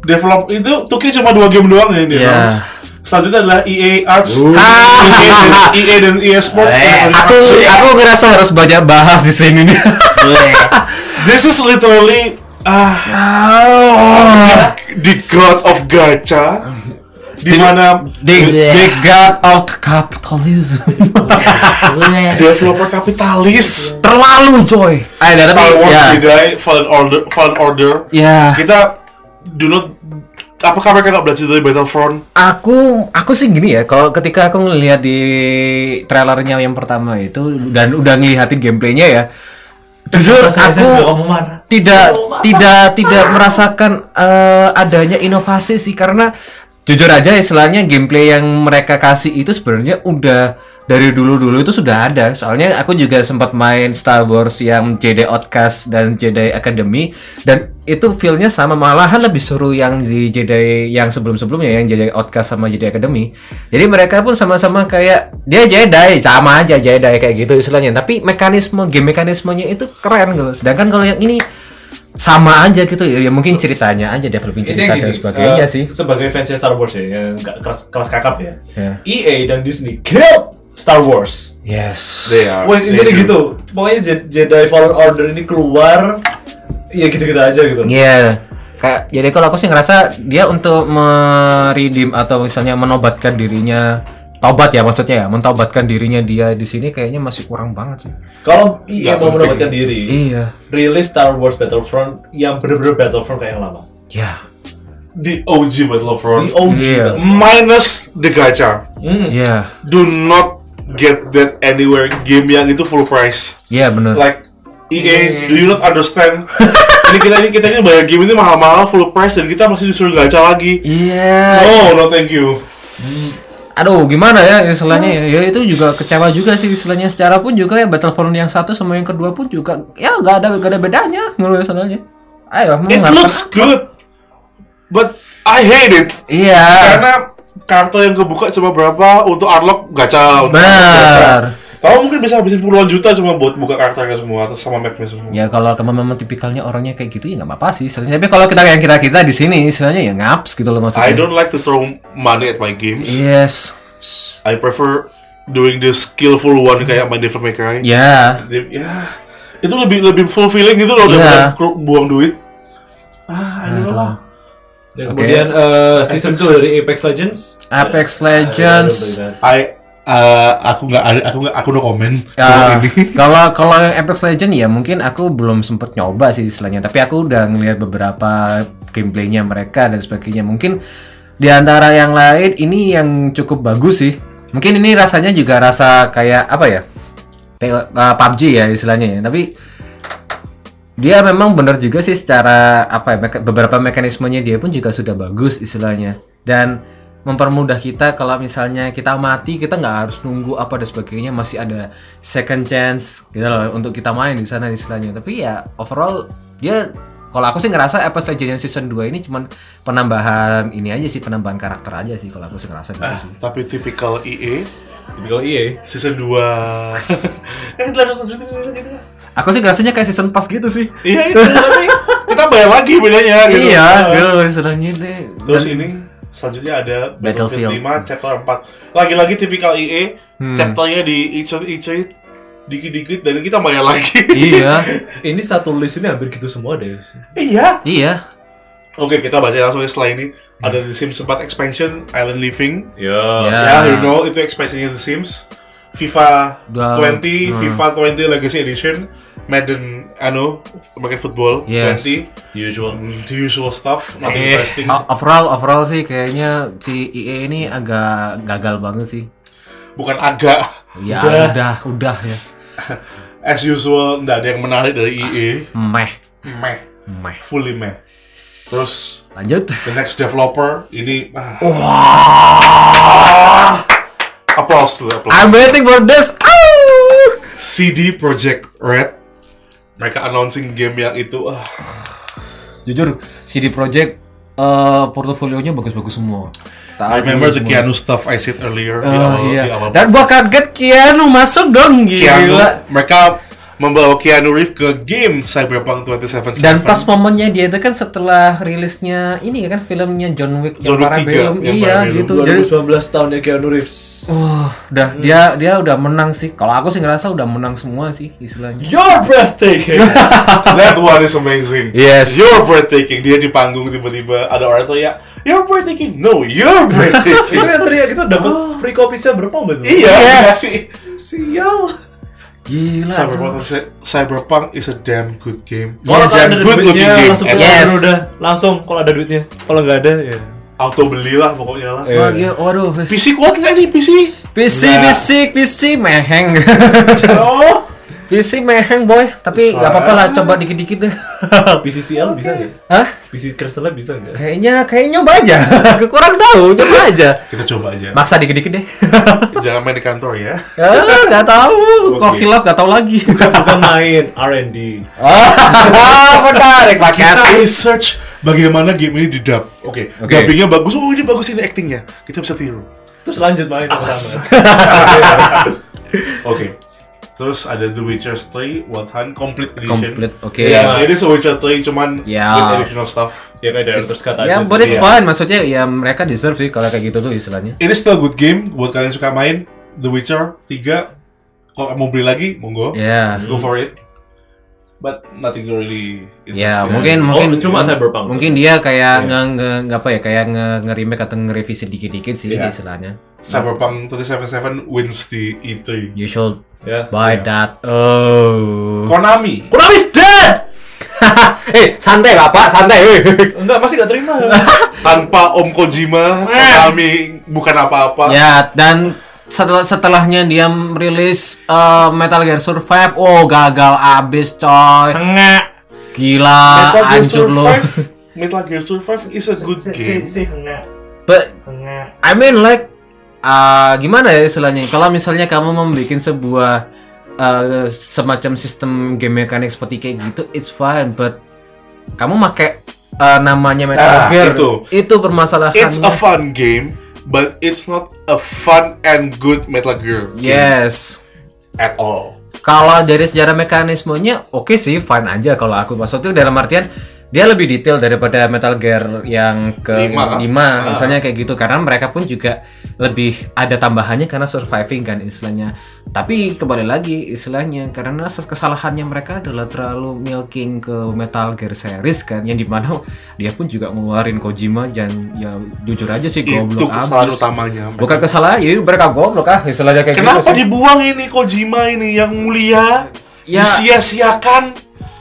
Speaker 2: develop itu Tuki cuma dua game doang ya ini.
Speaker 3: Iya.
Speaker 2: Selanjutnya adalah EA Arts, E
Speaker 1: Uh.
Speaker 2: EA, dan, EA E dan EA Sports.
Speaker 1: Eh,
Speaker 3: aku aku ngerasa harus banyak bahas di sini nih.
Speaker 2: This is literally ah
Speaker 1: Ah.
Speaker 3: Oh.
Speaker 2: the god of gacha. Di mana
Speaker 3: *laughs* The,
Speaker 2: Iya.
Speaker 3: the god of capitalism.
Speaker 2: developer kapitalis
Speaker 3: Terlalu coy. Ah, ya, tapi
Speaker 2: Star Wars gitu.
Speaker 3: ya.
Speaker 2: Jedi Fallen Order Fallen Order
Speaker 3: Ya,
Speaker 2: kita dulu apakah mereka nggak belajar dari Battlefront
Speaker 3: aku aku sih gini ya. Kalau ketika aku ngelihat di trailernya yang pertama itu dan udah ngelihatin gameplaynya ya, jujur
Speaker 1: Aku
Speaker 3: aku
Speaker 1: kamu mana?
Speaker 3: tidak tidak tidak merasakan eh, adanya inovasi sih karena jujur aja istilahnya gameplay yang mereka kasih itu sebenarnya udah dari dulu-dulu itu sudah ada. Soalnya aku juga sempat main Star Wars yang Jedi Outcast dan Jedi Academy dan itu feel-nya sama malahan lebih seru yang di Jedi yang sebelum-sebelumnya yang Jedi Outcast sama Jedi Academy. Jadi mereka pun sama-sama kayak dia Jedi sama aja Jedi kayak gitu istilahnya. Tapi mekanisme game mekanismenya itu keren gitu. Sedangkan kalau yang ini sama aja gitu ya mungkin ceritanya aja developing cerita dan
Speaker 1: eh,
Speaker 3: sebagainya sih.
Speaker 1: Sebagai fans Star Wars ya, yang nggak kelas, kelas kakap ya.
Speaker 3: Ya.
Speaker 1: EA dan Disney killed Star Wars.
Speaker 3: Yes.
Speaker 1: Wah, intinya gitu. Pokoknya Je- Jedi Fallen Order ini keluar ya gitu-gitu aja gitu.
Speaker 3: Iya. Kayak jadi kalau aku sih ngerasa dia untuk meredeem atau misalnya menobatkan dirinya tobat ya maksudnya ya, mentobatkan dirinya dia di sini kayaknya masih kurang banget sih.
Speaker 1: Kalau EA mau
Speaker 2: Nggak penting.
Speaker 1: mendapatkan diri,
Speaker 3: Iya.
Speaker 1: rilis Star Wars Battlefront yang bener-bener Battlefront kayak yang lama.
Speaker 3: Ya.
Speaker 2: the OG Battlefront
Speaker 1: The OG.
Speaker 3: Iya.
Speaker 1: Battlefront.
Speaker 2: minus the gacha
Speaker 1: Hmm.
Speaker 3: Iya.
Speaker 2: do not get that anywhere game yang itu full price
Speaker 3: Iya benar.
Speaker 2: like EA do you not
Speaker 3: *laughs*
Speaker 2: understand ini kita ini kita ini bayar game ini mahal-mahal full price dan kita masih disuruh gacha lagi
Speaker 3: Iya.
Speaker 2: no no thank you
Speaker 3: Aduh, gimana ya istilahnya ya? Ya itu juga kecewa juga sih istilahnya. Secara pun juga ya Battlefront yang satu sama yang kedua pun juga ya nggak ada nggak ada bedanya ngeluh istilahnya. Ayo, mau
Speaker 2: it
Speaker 3: ngarep-
Speaker 2: looks good but I hate it
Speaker 3: Iya.
Speaker 2: karena kartu yang kebuka cuma berapa untuk unlock gacha untuk unlock gacha.
Speaker 3: Benar.
Speaker 2: kamu mungkin bisa habisin puluhan juta cuma buat buka kartunya semua atau sama mapnya semua
Speaker 3: Ya kalau kamu memang tipikalnya orangnya kayak gitu ya nggak apa-apa sih. Istilahnya. Tapi kalau kita yang kita kita di sini istilahnya ya ngaps gitu loh
Speaker 2: I
Speaker 3: maksudnya.
Speaker 2: don't like to throw money at my
Speaker 3: Iya.
Speaker 2: games.
Speaker 3: Yes.
Speaker 2: I prefer doing the skillful one kayak main Devil May Cry.
Speaker 3: Ya.
Speaker 2: Di- Ya, itu lebih lebih fulfilling gitu loh
Speaker 3: Iya.
Speaker 2: daripada kru- buang duit. Ah, I don't know lah.
Speaker 1: Dan
Speaker 3: Oke.
Speaker 1: Kemudian eh, season 2 dari Apex Legends.
Speaker 3: Apex
Speaker 1: Ada
Speaker 3: Legends.
Speaker 1: berita.
Speaker 2: I eh, aku nggak ada- aku nggak aku no comment.
Speaker 3: Ya, kalau kalau yang Apex Legend ya mungkin aku belum sempet nyoba sih istilahnya, tapi aku udah ngelihat beberapa gameplaynya mereka dan sebagainya. Mungkin di antara yang lain ini yang cukup bagus sih. Mungkin ini rasanya juga rasa kayak apa ya? P- uh, PUBG ya istilahnya ya. Tapi dia memang benar juga sih secara apa ya meka- beberapa mekanismenya dia pun juga sudah bagus istilahnya dan mempermudah kita kalau misalnya kita mati kita nggak harus nunggu apa dan sebagainya masih ada second chance gitu loh untuk kita main di sana istilahnya tapi ya overall dia kalau aku sih ngerasa Apex Legends season 2 ini cuman penambahan ini aja sih penambahan karakter aja sih kalau aku sih ngerasa gitu sih
Speaker 2: Tapi tipikal EA
Speaker 1: Typical E EA.
Speaker 2: season 2. Yang jelas season 2 gitu.
Speaker 3: aku sih ngerasanya kayak season pass gitu sih
Speaker 2: Iya itu tapi kita bayar lagi bedanya gitu.
Speaker 3: iya gitu loh istilahnya deh
Speaker 2: Terus
Speaker 3: Dan-
Speaker 2: ini Selanjutnya ada
Speaker 3: Battlefield.
Speaker 2: Battlefield, 5 chapter 4. Lagi-lagi tipikal EA,
Speaker 3: Hmm.
Speaker 2: chapternya di each of each of- dikit-dikit dan kita bayar lagi.
Speaker 3: iya,
Speaker 1: Ini satu list ini hampir gitu semua deh.
Speaker 2: *laughs* iya.
Speaker 3: iya.
Speaker 2: Oke, kita baca langsung ya setelah ini. Ada The Sims 4 expansion Island Living.
Speaker 1: Ya.
Speaker 2: Ya,
Speaker 3: Ah.
Speaker 2: you know, itu expansionnya The Sims. FIFA
Speaker 3: Dua-
Speaker 2: 20,
Speaker 3: hmm.
Speaker 2: FIFA 20 Legacy Edition, Madden, ano, American Football
Speaker 3: Yes.
Speaker 2: 20.
Speaker 1: Usual.
Speaker 2: Mm, The usual stuff, nothing
Speaker 1: Eh.
Speaker 2: interesting.
Speaker 3: O- Overall, overall sih kayaknya si EA ini agak gagal banget sih.
Speaker 2: Bukan agak
Speaker 3: Ya
Speaker 1: Udah.
Speaker 3: udah, udah, ya.
Speaker 2: as usual, nggak ada yang menarik dari EA.
Speaker 3: Meh,
Speaker 2: Meh,
Speaker 3: meh.
Speaker 2: fully meh. Terus
Speaker 3: Lanjut.
Speaker 2: the next developer ini ah,
Speaker 3: Wah,
Speaker 2: applause to the applause.
Speaker 3: I'm waiting for this. Au!
Speaker 2: CD Project Red mereka announcing game yang itu ah,
Speaker 3: Jujur, CD Projekt eh portofolionya bagus-bagus semua.
Speaker 2: I remember the
Speaker 3: Semua.
Speaker 2: Keanu Ya, stuff I said earlier di
Speaker 3: Ah,
Speaker 2: awal-
Speaker 3: iya.
Speaker 2: di awal
Speaker 3: Dan gua kaget Keanu masuk dong
Speaker 2: Keanu,
Speaker 3: gila.
Speaker 2: mereka membawa Keanu Reeves ke game Cyberpunk 2077.
Speaker 3: Dan pas momennya dia itu kan setelah rilisnya ini kan filmnya John Wick
Speaker 2: John Wick
Speaker 3: para
Speaker 2: tiga,
Speaker 3: belum
Speaker 2: yang
Speaker 3: iya
Speaker 2: parabellum.
Speaker 3: gitu. Jadi
Speaker 1: 2019 tahunnya Keanu Reeves.
Speaker 3: wah, udah
Speaker 2: Hmm.
Speaker 3: dia dia udah menang sih. Kalau aku sih ngerasa udah menang semua sih istilahnya.
Speaker 1: You're breathtaking.
Speaker 2: *laughs* That one is amazing.
Speaker 3: Yes.
Speaker 2: You're breathtaking. Dia di panggung tiba-tiba ada orang tuh ya, you're breathtaking. No, you're
Speaker 1: itu
Speaker 3: *laughs*
Speaker 2: breathtaking.
Speaker 1: yang teriak itu dapat free kopisnya berapa mbak? tuh?
Speaker 2: iya,
Speaker 3: Iya.
Speaker 2: sih.
Speaker 1: Sial.
Speaker 3: Gila.
Speaker 2: Cyberpunk, Cyberpunk is a damn good game.
Speaker 1: Kalau
Speaker 3: Yes.
Speaker 1: ada
Speaker 2: Damn good looking
Speaker 1: duitnya
Speaker 2: game.
Speaker 1: langsung
Speaker 2: And
Speaker 3: Yes.
Speaker 1: keluar, udah langsung kalau ada duitnya. Kalau nggak ada ya.
Speaker 2: Auto belilah pokoknya lah.
Speaker 1: Eh.
Speaker 3: Wah, gila. Waduh.
Speaker 2: PC kuat nggak nih
Speaker 3: *laughs*
Speaker 2: PC?
Speaker 3: PC
Speaker 2: Nggak.
Speaker 3: PC PC
Speaker 2: *laughs*
Speaker 3: meheng.
Speaker 2: Oh.
Speaker 3: PC meheng boy, tapi nggak apa-apa lah coba dikit-dikit deh.
Speaker 1: PCCL bisa nggak?
Speaker 3: Hah?
Speaker 1: PC Crystal bisa nggak?
Speaker 3: Kayaknya kayaknya nyoba aja. *laughs* Kurang tahu, nyoba aja.
Speaker 2: Kita coba aja.
Speaker 3: Maksa dikit-dikit deh.
Speaker 2: Nah,
Speaker 3: *laughs*
Speaker 2: Jangan main di kantor ya.
Speaker 3: Ah, Nggak tahu, kok
Speaker 2: Oke.
Speaker 3: hilaf nggak tahu lagi.
Speaker 2: *laughs*
Speaker 1: Bukan main R&D.
Speaker 3: Ah, menarik,
Speaker 2: Kita
Speaker 3: makasih.
Speaker 2: research bagaimana game ini didub. Oke,
Speaker 3: Oke.
Speaker 2: dubbingnya bagus. Oh ini bagus ini actingnya. Kita bisa tiru.
Speaker 1: Terus lanjut main sama
Speaker 2: Oke. Terus ada The Witcher 3 Wild Hunt Complete Edition.
Speaker 3: Complete, oke.
Speaker 2: Ya, ini The Witcher 3 cuman
Speaker 3: Ya.
Speaker 2: with additional stuff.
Speaker 1: Ya kayak dari terus kata aja.
Speaker 3: Ya, but
Speaker 1: sih.
Speaker 3: it's
Speaker 2: Iya.
Speaker 3: fun. Maksudnya ya mereka deserve sih kalau kayak gitu tuh istilahnya.
Speaker 2: Ini still a good game buat kalian yang suka main The Witcher 3. Kalau mau beli lagi, monggo.
Speaker 3: Ya.
Speaker 2: Go for it. But nothing really interesting.
Speaker 3: Ya, mungkin
Speaker 1: Oh,
Speaker 3: mungkin
Speaker 1: cuma Cyberpunk.
Speaker 3: Mungkin
Speaker 2: Iya.
Speaker 3: dia kayak nge, nge- nge- apa ya, kayak nge, remake atau ngerevisi dikit-dikit sih
Speaker 2: Iya.
Speaker 3: istilahnya.
Speaker 2: Cyberpunk 2077 wins the E E3.
Speaker 3: You should
Speaker 1: Ya.
Speaker 2: Iya.
Speaker 3: buy that. Oh.
Speaker 2: Konami.
Speaker 3: Konami is dead. *laughs* eh, santai Bapak, santai. *laughs*
Speaker 1: Enggak, masih nggak *laughs* terima.
Speaker 2: Tanpa Om Kojima, Konami bukan apa-apa.
Speaker 3: ya, dan setelah setelahnya dia merilis eh, Metal Gear Survive, oh gagal abis coy.
Speaker 1: Enggak.
Speaker 3: Gila,
Speaker 2: Metal Gear
Speaker 3: hancur lu.
Speaker 2: Survive. Metal Gear Survive is a good game.
Speaker 3: But I mean like uh, gimana ya istilahnya? Kalau misalnya kamu membuat sebuah uh, semacam sistem game mekanik seperti kayak gitu, it's fine. But kamu pakai namanya Metal
Speaker 2: Nah,
Speaker 3: Gear
Speaker 2: itu.
Speaker 3: permasalahannya.
Speaker 2: It's a fun game, but it's not a fun and good Metal Gear game
Speaker 3: yes.
Speaker 2: at all.
Speaker 3: Kalau dari sejarah mekanismenya, oke sih fine aja kalau aku maksudnya dalam artian dia lebih detail daripada Metal Gear yang ke
Speaker 2: Lima. Ah.
Speaker 3: 5 misalnya kayak gitu karena mereka pun juga lebih ada tambahannya karena surviving kan istilahnya. Tapi kembali lagi istilahnya karena ses- kesalahannya mereka adalah terlalu milking ke Metal Gear series kan yang dimana dia pun juga ngeluarin Kojima dan ya jujur aja sih
Speaker 2: Itu
Speaker 3: goblok
Speaker 2: kesalahan
Speaker 3: abis.
Speaker 2: utamanya.
Speaker 3: Bukan kesalahan, ya mereka goblok ah istilahnya kayak gitu
Speaker 2: Kenapa
Speaker 3: sih.
Speaker 2: dibuang ini Kojima ini yang mulia?
Speaker 3: Ya.
Speaker 2: Disia-siakan.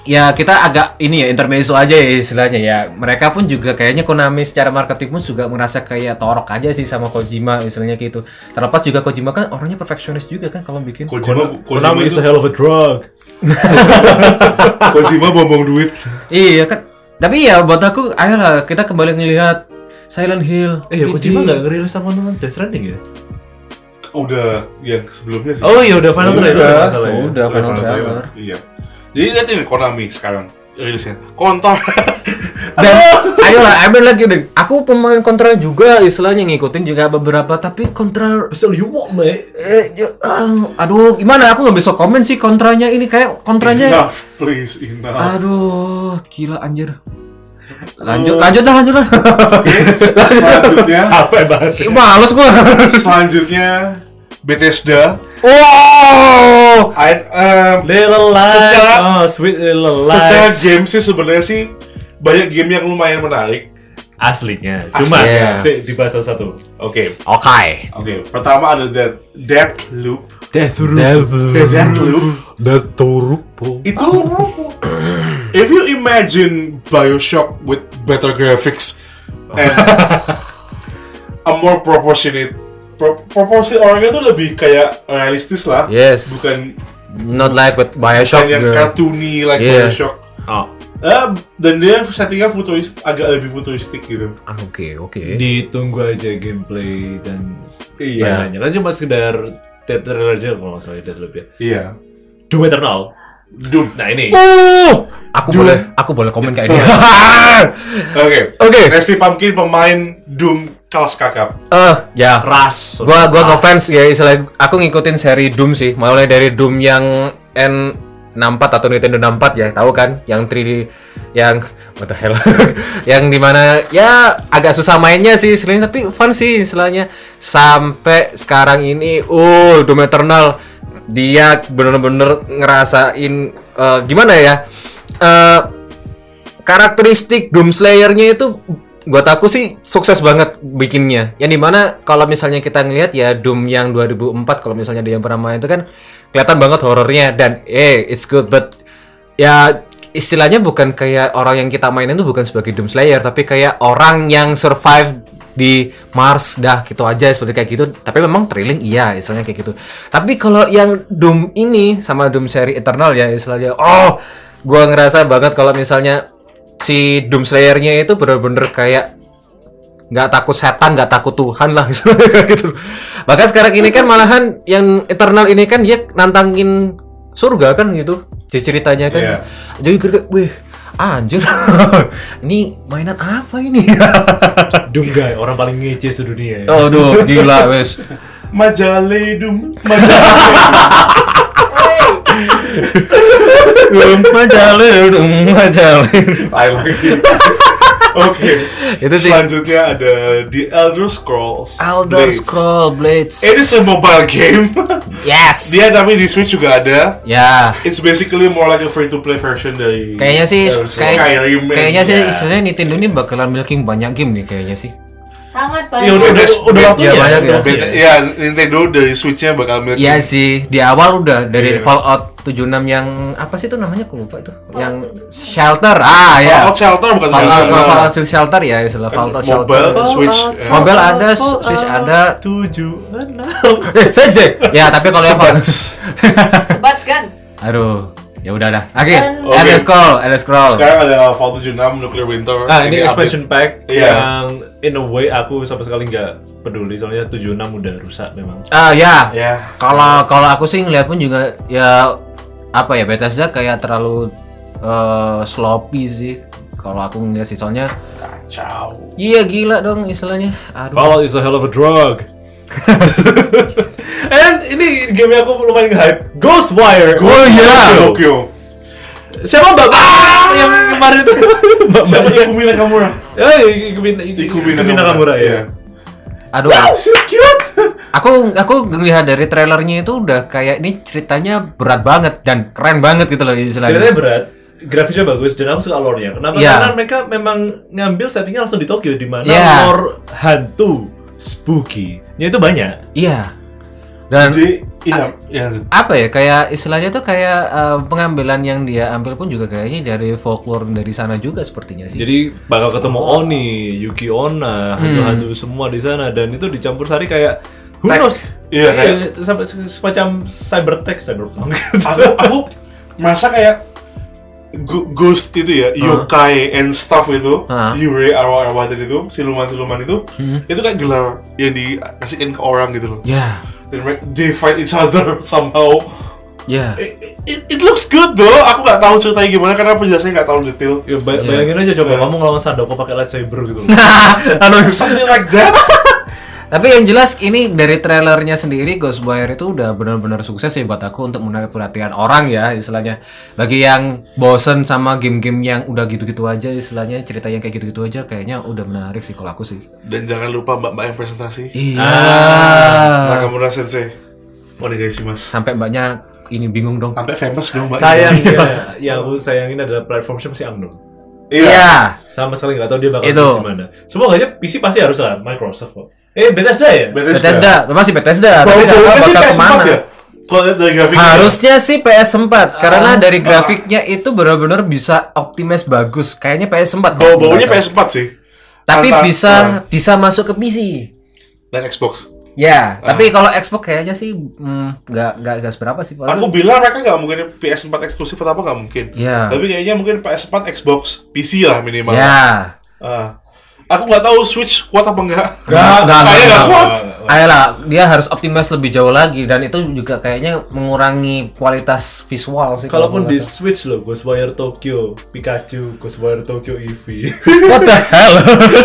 Speaker 3: ya kita agak ini ya intermezzo aja ya istilahnya ya mereka pun juga kayaknya Konami secara marketing pun juga merasa kayak torok aja sih sama Kojima istilahnya gitu terlepas juga Kojima kan orangnya perfeksionis juga kan kalau bikin
Speaker 2: Kojima, Kojima
Speaker 1: Konami is
Speaker 2: itu,
Speaker 1: a hell of a drug.
Speaker 2: *laughs* Kojima buang-buang duit.
Speaker 3: iya kan tapi ya buat aku ayolah kita kembali ngelihat Silent Hill
Speaker 1: Eh, ya,
Speaker 3: PT.
Speaker 1: Kojima nggak ngerilis sama nonton Death Stranding ya?
Speaker 2: Udah yang sebelumnya sih.
Speaker 1: Oh iya, udah final trailer
Speaker 3: udah
Speaker 1: nggak salah ya.
Speaker 3: udah final
Speaker 2: trailer.
Speaker 3: trailer
Speaker 2: Iya. Jadi lihat ini Konami sekarang rilisnya. *laughs* Kontol.
Speaker 3: dan *laughs* ayolah I mean, lagi deh aku pemain kontra juga istilahnya ngikutin juga beberapa tapi kontra
Speaker 1: Pistol you want, mate.
Speaker 3: eh, ya, ah, aduh gimana aku nggak bisa komen sih ya?
Speaker 2: Iya.
Speaker 3: kontranya ini kayak kontranya
Speaker 2: Enough, please enough.
Speaker 3: *laughs* Aduh, gila anjir. Lanjut, lanjut dah, lanjut *laughs* dah.
Speaker 2: selanjutnya
Speaker 1: Capek banget sih.
Speaker 3: Ih, Males *laughs* gua.
Speaker 2: selanjutnya Bethesda
Speaker 3: Wow.
Speaker 2: I- eh,
Speaker 1: Little lies,
Speaker 2: Secara-
Speaker 1: oh sweet little lies.
Speaker 2: secara game sih sebenarnya sih banyak game yang lumayan menarik
Speaker 1: aslinya. Cuma
Speaker 3: Aslinya.
Speaker 1: sih, dibahas satu-satu.
Speaker 2: oke
Speaker 3: Oke.
Speaker 2: oke pertama ada Dead Dead Loop
Speaker 3: Death
Speaker 2: Dead Loop itu if you imagine Bioshock with better graphics and a more proportionate pro, proporsi orangnya tuh lebih kayak realistis lah
Speaker 3: Yes.
Speaker 2: bukan
Speaker 3: Not like with
Speaker 2: bukan
Speaker 3: Bioshock.
Speaker 2: yang
Speaker 3: girl.
Speaker 2: cartoony like
Speaker 3: Yeah.
Speaker 2: Bioshock
Speaker 1: Oh,
Speaker 2: Eh, dan dia settingnya futuris agak lebih futuristik gitu
Speaker 3: Ah, Oke, oke.
Speaker 1: ditunggu aja gameplay dan
Speaker 2: iya
Speaker 1: bahannya. Kan cuma sekedar tra- trailer aja kalau nggak salah Deathloop ya.
Speaker 2: iya
Speaker 1: Doom Eternal.
Speaker 2: Doom
Speaker 1: Nah ini.
Speaker 3: Uh, aku
Speaker 2: Dude.
Speaker 3: boleh, aku boleh komen kayak dia. *laughs*
Speaker 2: oke
Speaker 3: Oke.
Speaker 2: Nasty Pumpkin pemain Doom kelas kakap
Speaker 3: Eh, ya.
Speaker 1: Keras.
Speaker 3: Gua gua ngefans ya istilah aku ngikutin seri Doom sih. Mulai dari Doom yang N64 atau Nintendo 64 ya, tahu kan? Yang 3D yang what the hell. *laughs* yang dimana ya agak susah mainnya sih istilahnya tapi fun sih istilahnya. Sampai sekarang ini uh Doom Eternal dia bener-bener ngerasain eh, gimana ya? Eh karakteristik Doom Slayer-nya itu buat aku sih sukses banget bikinnya. Yang dimana kalau misalnya kita ngelihat ya Doom yang 2004 kalau misalnya dia yang pernah main itu kan kelihatan banget horornya dan eh it's good but ya istilahnya bukan kayak orang yang kita mainin itu bukan sebagai Doom Slayer tapi kayak orang yang survive di Mars dah gitu aja seperti kayak gitu tapi memang thrilling iya istilahnya kayak gitu tapi kalau yang Doom ini sama Doom seri Eternal ya istilahnya oh gua ngerasa banget kalau misalnya si Doom Slayer-nya itu bener-bener kayak nggak takut setan nggak takut Tuhan lah *laughs* istilahnya kayak gitu bahkan sekarang ini kan malahan yang Eternal ini kan dia nantangin surga kan gitu ceritanya kan
Speaker 2: Iya.
Speaker 3: jadi kira wih anjir *laughs* ini mainan apa ini *laughs*
Speaker 1: Doom guy, orang paling ngece sedunia. Ya.
Speaker 3: Aduh, gila wes.
Speaker 2: Majale Doom
Speaker 3: *laughs*
Speaker 2: Majale
Speaker 3: Majalin, majalin.
Speaker 2: lain
Speaker 3: *laughs*
Speaker 2: lagi. Oke.
Speaker 3: Itu sih.
Speaker 2: Selanjutnya ada The Elder Scrolls.
Speaker 3: Elder
Speaker 2: Blades.
Speaker 3: Scroll Blades.
Speaker 2: It is a mobile game. *laughs*
Speaker 3: Yes.
Speaker 2: Dia tapi di Switch juga ada.
Speaker 3: Ya.
Speaker 2: It's basically more like a free to play version dari
Speaker 3: Iya. Kayaknya sih
Speaker 2: Elder
Speaker 3: kayak-
Speaker 2: Ya, Skyrim. ya. and-
Speaker 3: kayaknya sih
Speaker 2: yeah.
Speaker 3: istilahnya Nintendo ini bakalan milking banyak game nih kayaknya sih.
Speaker 4: sangat
Speaker 1: Ya
Speaker 4: banyak
Speaker 1: udah, udah, udah
Speaker 2: *laughs* Iya,
Speaker 1: waktunya.
Speaker 3: banyak ya.
Speaker 1: udah
Speaker 2: Beta-
Speaker 1: waktunya.
Speaker 2: ya Nintendo dari Switch-nya bakal milk.
Speaker 3: Iya sih, di awal udah
Speaker 2: Iya.
Speaker 3: dari Fallout 76 yang apa sih itu namanya aku lupa itu. Yang Shelter. Ah, ya.
Speaker 2: Fallout Shelter bukan
Speaker 3: Fallout,
Speaker 2: Shelter.
Speaker 3: Fallout Shelter ya, istilah Fallout
Speaker 2: Mobile,
Speaker 3: Shelter.
Speaker 2: Switch.
Speaker 1: Fallout.
Speaker 2: eh,
Speaker 3: Mobile Oh, ada,
Speaker 1: oh,
Speaker 3: Switch ada.
Speaker 1: iya. Tujuh, enam.
Speaker 3: *laughs* Eh,
Speaker 2: *laughs*
Speaker 3: Sensei. Ya, tapi kalau yang Fallout
Speaker 4: sebat kan
Speaker 3: *laughs* Aduh, ya udah dah. Oke,
Speaker 4: Oke.
Speaker 3: ada scroll, ada scroll.
Speaker 2: Sekarang ada Fallout 76 Nuclear Winter.
Speaker 1: Nah
Speaker 3: Ah,
Speaker 1: ini
Speaker 2: update.
Speaker 1: expansion pack
Speaker 2: Iya.
Speaker 1: yang in a way aku sama sekali nggak peduli soalnya 76 udah rusak memang.
Speaker 3: Ah ya.
Speaker 2: Ya.
Speaker 3: Kalau kalau aku sih ngeliat pun juga ya apa ya Bethesda kayak terlalu eh, sloppy sih. Kalau aku ngeliat sih soalnya
Speaker 2: Kacau.
Speaker 3: iya gila dong istilahnya. Aduh.
Speaker 1: Fallout is a hell of a drug. *laughs* And ini game yang aku lumayan hype. Ghostwire.
Speaker 3: Oh, iya.
Speaker 2: Tokyo.
Speaker 1: Siapa Mbak Mbak yang kemarin itu? Ah! Mbak Mbak
Speaker 2: Siapa Ikumi Nakamura?
Speaker 1: Eh, Ikumi
Speaker 2: Ikumi
Speaker 1: Ikumi Nakamura
Speaker 3: iya.
Speaker 1: ya.
Speaker 3: Aduh.
Speaker 2: She's cute.
Speaker 3: Aku aku ngelihat dari trailernya itu udah kayak ini ceritanya berat banget dan keren banget gitu loh
Speaker 1: Ceritanya
Speaker 3: istilahnya.
Speaker 1: berat, grafisnya bagus dan aku suka lore-nya. Kenapa?
Speaker 3: Iya.
Speaker 1: Karena mereka memang ngambil settingnya langsung di Tokyo di mana
Speaker 3: Iya.
Speaker 1: lore hantu spooky-nya itu banyak.
Speaker 3: Iya. Dan
Speaker 2: Jadi,
Speaker 3: Ah.
Speaker 2: iya, iya.
Speaker 3: apa ya kayak istilahnya tuh kayak eh, pengambilan yang dia ambil pun juga kayaknya dari folklore dari sana juga sepertinya sih.
Speaker 1: Jadi bakal ketemu Oni, Yuki Onna, hantu-hantu semua di sana dan itu dicampur sari kayak who
Speaker 2: Tech.
Speaker 1: knows?
Speaker 2: Iya, kayak-
Speaker 1: itu sampai se- semacam cybertech, cyberpunk.
Speaker 2: *laughs*
Speaker 1: gitu.
Speaker 2: Aku, aku merasa kayak go- ghost itu ya,
Speaker 3: Ah.
Speaker 2: yokai and stuff itu,
Speaker 3: Hah?
Speaker 2: yurei arwah-arwah tadi itu, siluman-siluman itu,
Speaker 3: Hmm.
Speaker 2: itu kayak gelar yang dikasihkan ke orang gitu loh.
Speaker 3: ya,
Speaker 2: Dan mereka- they fight each other *laughs* somehow.
Speaker 3: ya.
Speaker 2: It, it, it looks good though. Aku nggak tahu ceritanya gimana karena penjelasannya nggak tahu detail.
Speaker 1: Ya, bay-
Speaker 2: Iya.
Speaker 3: Nah,
Speaker 1: bayangin aja coba kamu ngelawan Sadako pakai lightsaber gitu.
Speaker 3: *laughs* Aduh,
Speaker 2: Something like that.
Speaker 3: *laughs* Tapi yang jelas ini dari trailernya sendiri Ghostwire itu udah benar-benar sukses sih buat aku untuk menarik perhatian orang ya istilahnya. Bagi yang bosen sama game-game yang udah gitu-gitu aja istilahnya cerita yang kayak gitu-gitu aja kayaknya udah menarik sih kalau aku sih.
Speaker 2: Dan jangan lupa mbak-mbak yang presentasi.
Speaker 3: Iya.
Speaker 2: Nakamura Sensei. Onegaishimasu.
Speaker 3: Sampai mbaknya ini bingung dong.
Speaker 2: Sampai famous dong mbak.
Speaker 1: Sayang ya, yang aku sayangin adalah platformnya masih Amnon.
Speaker 2: Iya.
Speaker 1: Sama sekali nggak tahu dia bakal
Speaker 3: Itu.
Speaker 1: di mana. Semua aja PC pasti harus lah Microsoft kok. Eh Bethesda ya?
Speaker 3: Bethesda, masih Bethesda.
Speaker 2: Kalau
Speaker 3: tapi nggak tahu
Speaker 2: jauhnya sih
Speaker 3: bakal
Speaker 2: PS4
Speaker 3: kemana.
Speaker 2: ya. Kalau lihat dari grafiknya. ya.
Speaker 3: Harusnya sih PS4 karena
Speaker 2: Ah.
Speaker 3: dari grafiknya itu benar-benar bisa optimize bagus. Kayaknya PS4. kalau
Speaker 2: Bau baunya
Speaker 3: nggak salah.
Speaker 2: PS4 sih.
Speaker 3: Tapi
Speaker 2: Antara-
Speaker 3: bisa
Speaker 2: Ah,
Speaker 3: bisa masuk ke PC.
Speaker 2: dan Xbox.
Speaker 3: Ya, tapi kalau Xbox kayaknya sih mm, nggak nggak nggak seberapa sih.
Speaker 2: Aku
Speaker 3: Aku
Speaker 2: bilang mereka nggak mungkin PS4 eksklusif atau apa nggak mungkin.
Speaker 3: Iya.
Speaker 2: Tapi kayaknya mungkin PS4, Xbox, PC lah minimal.
Speaker 3: ya,
Speaker 2: Ah. aku nggak tahu Switch kuat apa enggak.
Speaker 3: Nggak, nggak,
Speaker 2: Kayaknya
Speaker 3: nggak.
Speaker 2: nggak kuat.
Speaker 3: ayolah dia harus optimize lebih jauh lagi dan itu juga kayaknya mengurangi kualitas visual sih. kalau
Speaker 1: Kalaupun
Speaker 3: aku
Speaker 1: di
Speaker 3: rasa.
Speaker 1: Switch loh, Ghostwire Tokyo, Pikachu, Ghostwire Tokyo E Eevee.
Speaker 3: What the hell?
Speaker 1: *laughs*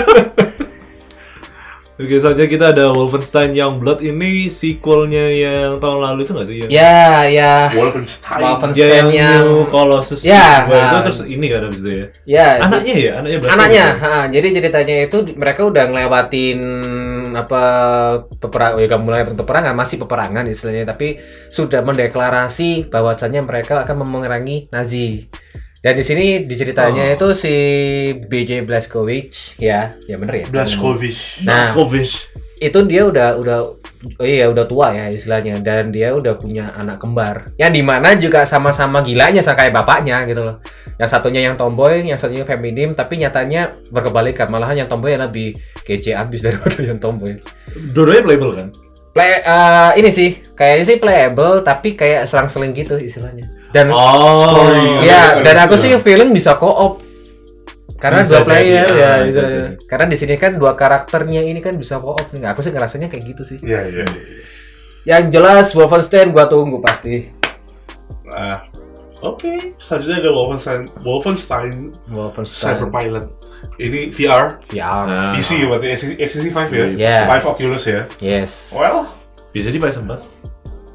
Speaker 1: Oke, saja kita ada Wolfenstein Youngblood ini sequelnya yang tahun lalu itu nggak sih? Yang-
Speaker 3: ya, ya,
Speaker 2: Wolfenstein.
Speaker 3: Wolfen-
Speaker 1: Ya, yang,
Speaker 3: Wolfenstein yang-
Speaker 1: New Colossus
Speaker 3: Ya,
Speaker 1: Wah, itu
Speaker 3: nah.
Speaker 1: terus ini kan abis itu ya.
Speaker 3: ya.
Speaker 1: Anaknya ya, anaknya berarti.
Speaker 3: anaknya ha, jadi ceritanya itu di- mereka udah ngelewatin apa peperang ya nggak mulai peperangan masih peperangan istilahnya tapi sudah mendeklarasi bahwasannya mereka akan memerangi Nazi dan di sini diceritanya itu si BJ Blazkowicz ya ya bener ya
Speaker 2: Blazkowicz.
Speaker 3: nah
Speaker 1: Skovish.
Speaker 3: itu dia udah udah oh iya udah tua ya istilahnya dan dia udah punya anak kembar yang dimana juga sama-sama gilanya sama kayak bapaknya gitu loh yang satunya yang tomboy yang satunya feminim tapi nyatanya berkebalikan malahan yang tomboy yang lebih kece abis *laughs* daripada yang tomboy
Speaker 1: Dua-duanya playable kan?
Speaker 3: play eh, ini sih kayaknya sih playable tapi kayak serang-seling gitu istilanya dan
Speaker 1: Oh, iya.
Speaker 2: story.
Speaker 3: ya dan aku sih feeling bisa co-op karena
Speaker 1: Bisa
Speaker 3: dua player
Speaker 1: jadi,
Speaker 3: ya,
Speaker 1: ah, bisa
Speaker 3: bisa-
Speaker 1: jadi.
Speaker 3: karena di sini kan dua karakternya ini kan bisa co-op Nah, aku sih ngerasanya kayak gitu sih
Speaker 2: Iya iya.
Speaker 3: yang jelas Wolfenstein gua tunggu pasti.
Speaker 2: Ah. Oke, selanjutnya ada Wolfenstein, Wolfenstein
Speaker 3: Wolfenstein
Speaker 2: Cyberpilot. Ini VR,
Speaker 3: VR.
Speaker 1: Nah,
Speaker 2: PC berarti SCC 5 ya,
Speaker 3: Iya.
Speaker 2: 5 Oculus ya.
Speaker 3: Yes.
Speaker 2: Well,
Speaker 1: bisa di PS4.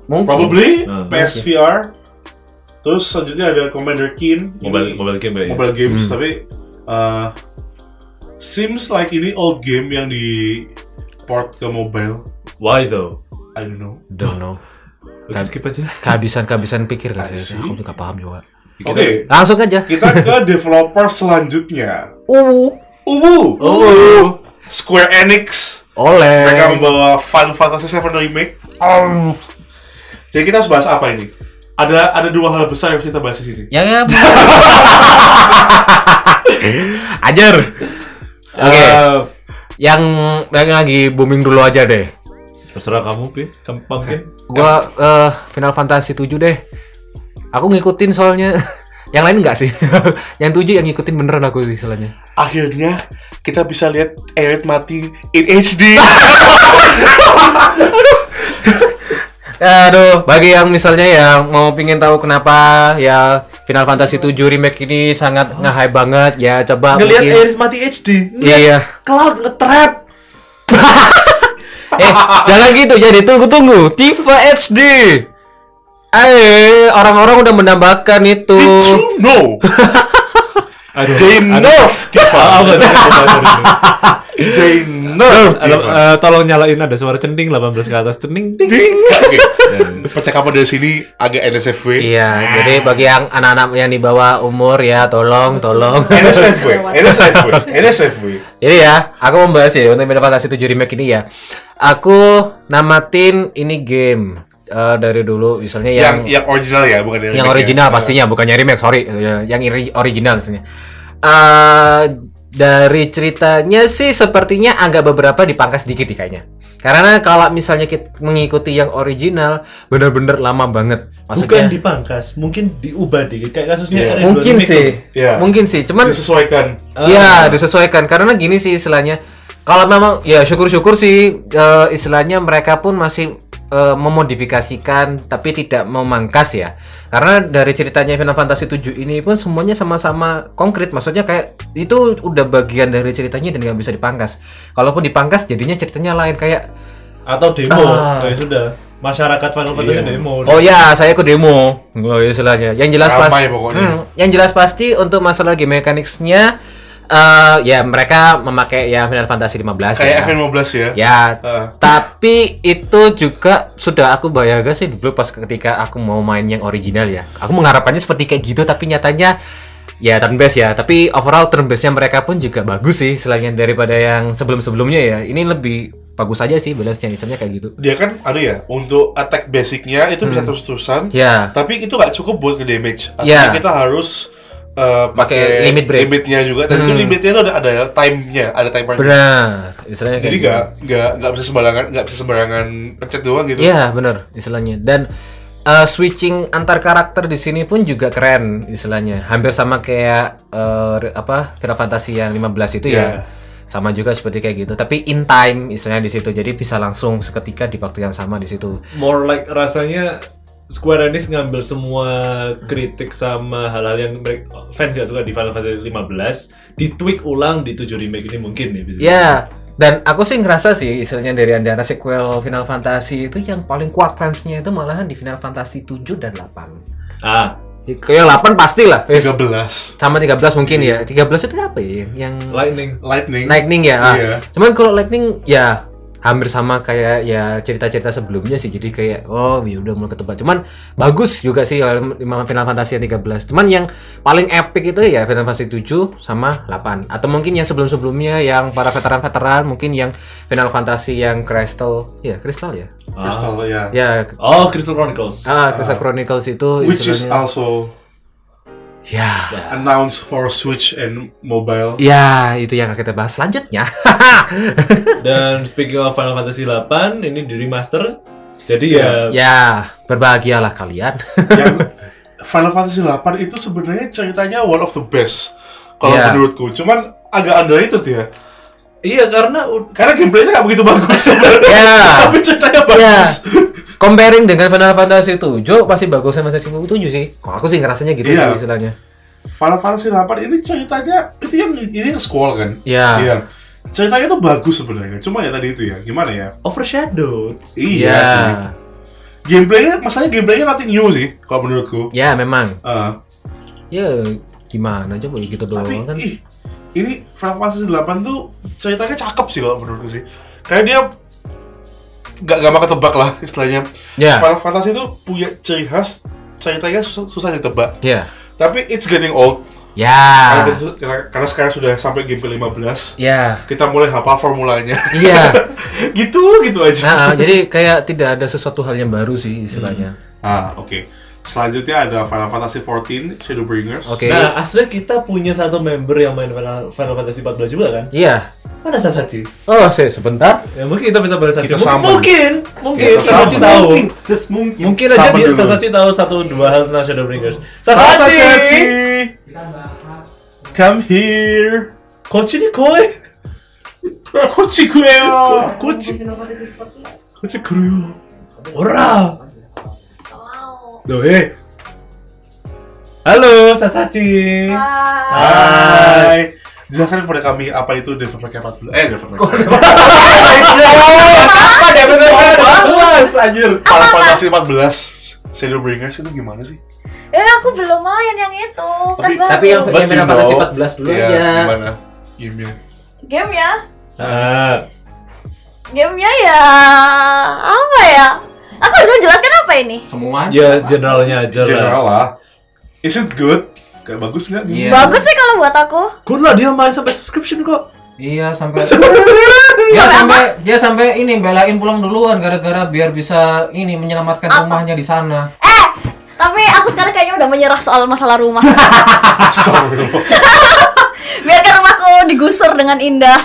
Speaker 3: Mungkin.
Speaker 2: probably
Speaker 1: Hmm.
Speaker 2: PSVR. Terus selanjutnya ada Commander Keen, ini
Speaker 1: Mobile mobile game ya? kayaknya.
Speaker 2: mobile games tapi uh, seems like ini old game yang di port ke mobile.
Speaker 1: Why though?
Speaker 2: I don't know.
Speaker 3: Don't know.
Speaker 1: Oke,
Speaker 3: Kan-
Speaker 1: skip aja.
Speaker 3: Kehabisan-kehabisan pikir kali.
Speaker 2: Asik.
Speaker 3: ya. Aku juga paham juga.
Speaker 2: Oke,
Speaker 3: Langsung aja.
Speaker 2: kita ke developer selanjutnya.
Speaker 3: Uh.
Speaker 2: Ubu.
Speaker 1: Oh.
Speaker 2: Square Enix.
Speaker 3: Oleh.
Speaker 2: Mereka membawa Final Fantasy VII Remake. Jadi kita harus bahas apa ini? Ada ada dua hal besar yang harus kita bahas di sini.
Speaker 3: Ya *laughs* ya. Ajar. Oke.
Speaker 1: Eh,
Speaker 3: Yang yang lagi booming dulu aja deh.
Speaker 1: terserah kamu, Pi. Kamu pumpkin.
Speaker 3: Gua eh, Final Fantasy 7 deh. Aku ngikutin soalnya. *laughs* yang lain enggak sih. *laughs* yang 7 yang ngikutin beneran aku sih soalnya.
Speaker 2: Akhirnya kita bisa lihat Aerith mati in HD.
Speaker 3: Aduh, bagi yang misalnya yang mau pingin tahu kenapa ya Final Fantasy 7 remake ini sangat nge-hype banget ya coba
Speaker 1: Ngelihat
Speaker 3: mungkin-
Speaker 1: Aeris mati HD.
Speaker 3: Iya iya.
Speaker 1: Cloud ngetrap.
Speaker 3: *laughs* Eh, jangan gitu jadi tunggu-tunggu. Tifa HD. Eh, orang-orang udah menambahkan itu.
Speaker 2: Did you know?
Speaker 1: Aduh.
Speaker 2: They
Speaker 1: Ah,
Speaker 2: nerf Tifa.
Speaker 1: apa sih? Apa sih?
Speaker 2: They nerf
Speaker 1: Halo,
Speaker 2: Tifa.
Speaker 1: eh, tolong nyalain ada suara cending 18 ke atas cending ding.
Speaker 2: Oke. *laughs* Percakapan dari sini agak NSFW.
Speaker 3: Iya, jadi bagi yang anak-anak yang di bawah umur ya tolong tolong.
Speaker 1: Eh,
Speaker 2: NSFW, NSFW, NSFW.
Speaker 3: Jadi ya, aku mau bahas ya untuk Final Fantasy 7 Remake ini ya. Aku namatin ini game eh, dari dulu misalnya
Speaker 2: Yang
Speaker 3: yang
Speaker 2: yang original ya, Iya. bukan
Speaker 3: yang original pastinya bukannya remake sorry Ya, yang iri- original pastinya Eh, dari ceritanya sih sepertinya agak beberapa dipangkas dikit nih kayaknya karena kalau misalnya kita mengikuti yang original bener-bener lama banget
Speaker 1: Bukan
Speaker 3: maksudnya
Speaker 1: dipangkas, mungkin diubah dikit kayak
Speaker 2: Iya.
Speaker 1: kasusnya
Speaker 3: mungkin sih
Speaker 2: Iya.
Speaker 3: mungkin sih cuman
Speaker 2: Disesuaikan.
Speaker 3: Iya, disesuaikan karena gini sih istilahnya. Kalau memang ya syukur-syukur sih eh, istilahnya eh, mereka pun masih eh, memodifikasikan tapi tidak memangkas ya. Karena dari ceritanya Final Fantasy 7 ini pun semuanya sama-sama konkret. Maksudnya kayak itu udah bagian dari ceritanya dan nggak bisa dipangkas. Kalaupun dipangkas jadinya ceritanya lain kayak
Speaker 1: atau demo
Speaker 3: Ah.
Speaker 1: ya sudah masyarakat Final Fantasy
Speaker 2: Iya.
Speaker 1: demo
Speaker 3: Oh ya, saya ikut demo. Oh ya istilahnya. Yang jelas
Speaker 2: Ramai
Speaker 3: pasti
Speaker 2: pokoknya.
Speaker 3: yang jelas pasti untuk masalah game mechanics-nya eh, ya mereka memakai ya Final Fantasy 15
Speaker 2: kayak
Speaker 3: ya.
Speaker 2: FN15 ya.
Speaker 3: Ya.
Speaker 2: Ah.
Speaker 3: Tapi itu juga sudah aku bayangkan sih dulu pas ketika aku mau main yang original ya. Aku mengharapkannya seperti kayak gitu tapi nyatanya ya turn based ya. Tapi overall turn based-nya mereka pun juga bagus sih selain daripada yang sebelum-sebelumnya ya. Ini lebih bagus aja sih balance-nya sistemnya kayak gitu.
Speaker 2: Dia kan ada ya untuk attack basicnya itu bisa terus-terusan.
Speaker 3: Ya.
Speaker 2: Tapi itu nggak cukup buat ke damage. Artinya
Speaker 3: Iya.
Speaker 2: kita harus eh,
Speaker 3: Pakai
Speaker 2: pakai
Speaker 3: limit break.
Speaker 2: limitnya juga. Dan itu
Speaker 3: Hmm.
Speaker 2: limitnya itu ada ada time-nya, ada time bar.
Speaker 3: Benar. Istilahnya kayak
Speaker 2: Jadi
Speaker 3: gitu.
Speaker 2: nggak nggak nggak bisa sembarangan nggak bisa sembarangan pencet doang gitu.
Speaker 3: Iya benar istilahnya dan uh, switching antar karakter di sini pun juga keren istilahnya hampir sama kayak uh, re- apa Final Fantasy yang 15 itu
Speaker 2: Iya.
Speaker 3: ya sama juga seperti kayak gitu tapi in time istilahnya di situ jadi bisa langsung seketika di waktu yang sama di situ
Speaker 1: more like rasanya Square Enix ngambil semua kritik sama hal-hal yang mereka, fans gak suka di Final Fantasy 15 ditweak ulang di 7 remake ini mungkin nih bisa.
Speaker 3: ya dan aku sih ngerasa sih istilahnya dari antara sequel Final Fantasy itu yang paling kuat fansnya itu malahan di Final Fantasy 7 dan ya, 8
Speaker 1: Ah,
Speaker 3: kayak 8 pastilah
Speaker 2: 13
Speaker 3: sama 13 mungkin ya 13 itu apa ya yang
Speaker 1: Lightning.
Speaker 2: lightning.
Speaker 3: Lightning ya. ah.
Speaker 2: Iya.
Speaker 3: Cuman kalau Lightning ya hampir sama kayak ya cerita-cerita sebelumnya sih. Jadi kayak oh ya udah mulai ketebak. Cuman bagus juga sih oleh Final Fantasy yang 13. Cuman yang paling epic itu ya Final Fantasy 7 sama 8. Atau mungkin yang sebelum-sebelumnya yang para veteran-veteran mungkin yang Final Fantasy yang Crystal, ya Crystal ya.
Speaker 1: Ah.
Speaker 2: Crystal ya.
Speaker 3: Ya
Speaker 1: Oh, Crystal Chronicles.
Speaker 3: ah, Crystal Chronicles itu
Speaker 2: Which is
Speaker 3: istilahnya-
Speaker 2: also
Speaker 3: ya
Speaker 2: announced for Switch and mobile.
Speaker 3: Ya, itu yang akan kita bahas selanjutnya. *laughs*
Speaker 1: Dan speaking of Final Fantasy 8, ini di remaster. Jadi ya,
Speaker 3: ya, berbahagialah kalian. *laughs*
Speaker 2: yang Final Fantasy 8 itu sebenarnya ceritanya one of the best kalau
Speaker 3: Iya.
Speaker 2: menurutku. Cuman agak underrated ya.
Speaker 1: iya karena u-
Speaker 2: Karena gameplaynya nggak begitu bagus sebenarnya.
Speaker 3: Iya.
Speaker 2: *laughs* Tapi ceritanya bagus.
Speaker 3: Comparing dengan Final Fantasy 7 pasti bagusnya Final Fantasy 7 sih. Kok aku sih ngerasanya gitu
Speaker 2: Iya.
Speaker 3: sih istilahnya.
Speaker 2: Final Fantasy 8 ini ceritanya itu yang ini yang scroll kan?
Speaker 3: Iya.
Speaker 2: Ceritanya tuh bagus sebenarnya. Cuma ya tadi itu ya, gimana ya?
Speaker 1: overshadowed.
Speaker 2: Iya
Speaker 3: Ya.
Speaker 2: sih. Gameplaynya, masalahnya gameplaynya nanti new sih, kalau menurutku.
Speaker 3: Ya, memang.
Speaker 2: Eh,
Speaker 3: Ya gimana aja boleh gitu
Speaker 2: tapi
Speaker 3: doang kan.
Speaker 2: ih, ini Final Fantasy 8 tuh ceritanya cakep sih kalau menurutku sih. Kayak dia gak gampang ketebak lah istilahnya.
Speaker 3: Ya.
Speaker 2: Final Fantasy itu punya ciri khas ceritanya susah, susah ditebak.
Speaker 3: Ya.
Speaker 2: Tapi it's getting old.
Speaker 3: Ya.
Speaker 2: Karena, karena, karena sekarang sudah sampai game 15
Speaker 3: Ya.
Speaker 2: kita mulai hafal formulanya. *laughs*
Speaker 3: Iya.
Speaker 2: gitu gitu aja.
Speaker 3: Nah, jadi kayak tidak ada sesuatu hal yang baru sih istilahnya.
Speaker 2: Ah, oke. Selanjutnya ada Final Fantasy 14 Shadowbringers.
Speaker 3: Oke.
Speaker 1: Nah, aslinya kita punya satu member yang main Final, Final Fantasy 14 juga kan?
Speaker 3: Iya.
Speaker 1: Mana Sasachi?
Speaker 3: Oh, saya sebentar.
Speaker 1: Ya mungkin kita bisa bahas
Speaker 2: Kita
Speaker 1: Sasachi. Mungkin-
Speaker 2: summon.
Speaker 1: Mungkin, mungkin
Speaker 2: Kita
Speaker 1: Sasachi
Speaker 2: summon.
Speaker 1: tahu.
Speaker 5: Mungkin, just mungkin.
Speaker 1: Mungkin aja
Speaker 2: Summon
Speaker 1: dia
Speaker 2: dulu.
Speaker 1: Sasachi tahu satu dua hal tentang Shadowbringers. Sasachi!
Speaker 2: Sasachi! Come here.
Speaker 1: Kochini koi!
Speaker 2: Kuchikuyo.
Speaker 1: Kochi!
Speaker 2: Kuchikuyo.
Speaker 1: Ora! Loh, eh. Halo, Sasachi!
Speaker 2: Hai. Jelaskan kepada kami apa itu Devil May Cry 14. Eh, Devil May Cry.
Speaker 1: Apa dia bener anjir!
Speaker 2: Final Fantasy 14 Shadowbringers itu gimana sih?
Speaker 6: Eh aku belum main yang itu. Kan
Speaker 2: Tapi-
Speaker 6: baru.
Speaker 3: Tapi yang
Speaker 2: But you
Speaker 3: Final Fantasy
Speaker 2: know,
Speaker 3: 14 dulu
Speaker 2: iya,
Speaker 3: aja.
Speaker 2: Gimana? Gamenya?
Speaker 6: game ya,
Speaker 1: Ah,
Speaker 6: gamenya ya apa ya? Aku harus menjelaskan apa ini?
Speaker 5: Semua.
Speaker 1: ya generalnya aja
Speaker 2: General
Speaker 1: lah.
Speaker 2: lah. Is it good? Kayak bagus nggak?
Speaker 5: Iya.
Speaker 6: Bagus sih kalau buat aku.
Speaker 1: Good lah dia main sampai subscription kok.
Speaker 3: Iya sampai
Speaker 4: Iya,
Speaker 3: dia sampai dia sampai ini belain pulang duluan gara-gara biar bisa ini menyelamatkan rumahnya di sana.
Speaker 6: Eh, tapi aku sekarang kayaknya udah menyerah soal masalah rumah.
Speaker 2: Astagfirullah.
Speaker 6: Biarkan rumahku digusur dengan indah.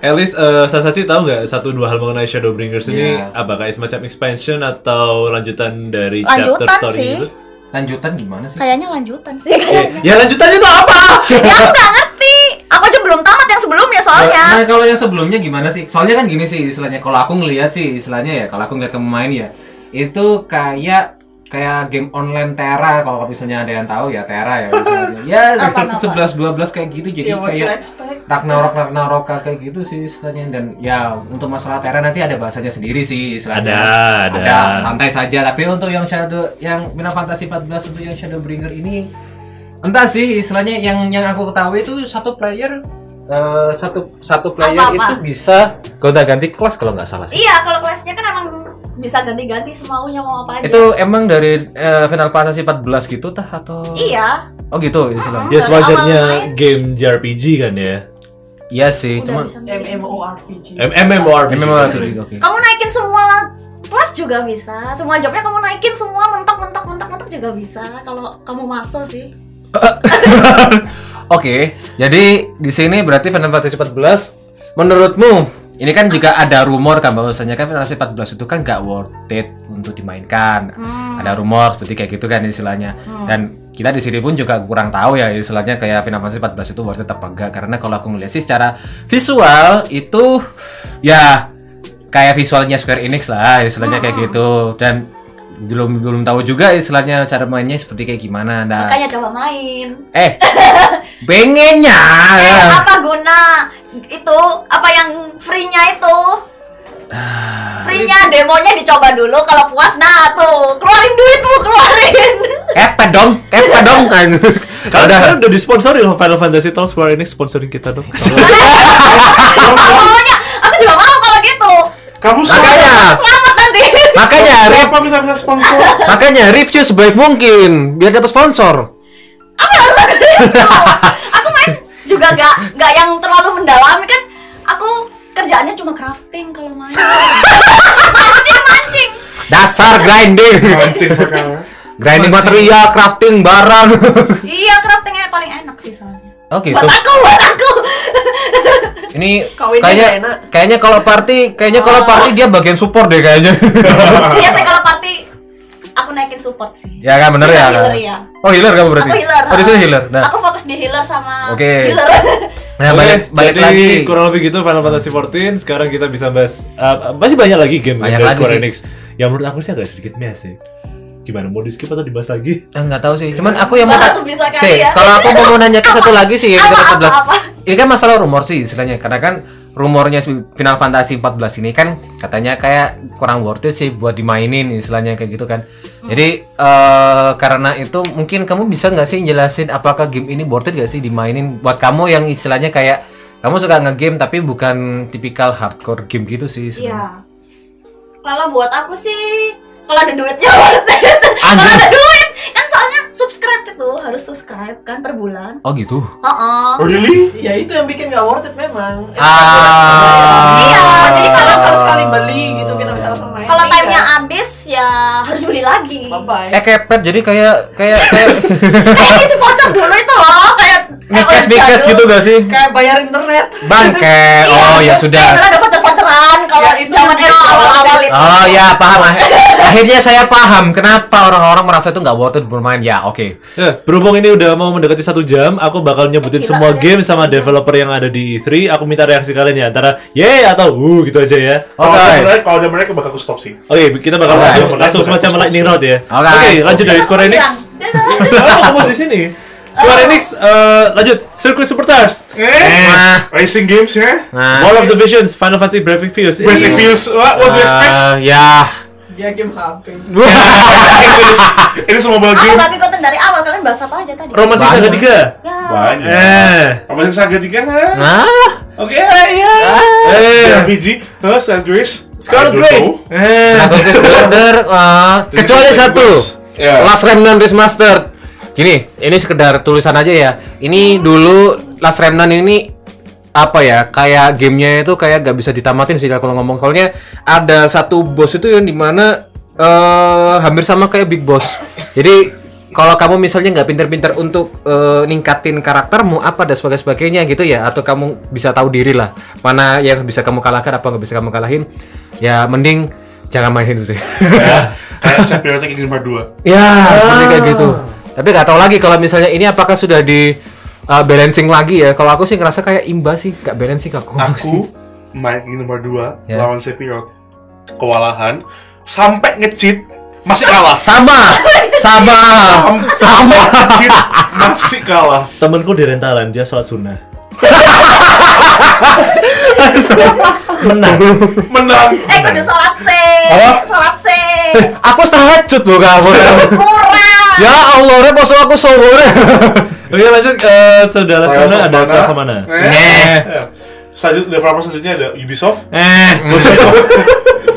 Speaker 1: Elis, eh, Sasachi tahu nggak satu dua hal mengenai Shadowbringers ini
Speaker 3: Iya.
Speaker 1: apa kayak semacam expansion atau lanjutan dari chapter
Speaker 6: Lanjutan
Speaker 1: story
Speaker 6: sih.
Speaker 1: gitu?
Speaker 3: Lanjutan gimana sih?
Speaker 6: Iya, Kayaknya lanjutan sih kayaknya.
Speaker 1: Ya lanjutannya itu apa?
Speaker 6: ya aku nggak ngerti. Aku aja belum belum tamat yang sebelumnya
Speaker 4: ya.
Speaker 6: soalnya.
Speaker 3: Nah, kalau yang sebelumnya gimana sih? Soalnya kan gini sih istilahnya. Kalau aku ngelihat sih istilahnya ya, kalau aku ngelihat ke pemain ya, itu kayak kayak game online Terra kalau misalnya ada yang tahu ya Terra ya
Speaker 4: *laughs*
Speaker 3: misalnya. ya
Speaker 4: Apa-apa?
Speaker 3: 11 12 kayak gitu jadi
Speaker 4: Ya, what you
Speaker 3: kayak
Speaker 4: expect?
Speaker 3: Ragnarok Ragnarok kayak gitu sih istilahnya dan ya untuk masalah Terra nanti ada bahasanya sendiri sih istilahnya.
Speaker 1: Ada, ada.
Speaker 3: santai saja tapi untuk yang Shadow yang Final Fantasy 14 untuk yang Shadowbringer ini entah sih istilahnya yang yang aku ketahui itu satu player eh, satu satu player
Speaker 6: Apa-apa.
Speaker 3: itu bisa gonta-ganti kelas kalau nggak salah sih.
Speaker 6: Iya, kalau kelasnya kan emang bisa ganti-ganti semaunya mau apa aja.
Speaker 3: Itu emang dari eh, Final Fantasy 14 gitu tah atau
Speaker 6: Iya,
Speaker 3: Oh gitu istilahnya.
Speaker 1: Ya
Speaker 6: Dari
Speaker 1: sewajarnya
Speaker 6: awal main.
Speaker 1: game JRPG kan ya.
Speaker 3: Iya sih,
Speaker 6: udah
Speaker 3: cuman
Speaker 6: bisa milih.
Speaker 4: MMORPG.
Speaker 1: M- MMORPG.
Speaker 3: MMORPG oke.
Speaker 6: Kamu naikin semua kelas juga bisa. Semua jobnya kamu naikin semua mentok mentok mentok mentok juga bisa kalau kamu masuk sih.
Speaker 3: Oke, jadi di sini berarti Final Fantasy 14 menurutmu ini kan juga ada rumor kan bahwasanya kan Final Fantasy 14 itu kan gak worth it untuk dimainkan. Ada rumor seperti kayak gitu kan istilahnya. Dan kita di sini pun juga kurang tahu ya istilahnya kayak Final Fantasy 14 itu worth it apa enggak karena kalau aku ngeliat sih secara visual itu ya kayak visualnya Square Enix lah istilahnya kayak gitu dan belum belum tahu juga istilahnya cara mainnya seperti kayak gimana. Nah,
Speaker 6: Makanya coba main.
Speaker 3: Eh, pengennya.
Speaker 6: Eh, apa guna itu apa yang free-nya itu? Free-nya demonya dicoba dulu kalau puas nah tuh keluarin duitmu keluarin.
Speaker 3: Kepe dong, kepe dong.
Speaker 1: Kalau
Speaker 3: Udah.
Speaker 1: udah, udah disponsori loh Final Fantasy Tolong Square ini sponsorin kita
Speaker 3: *laughs*
Speaker 1: dong.
Speaker 3: Iya,
Speaker 6: *laughs* Aku maunya, aku juga mau kalau gitu.
Speaker 2: Kamu semua
Speaker 3: Makanya,
Speaker 6: Selamat nanti. *laughs*
Speaker 3: makanya, Rif-
Speaker 2: Kenapa minta sponsor?
Speaker 3: makanya review sebaik mungkin biar dapat sponsor.
Speaker 6: Apa yang harus aku gitu? Aku main juga nggak nggak yang terlalu mendalami kan. Aku kerjaannya cuma crafting kalau main. mancing mancing.
Speaker 3: Dasar grinding,
Speaker 2: Mancing perkara.
Speaker 3: grinding material, crafting barang. *laughs*
Speaker 6: Iya craftingnya paling enak sih soalnya.
Speaker 3: Oh gitu.
Speaker 6: Buat aku, buat aku. *laughs*
Speaker 3: Ini
Speaker 4: Kawinnya nggak
Speaker 3: kayaknya
Speaker 4: enak.
Speaker 3: kayaknya kalau party, kayaknya kalau party dia bagian support deh kayaknya. *laughs*
Speaker 6: Biasanya kalau party aku naikin support sih.
Speaker 3: ya kan bener
Speaker 6: Aku
Speaker 3: ya.
Speaker 6: healer, iya.
Speaker 3: Oh healer kamu berarti.
Speaker 6: Aku healer.
Speaker 3: Oh di sini healer. Nah,
Speaker 6: Aku fokus di healer sama
Speaker 3: Oke.
Speaker 6: healer. *laughs*
Speaker 3: nah
Speaker 1: Oke,
Speaker 3: balik balik
Speaker 1: jadi
Speaker 3: lagi.
Speaker 1: kurang lebih gitu Final Fantasy 14 sekarang kita bisa bahas uh, masih banyak lagi game
Speaker 3: Banyak
Speaker 1: dari
Speaker 3: lagi
Speaker 1: Square
Speaker 3: sih.
Speaker 1: Enix yang menurut aku sih agak sedikit meh sih gimana mau di skip atau dibahas lagi
Speaker 3: *laughs* Eh, nggak tahu sih, cuman aku yang mau
Speaker 6: Bahas sebisa kali
Speaker 3: Sih,
Speaker 6: ya.
Speaker 3: kalau aku mau nanya ke satu lagi sih yang
Speaker 6: *laughs* Apa,
Speaker 3: kita
Speaker 6: apa,
Speaker 3: sebelas.
Speaker 6: apa?
Speaker 3: Ini kan masalah rumor sih istilahnya, karena kan rumornya si Final Fantasy 14 ini kan katanya kayak kurang worth it sih buat dimainin istilahnya kayak gitu kan.
Speaker 6: Hmm.
Speaker 3: Jadi eh, karena itu mungkin kamu bisa nggak sih jelasin apakah game ini worth it nggak sih dimainin buat kamu yang istilahnya kayak kamu suka ngegame tapi bukan tipikal hardcore game gitu sih.
Speaker 6: Iya.
Speaker 3: istilahnya.
Speaker 6: Kalau buat aku sih, kalau ada duitnya *laughs* worth it. Kalau
Speaker 3: Anjir.
Speaker 6: ada duit, kan soalnya subscribe itu harus subscribe kan per bulan.
Speaker 3: Oh gitu.
Speaker 6: Heeh.
Speaker 2: Really?
Speaker 4: Ya itu yang bikin nggak worth it memang.
Speaker 3: Ah.
Speaker 6: Iya,
Speaker 4: Jadi sekarang harus kali beli gitu kita bisa langsung main.
Speaker 6: Kalau timenya habis ya harus beli lagi.
Speaker 4: bye bye.
Speaker 3: Eh kepet jadi kayak kayak
Speaker 4: *laughs*
Speaker 3: kayak
Speaker 6: *laughs*
Speaker 3: *laughs*
Speaker 6: Kayak isi voucher dulu itu loh, kayak
Speaker 3: mikes mikes gitu gak sih?
Speaker 4: Kayak bayar internet. Iya,
Speaker 3: Bangke. Oh ya
Speaker 6: Iya, Karena
Speaker 3: sudah.
Speaker 6: ada voucher-voucheran kalau
Speaker 4: Ya, itu
Speaker 6: zaman
Speaker 4: yang
Speaker 6: era
Speaker 4: biasa.
Speaker 6: awal-awal itu.
Speaker 3: Oh ya paham. Ah, Akhirnya saya paham kenapa orang-orang merasa itu nggak worth it bermain. Ya oke.
Speaker 1: Ya, berhubung ini udah mau mendekati satu jam aku bakal nyebutin
Speaker 6: Eh, gila,
Speaker 1: semua
Speaker 6: ada-
Speaker 1: game sama developer yang ada di E3 aku minta reaksi kalian ya antara yeay atau wuh gitu aja ya
Speaker 3: Oh,
Speaker 2: Kalau ada
Speaker 3: Oke.
Speaker 2: mereka- kalau ada mereka bakal aku stop sih.
Speaker 1: Oke, Oh iya, kita bakal
Speaker 3: Alright.
Speaker 1: langsung, langsung semacam lightning rod ya. Oke,
Speaker 3: Alright.
Speaker 1: lanjut dari Square
Speaker 6: Iya.
Speaker 1: Enix.
Speaker 3: *laughs*
Speaker 6: Dadah.
Speaker 1: *laughs* Kenapa kamu di sini? Square Enix, eh, lanjut. Circuit Superstars,
Speaker 2: Eh,
Speaker 3: Nah,
Speaker 2: racing games ya?
Speaker 3: nah.
Speaker 1: Wall of the Visions, Final Fantasy Brave Fuse. Ini-
Speaker 2: Basic feels, what, what do you expect?
Speaker 3: Eh, ya.
Speaker 4: Dia game HP.
Speaker 2: Ini semua mobile
Speaker 6: Aku
Speaker 2: game.
Speaker 6: gak ngikutin dari awal, kalian bahas apa aja tadi?
Speaker 1: Romantic Saga
Speaker 3: Banyak.
Speaker 1: 3.
Speaker 6: Ya.
Speaker 2: Banyak.
Speaker 1: Eh.
Speaker 2: Apa yang Saga 3 kan?
Speaker 3: *laughs* Nah.
Speaker 2: Oke, iya.
Speaker 1: Eh.
Speaker 2: RPG, huh, Scarlet Grace.
Speaker 1: Scarlet
Speaker 2: I don't
Speaker 1: Grace.
Speaker 2: know.
Speaker 1: Eh.
Speaker 3: Dragon Quest Builder, eh, kecuali satu.
Speaker 2: Ya.
Speaker 3: Last Remnant Remastered. Gini, ini sekedar tulisan aja ya. Ini dulu Last Remnant ini apa ya kayak gamenya itu kayak gak bisa ditamatin sih kalau ngomong soalnya ada satu bos itu yang dimana eh hampir sama kayak big boss jadi kalau kamu misalnya nggak pinter-pinter untuk eh, ningkatin karaktermu apa dan sebagainya sebagainya gitu ya atau kamu bisa tahu diri lah mana yang bisa kamu kalahkan apa nggak bisa kamu kalahin ya mending jangan mainin itu sih
Speaker 2: Ya, kayak Sepiotic
Speaker 1: *laughs*
Speaker 2: ini nomor 2.
Speaker 3: Ah. Ya, seperti kayak gitu. Tapi nggak tahu lagi kalau misalnya ini apakah sudah di uh, balancing lagi ya. Kalau aku sih ngerasa kayak imba sih, gak balancing aku. sih.
Speaker 2: aku main ini nomor 2
Speaker 3: Ya.
Speaker 2: lawan Sepirot kewalahan sampai ngecit masih
Speaker 1: *laughs*
Speaker 2: kalah
Speaker 3: sama, sama, sama.
Speaker 2: ngecit masih kalah
Speaker 1: Temenku di rentalan dia sholat sunnah. *laughs* Menang.
Speaker 2: menang
Speaker 6: Eh kudu sholat se,
Speaker 3: Apa?
Speaker 6: sholat se.
Speaker 3: *laughs* Aku tahajud loh kamu.
Speaker 6: Kurang.
Speaker 3: ya Allah, Rep, maksud aku sore.
Speaker 1: Oke lanjut eh, saudara
Speaker 2: Trials of
Speaker 1: saudara ada
Speaker 2: Mana.
Speaker 1: kelas mana?
Speaker 2: Eh. Eh. Selanjut developer selanjutnya ada
Speaker 3: *laughs*
Speaker 2: Ubisoft.
Speaker 1: Eh.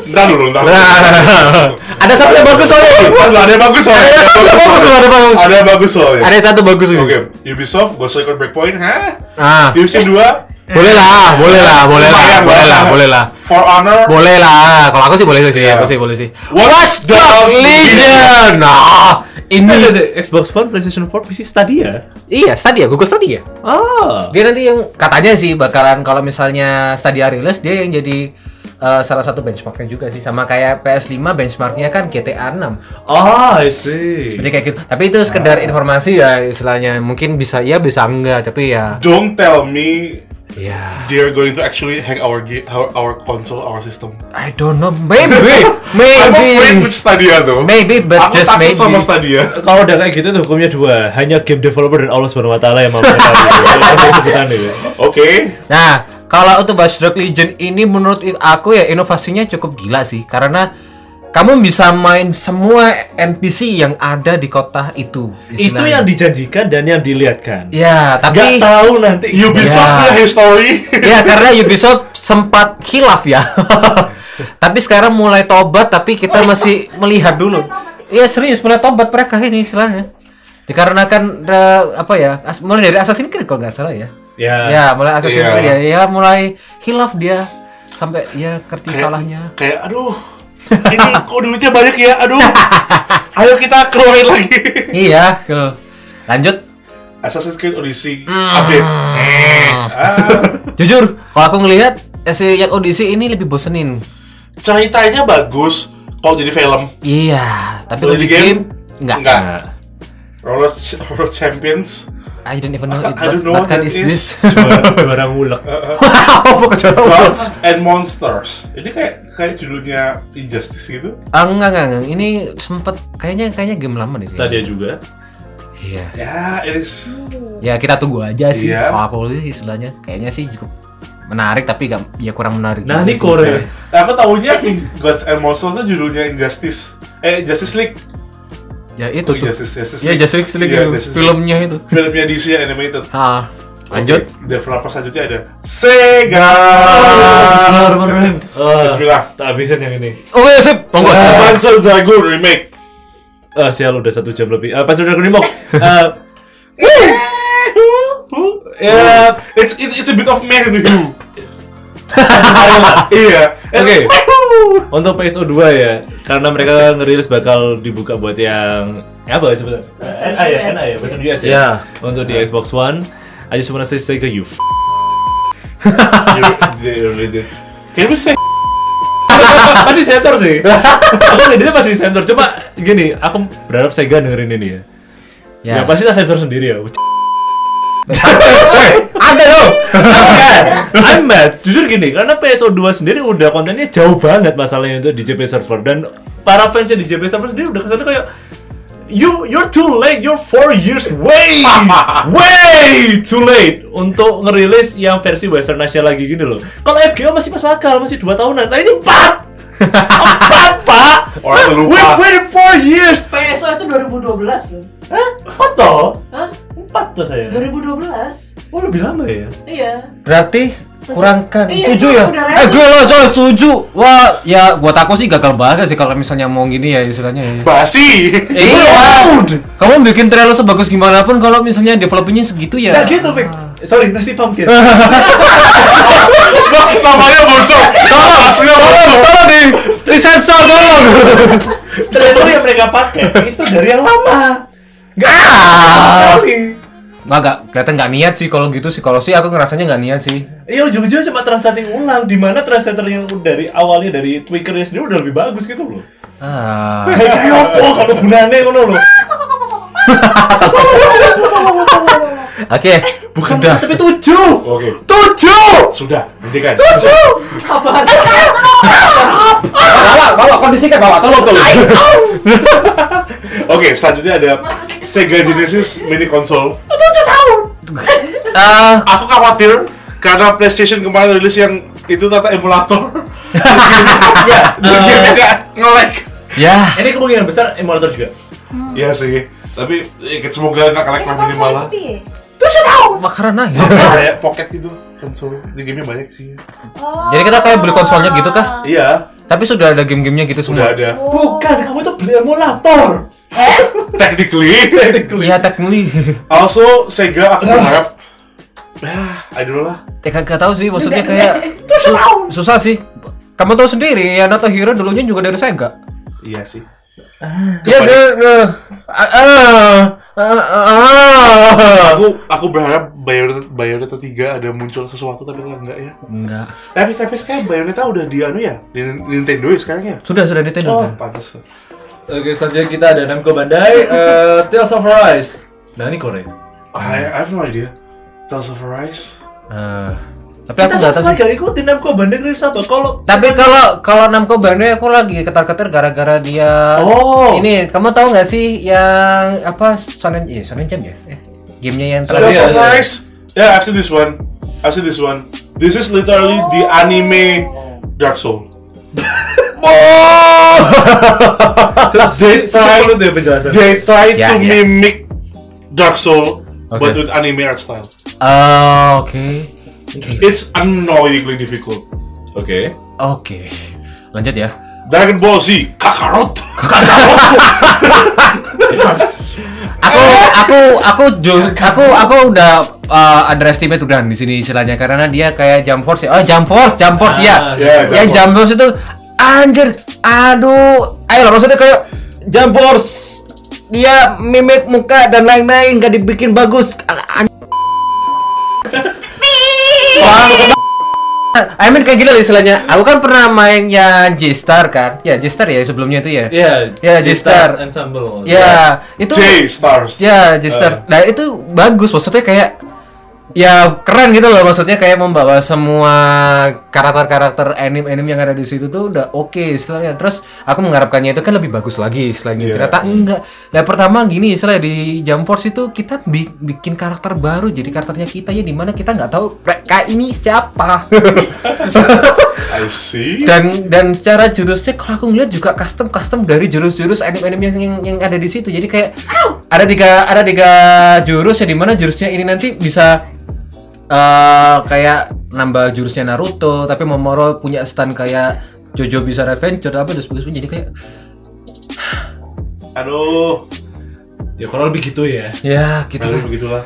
Speaker 2: Ntar dulu, ntar. dulu.
Speaker 3: Nah. ada satu yang bagus soalnya.
Speaker 2: Waduh, ada yang bagus soalnya.
Speaker 3: Ada satu yang bagus, ada yang bagus.
Speaker 2: Ada yang bagus soalnya.
Speaker 3: Ada satu bagus ini.
Speaker 2: Oke, Ubisoft, Ghost Recon Breakpoint, hah?
Speaker 3: Ah,
Speaker 2: Division 2,
Speaker 3: boleh lah, boleh lah, boleh lah,
Speaker 2: lumayan,
Speaker 3: boleh lah,
Speaker 2: lumayan.
Speaker 3: boleh lah.
Speaker 2: For Honor,
Speaker 3: Boleh lah, kalau aku sih boleh sih,
Speaker 2: Iya.
Speaker 3: aku sih boleh sih.
Speaker 2: Watch Dogs
Speaker 3: Legion, nah
Speaker 1: Saya- saya-
Speaker 3: ini
Speaker 1: saya- Xbox One, PlayStation 4, PC Stadia.
Speaker 3: iya Stadia, Google Stadia.
Speaker 2: Oh.
Speaker 1: Ah.
Speaker 3: Dia nanti yang katanya sih bakalan kalau misalnya Stadia rilis dia yang jadi eh, salah satu benchmarknya juga sih, sama kayak PS5 benchmarknya kan GTA 6.
Speaker 1: Ah, I see.
Speaker 3: Jadi kayak gitu. Tapi itu
Speaker 2: Ah.
Speaker 3: sekedar informasi ya istilahnya, mungkin bisa iya bisa enggak, tapi ya,
Speaker 2: don't tell me
Speaker 3: ya.
Speaker 2: they're going to actually hack our game, our, our console, our system.
Speaker 3: I don't know,
Speaker 2: *laughs*
Speaker 3: maybe,
Speaker 2: I'm afraid
Speaker 3: maybe,
Speaker 2: with Stadia though.
Speaker 3: maybe, but
Speaker 2: Aku
Speaker 3: just
Speaker 2: takut
Speaker 3: maybe.
Speaker 2: sama
Speaker 3: *laughs*
Speaker 2: Stadia.
Speaker 1: Kalau udah kayak gitu itu hukumnya dua, hanya game developer dan Allah Subhanahu wa taala yang mampu melakukan itu. Itu yang saya sebutkan itu.
Speaker 2: Oke.
Speaker 3: Nah, kalau untuk Watchdog Legion ini menurut i- aku ya inovasinya cukup gila sih karena kamu bisa main semua NPC yang ada di kota itu.
Speaker 1: Itu yang dijanjikan dan yang dilihatkan.
Speaker 3: Ya,
Speaker 1: Gak
Speaker 3: tapi
Speaker 1: tahu nanti.
Speaker 2: Ubisoft
Speaker 3: Ya.
Speaker 2: punya history.
Speaker 3: *laughs* ya karena Ubisoft sempat hilaf
Speaker 1: *laughs*
Speaker 3: ya. tapi sekarang mulai tobat tapi kita masih melihat dulu. Iya serius mulai tobat mereka ini istilahnya. Dikarenakan eh, apa ya? as- Mulai dari Assassin's Creed kalau nggak salah ya.
Speaker 1: Ya.
Speaker 3: Ya, mulai Assassin's
Speaker 2: Iya.
Speaker 3: Creed ya, ya mulai hilaf dia sampai ya ngerti salahnya.
Speaker 2: Kayak aduh. Ini kok duitnya banyak ya?
Speaker 3: *laughs*
Speaker 2: Aduh. Ayo kita keluarin lagi.
Speaker 3: Iya, gitu. Lanjut.
Speaker 2: Assassin's Creed Odyssey
Speaker 3: Hmm.
Speaker 2: update. Eh, ah.
Speaker 3: Jujur, kalau aku ngelihat eh, si yang audisi ini lebih bosenin.
Speaker 2: Ceritanya bagus kalau jadi film.
Speaker 3: Iya, tapi
Speaker 2: Kalau
Speaker 3: kalau di
Speaker 2: di game,
Speaker 3: game enggak.
Speaker 2: Enggak.
Speaker 1: Nah,
Speaker 2: Roller, Roller *laughs* Champions.
Speaker 3: I don't even know it.
Speaker 2: I don't
Speaker 3: What,
Speaker 2: know
Speaker 3: what
Speaker 2: what
Speaker 3: kind
Speaker 2: that
Speaker 3: is
Speaker 2: is. *laughs*
Speaker 3: this?
Speaker 1: juara, juara ngulek.
Speaker 3: *laughs* Wow, apa kejauhan?
Speaker 2: Gods and Monsters. Ini kayak kayak judulnya Injustice gitu.
Speaker 3: Ah, enggak, enggak, enggak. Ini sempat kayaknya kayaknya game lama deh.
Speaker 1: Stadia juga.
Speaker 3: Iya.
Speaker 2: Ya, it is.
Speaker 3: Ya kita tunggu aja sih.
Speaker 2: Iya.
Speaker 3: Kalau aku sih istilahnya kayaknya sih cukup menarik tapi gak, ya kurang menarik.
Speaker 1: Nah,
Speaker 3: juga
Speaker 1: ini
Speaker 3: sih.
Speaker 1: Korea.
Speaker 2: Aku taunya In- Gods and Monsters itu judulnya Injustice. Eh, Justice League.
Speaker 3: Ya itu tuh.
Speaker 2: Justice, Justice
Speaker 3: Ya Justice League
Speaker 2: Iya,
Speaker 3: itu,
Speaker 2: Justice League.
Speaker 3: filmnya itu.
Speaker 2: Filmnya DC yang animated.
Speaker 3: Ah, lanjut.
Speaker 2: Oke, Developer selanjutnya ada Sega.
Speaker 1: Bismillahirrahmanirrahim. Ah,
Speaker 2: Bismillah.
Speaker 1: Tak habisin yang ini.
Speaker 3: Oke, sip. Monggo.
Speaker 2: Ah,
Speaker 3: silakan.
Speaker 2: Panzer Dragoon remake.
Speaker 1: Ah, sial udah satu jam lebih. Ah, pas udah kenimok. Ah, Ya,
Speaker 2: Yeah, it's it's it's a bit of man in the Who. *laughs* Iya. *laughs*
Speaker 1: Oke. Untuk PSO 2 ya, karena mereka ngerilis bakal dibuka buat yang apa sebenarnya? NA ya, NA ya, version US ya.
Speaker 3: Ya.
Speaker 1: Untuk di Xbox One, I just wanna say Sega you. F-
Speaker 2: You really did. Can we say
Speaker 1: *laughs* pasti sensor sih.
Speaker 3: *laughs*
Speaker 1: aku ngeditnya pasti sensor. Cuma gini, aku berharap Sega dengerin ini ya. Ya,
Speaker 3: Ya.
Speaker 1: pasti tak sensor sendiri ya.
Speaker 3: *laughs* Ada dong.
Speaker 1: I'm mad. Kan? Jujur gini, karena PSO 2 sendiri udah kontennya jauh banget masalahnya untuk di JP server dan para fansnya di JP server sendiri udah kesana kayak You you're too late. You're four years way
Speaker 2: *laughs*
Speaker 1: way too late untuk ngerilis yang versi Western Asia lagi gini loh. Kalau FGO masih masuk akal, masih 2 tahunan. Nah ini empat empat *laughs* pak.
Speaker 2: Orang lupa.
Speaker 1: We waited four years.
Speaker 5: PSO itu 2012 loh.
Speaker 1: Hah? Empat toh?
Speaker 5: Hah?
Speaker 1: Empat toh saya.
Speaker 5: 2012?
Speaker 1: Oh lebih lama ya.
Speaker 5: Iya.
Speaker 3: Berarti kurangkan
Speaker 5: Iya,
Speaker 3: tujuh
Speaker 5: itu
Speaker 3: ya?
Speaker 5: udah
Speaker 3: Eh
Speaker 5: ready.
Speaker 3: gue lo coy tujuh. Wah ya gua takut sih gagal banget sih kalau misalnya mau gini ya istilahnya. ya.
Speaker 2: basi?
Speaker 3: Iya. Kamu bikin trailer sebagus gimana pun kalau misalnya developingnya segitu ya.
Speaker 1: Nah gitu, Vic. Sorry, nasi pumpkin.
Speaker 2: *laughs* Namanya bocor. Aslinya bocor.
Speaker 3: Tolong di disensor
Speaker 2: *laughs*
Speaker 3: tolong.
Speaker 1: trailer yang mereka pakai itu dari yang lama nggak
Speaker 3: Ah.
Speaker 1: sekali
Speaker 3: Nggak nggak kelihatan nggak niat sih kalau gitu sih kalau sih aku ngerasanya nggak niat sih.
Speaker 1: ya ujung-ujungnya cuma translating ulang di mana translator yang dari awalnya dari tweakernya sendiri udah lebih bagus gitu loh
Speaker 3: Ah.
Speaker 1: kayak kayak apa kalau gunanya ngono loh
Speaker 3: Oke.
Speaker 1: Kan
Speaker 2: Bukan
Speaker 3: Sudah.
Speaker 2: tapi tujuh. Oke.
Speaker 1: Tujuh!
Speaker 2: Sudah, hentikan.
Speaker 5: Sabar.
Speaker 3: Bawa, bawa kondisikan bawa tolong tolong.
Speaker 2: Oke, selanjutnya ada Sega Genesis mini konsol.
Speaker 3: Ah,
Speaker 2: Aku khawatir karena PlayStation kemarin rilis yang itu tata *laughs* emulator. Enggak, dia agak ngelek.
Speaker 3: ya.
Speaker 1: Ini kemungkinan besar emulator juga.
Speaker 2: Iya sih, tapi eh, semoga nggak ngelek
Speaker 6: Ini
Speaker 2: makin
Speaker 6: konsol
Speaker 2: malah.
Speaker 6: itu piye?
Speaker 3: Karena
Speaker 2: *laughs* Kayak pocket gitu konsol. Di gamenya banyak sih.
Speaker 6: Oh.
Speaker 3: Jadi kita kayak beli konsolnya gitu kah?
Speaker 2: Iya,
Speaker 3: Tapi sudah ada game-gamenya gitu
Speaker 2: sudah
Speaker 3: semua.
Speaker 2: ada.
Speaker 1: Oh. Bukan, kamu tuh beli emulator.
Speaker 6: Eh?
Speaker 2: Technically, technically.
Speaker 3: Iya, technically.
Speaker 2: Also Sega aku berharap Ah, I don't know lah.
Speaker 3: Ya gak, gak tahu sih maksudnya kayak su- susah sih. Kamu tahu sendiri ya Nato Hero dulunya juga dari Sega.
Speaker 2: Iya sih.
Speaker 3: Ya
Speaker 2: Kepada-
Speaker 3: ke ke ah, ah, ah, ah.
Speaker 2: Aku aku berharap Bayonetta, Bayonetta 3 ada muncul sesuatu tapi enggak ya.
Speaker 3: Enggak.
Speaker 2: Tapi tapi sekarang Bayonetta udah di anu ya? Di Nin- Nintendo ya sekarang ya?
Speaker 3: Sudah sudah Nintendo.
Speaker 2: Oh,
Speaker 3: kan?
Speaker 2: pantas.
Speaker 1: Oke, selanjutnya kita ada Namco Bandai, eh, Tales of Arise. Nah, ini Korea.
Speaker 2: I, I have no idea. Tales of Arise.
Speaker 3: Eh, tapi aku nggak tahu sih.
Speaker 1: gak ikutin Namco Bandai Rift 1. Kalau
Speaker 3: Tapi kalau kalau Namco Bandai aku lagi ketar-ketar gara-gara dia.
Speaker 2: Oh.
Speaker 3: Ini kamu tahu nggak sih yang apa Shonen iya Shonen Jump ya? Eh, gamenya yang Shonen
Speaker 2: Tales
Speaker 1: Iya,
Speaker 2: of
Speaker 1: iya.
Speaker 2: Arise. Yeah, I've seen this one. I've seen this one. This is literally the anime Dark Soul.
Speaker 3: Ah,
Speaker 1: se- se- sepuluh tuh ya penjelasan.
Speaker 2: They try to
Speaker 3: Yeah, yeah.
Speaker 2: mimic Dark Soul but
Speaker 3: Okay.
Speaker 2: with anime art style.
Speaker 3: Ah, oke.
Speaker 2: It's annoyingly difficult.
Speaker 1: Oke.
Speaker 3: Oke. Lanjut ya.
Speaker 2: Dragon Ball Z, Kakarot.
Speaker 3: Aku aku aku ju- aku aku udah uh, underestimate udah di sini istilahnya karena dia kayak Jump Force. ya. Oh, Jump Force, Jump Force
Speaker 1: Ah,
Speaker 2: iya,
Speaker 3: ya.
Speaker 2: Jump
Speaker 3: yang
Speaker 2: Force.
Speaker 3: Jump Force itu anjir. Aduh. Ayo lah maksudnya kayak Jump Force dia mimik muka dan lain-lain gak dibikin bagus. A- a- I mean kayak gila lah istilahnya. Aku kan pernah main ya G-Star kan. Ya G-Star ya sebelumnya itu ya.
Speaker 1: Iya,
Speaker 3: Ya, G-Star.
Speaker 1: G-Stars Ensemble.
Speaker 3: Ya, itu
Speaker 2: J Stars.
Speaker 3: Ya,
Speaker 2: Eh.
Speaker 3: Jester. Nah, itu bagus maksudnya kayak ya keren gitu loh maksudnya kayak membawa semua karakter-karakter anime-anime yang ada di situ tuh udah oke istilahnya. Terus aku mengharapkannya itu kan lebih bagus lagi istilahnya.
Speaker 2: Iya.
Speaker 3: Ternyata enggak. Nah, pertama gini istilahnya di Jump Force itu kita bi- bikin karakter baru jadi karakternya kita ya dimana kita nggak tahu mereka
Speaker 2: *laughs*
Speaker 3: ini siapa.
Speaker 2: I see.
Speaker 3: dan dan secara jurusnya kalau aku ngeliat juga custom custom dari jurus-jurus anime-anime yang, yang yang ada di situ jadi kayak ada tiga ada tiga jurus yang dimana jurusnya ini nanti bisa eh kayak nambah jurusnya Naruto tapi Momoro punya stun kayak Jojo bisa adventure apa terus bagus jadi kayak
Speaker 2: Aduh,
Speaker 1: Ya kurang lebih gitu ya.
Speaker 3: ya gitu
Speaker 2: aduh
Speaker 3: lah
Speaker 2: begitulah.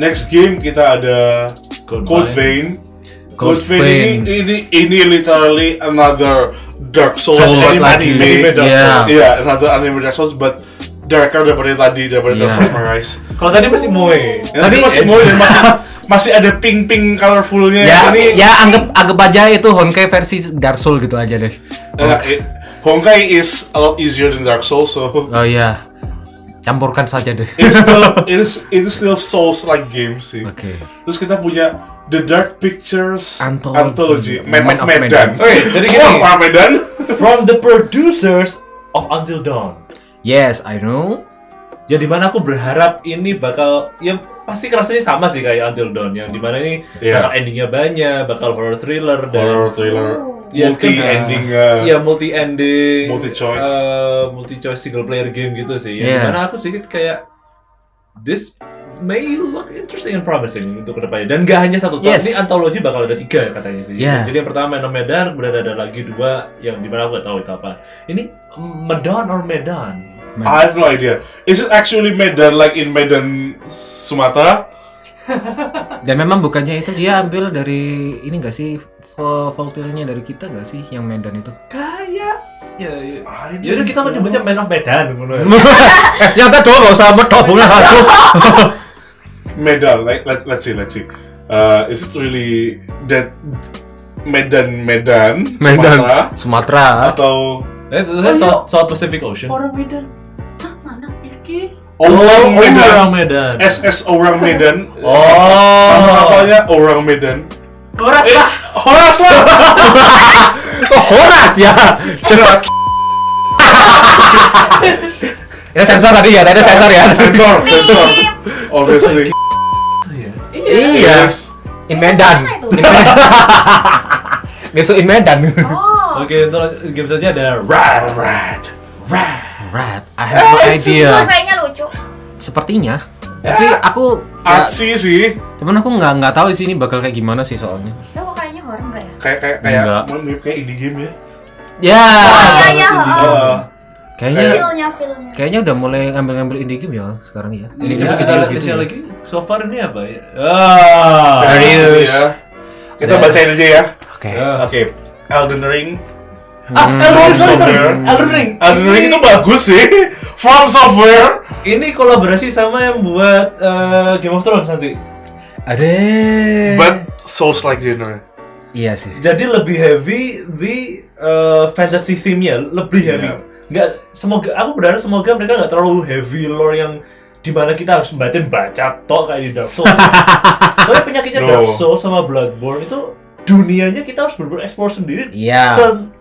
Speaker 2: Next game kita ada
Speaker 1: Code
Speaker 2: Code Vein.
Speaker 3: Code
Speaker 2: Code Vein ini, ini ini literally another Dark Souls
Speaker 3: Souls
Speaker 2: anime.
Speaker 3: lagi.
Speaker 2: anime Dark
Speaker 3: Yeah.
Speaker 2: Souls. Yeah, another anime Dark Souls but darker daripada yang tadi daripada
Speaker 3: Yeah.
Speaker 2: Tales of Arise.
Speaker 1: Kalau tadi masih Moe.
Speaker 2: Yang tadi
Speaker 3: Tapi-
Speaker 2: masih mau dan masih masih ada pink-pink colorfulnya
Speaker 3: ya
Speaker 2: ini.
Speaker 3: ya anggap anggap aja itu Honkai versi Dark Soul gitu aja deh
Speaker 2: Uh, it- Honkai is a lot easier than Dark Souls,
Speaker 3: *laughs*
Speaker 2: so
Speaker 3: oh ya campurkan saja deh
Speaker 2: it's still it's it's still Souls like game sih.
Speaker 3: *laughs* Oke.
Speaker 2: Terus kita punya The Dark Pictures
Speaker 3: Anthology.
Speaker 2: Man,
Speaker 3: Man
Speaker 2: Man,
Speaker 3: of
Speaker 2: Medan.
Speaker 3: Medan.
Speaker 1: Oke, jadi gini.
Speaker 2: Wah, orang Medan.
Speaker 1: From the producers of Until Dawn.
Speaker 3: yes I know
Speaker 1: Ya dimana aku berharap ini bakal ya pasti rasanya sama sih kayak Until Dawn yang dimana ini
Speaker 2: Iya.
Speaker 1: bakal endingnya banyak, bakal horror thriller dan
Speaker 2: Horror thriller.
Speaker 3: Iya,
Speaker 1: Yes,
Speaker 2: multi
Speaker 1: kan,
Speaker 2: ending. eh,
Speaker 1: ya multi ending,
Speaker 2: Multi choice.
Speaker 1: multi choice eh, single player game gitu sih.
Speaker 3: Iya.
Speaker 1: Ya dimana aku sedikit kayak this may look interesting and promising untuk kedepannya dan gak hanya satu tahun
Speaker 3: Yes.
Speaker 1: ini antologi bakal ada tiga ya, katanya sih
Speaker 3: Iya.
Speaker 1: jadi yang pertama yang Medan kemudian ada lagi dua yang dimana aku gak tahu itu apa ini Medan or Medan
Speaker 2: I have no idea. Is it actually Medan like in Medan Sumatera?
Speaker 3: Dan memang bukannya itu dia ambil dari ini enggak sih voltilnya dari kita enggak sih yang Medan *laughs* itu?
Speaker 1: kayak ya ya ya udah kita menyebutnya Man of Medan ya. menurut
Speaker 3: eh, yang tadi enggak usah medok lah aku.
Speaker 2: Medan like let's let's see let's see. Uh, is it really that Medan Medan
Speaker 3: Medan
Speaker 2: Sumatera?
Speaker 3: Sumatera.
Speaker 2: atau
Speaker 3: Oh, iya.
Speaker 1: Eh, itu saya South, South Pacific Ocean.
Speaker 5: Orang Medan.
Speaker 6: Hah, mana?
Speaker 5: Iki
Speaker 2: Oh,
Speaker 1: orang
Speaker 2: orang Medan.
Speaker 1: Medan.
Speaker 2: SS orang
Speaker 3: *laughs*
Speaker 2: Medan. Nama
Speaker 1: Oh.
Speaker 2: apanya orang Medan.
Speaker 4: Boras
Speaker 3: Eh,
Speaker 4: lah.
Speaker 2: Horas lah.
Speaker 3: *laughs*
Speaker 1: Oh, Horas ya.
Speaker 3: Itu sensor tadi ya, tadi sensor ya.
Speaker 2: Sensor, sensor. Obviously.
Speaker 3: Iya.
Speaker 2: Yes.
Speaker 3: In Medan.
Speaker 6: Mana itu?
Speaker 3: In Medan. *laughs* Besok in Medan.
Speaker 6: Oh.
Speaker 1: Oke, itu game saja ada
Speaker 3: Iya.
Speaker 1: Rad.
Speaker 2: Alright.
Speaker 3: Right, I have no
Speaker 6: Susah
Speaker 3: idea.
Speaker 6: kayaknya lucu.
Speaker 3: Sepertinya. Tapi aku Eh, ya,
Speaker 2: Artsy sih.
Speaker 3: cuman aku nggak nggak tahu sih ini bakal kayak gimana sih soalnya.
Speaker 6: Itu kok kayaknya horor enggak ya?
Speaker 2: Kayak kayak kayak
Speaker 3: Enggak.
Speaker 2: mirip kayak indie game ya.
Speaker 3: Ya.
Speaker 6: Iya iya. heeh.
Speaker 3: Oh.
Speaker 2: Eh,
Speaker 3: Kayaknya
Speaker 6: Feel-nya feel-nya.
Speaker 3: kayaknya udah mulai ngambil-ngambil indie game ya sekarang ya. Indie
Speaker 1: Ini
Speaker 3: game
Speaker 1: terus
Speaker 3: segede
Speaker 1: kita lihat
Speaker 3: gitu.
Speaker 1: isinya lagi. So far ini apa ya? Ah.
Speaker 3: Various.
Speaker 2: ya. Kita bacain aja ya.
Speaker 3: Oke.
Speaker 2: Oke. Elden Ring.
Speaker 1: Ah, Elden Ring, sorry, sorry.
Speaker 2: Software.
Speaker 1: Elden Ring.
Speaker 2: Elden Ring
Speaker 1: Ini-
Speaker 2: itu bagus sih. From Software.
Speaker 1: Ini kolaborasi sama yang buat eh, Game of Thrones nanti.
Speaker 3: Ada.
Speaker 2: But Souls like genre.
Speaker 3: Iya sih.
Speaker 1: Jadi lebih heavy di eh, fantasy theme-nya, lebih heavy.
Speaker 2: Iya.
Speaker 1: Nggak, semoga aku berharap semoga mereka nggak terlalu heavy lore yang dimana kita harus batin baca tok kayak di Dark
Speaker 3: *laughs*
Speaker 1: Souls. Soalnya penyakitnya
Speaker 2: No.
Speaker 1: Dark Souls sama Bloodborne itu dunianya kita harus bener eksplor sendiri.
Speaker 3: Iya.
Speaker 1: Sen-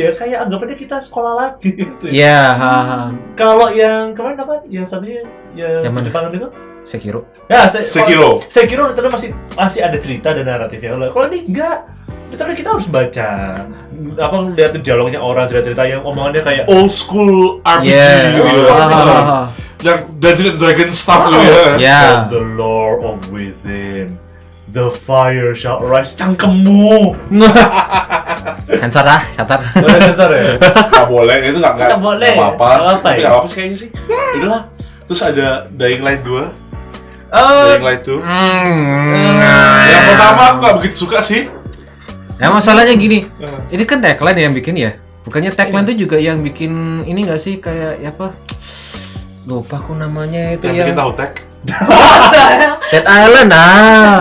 Speaker 1: ya kayak anggapannya kita sekolah lagi gitu. ya.
Speaker 3: Iya, ha, ha.
Speaker 1: Kalau yang kemarin apa? Yang satunya yang,
Speaker 3: Yang mana?
Speaker 1: Jepangan itu?
Speaker 3: Sekiro.
Speaker 1: Ya, se kalau-
Speaker 2: Sekiro.
Speaker 1: Sekiro literally masih masih ada cerita dan naratifnya. Kalau kalau ini enggak, literally kita harus baca apa lihat dialognya orang cerita-cerita yang omongannya kayak
Speaker 3: Oh,
Speaker 2: Old school RPG
Speaker 3: Iya.
Speaker 2: gitu.
Speaker 1: Oh,
Speaker 3: Ha, ha, ha, ha.
Speaker 2: Yang Dungeons and Dragons stuff gitu ya.
Speaker 3: Ya.
Speaker 1: the lore of within. The fire shall rise cangkemmu.
Speaker 3: Sensor ah,
Speaker 2: *laughs*
Speaker 3: sensor.
Speaker 1: Boleh sensor ya?
Speaker 3: *laughs*
Speaker 2: Nggak boleh, itu nggak nggak
Speaker 1: Nggak boleh.
Speaker 2: nggak apa-apa.
Speaker 1: Nggak apa-apa
Speaker 2: Tapi
Speaker 1: ya?
Speaker 2: nggak apa-apa sih kayaknya sih. Itulah. Terus ada Dying Light 2,
Speaker 1: Eh,
Speaker 2: Dying Light 2.
Speaker 3: Hmm.
Speaker 2: Yang pertama aku nggak begitu suka sih.
Speaker 3: Nah, masalahnya gini.
Speaker 2: Ya.
Speaker 3: Ini kan tagline yang bikin ya. Bukannya tagline itu juga yang bikin ini enggak sih kayak ya apa? Lupa aku namanya itu
Speaker 1: Iya.
Speaker 3: ya.
Speaker 2: Yang
Speaker 3: yang,
Speaker 2: bikin tahu tag.
Speaker 1: Eh.
Speaker 3: Dead Island ah.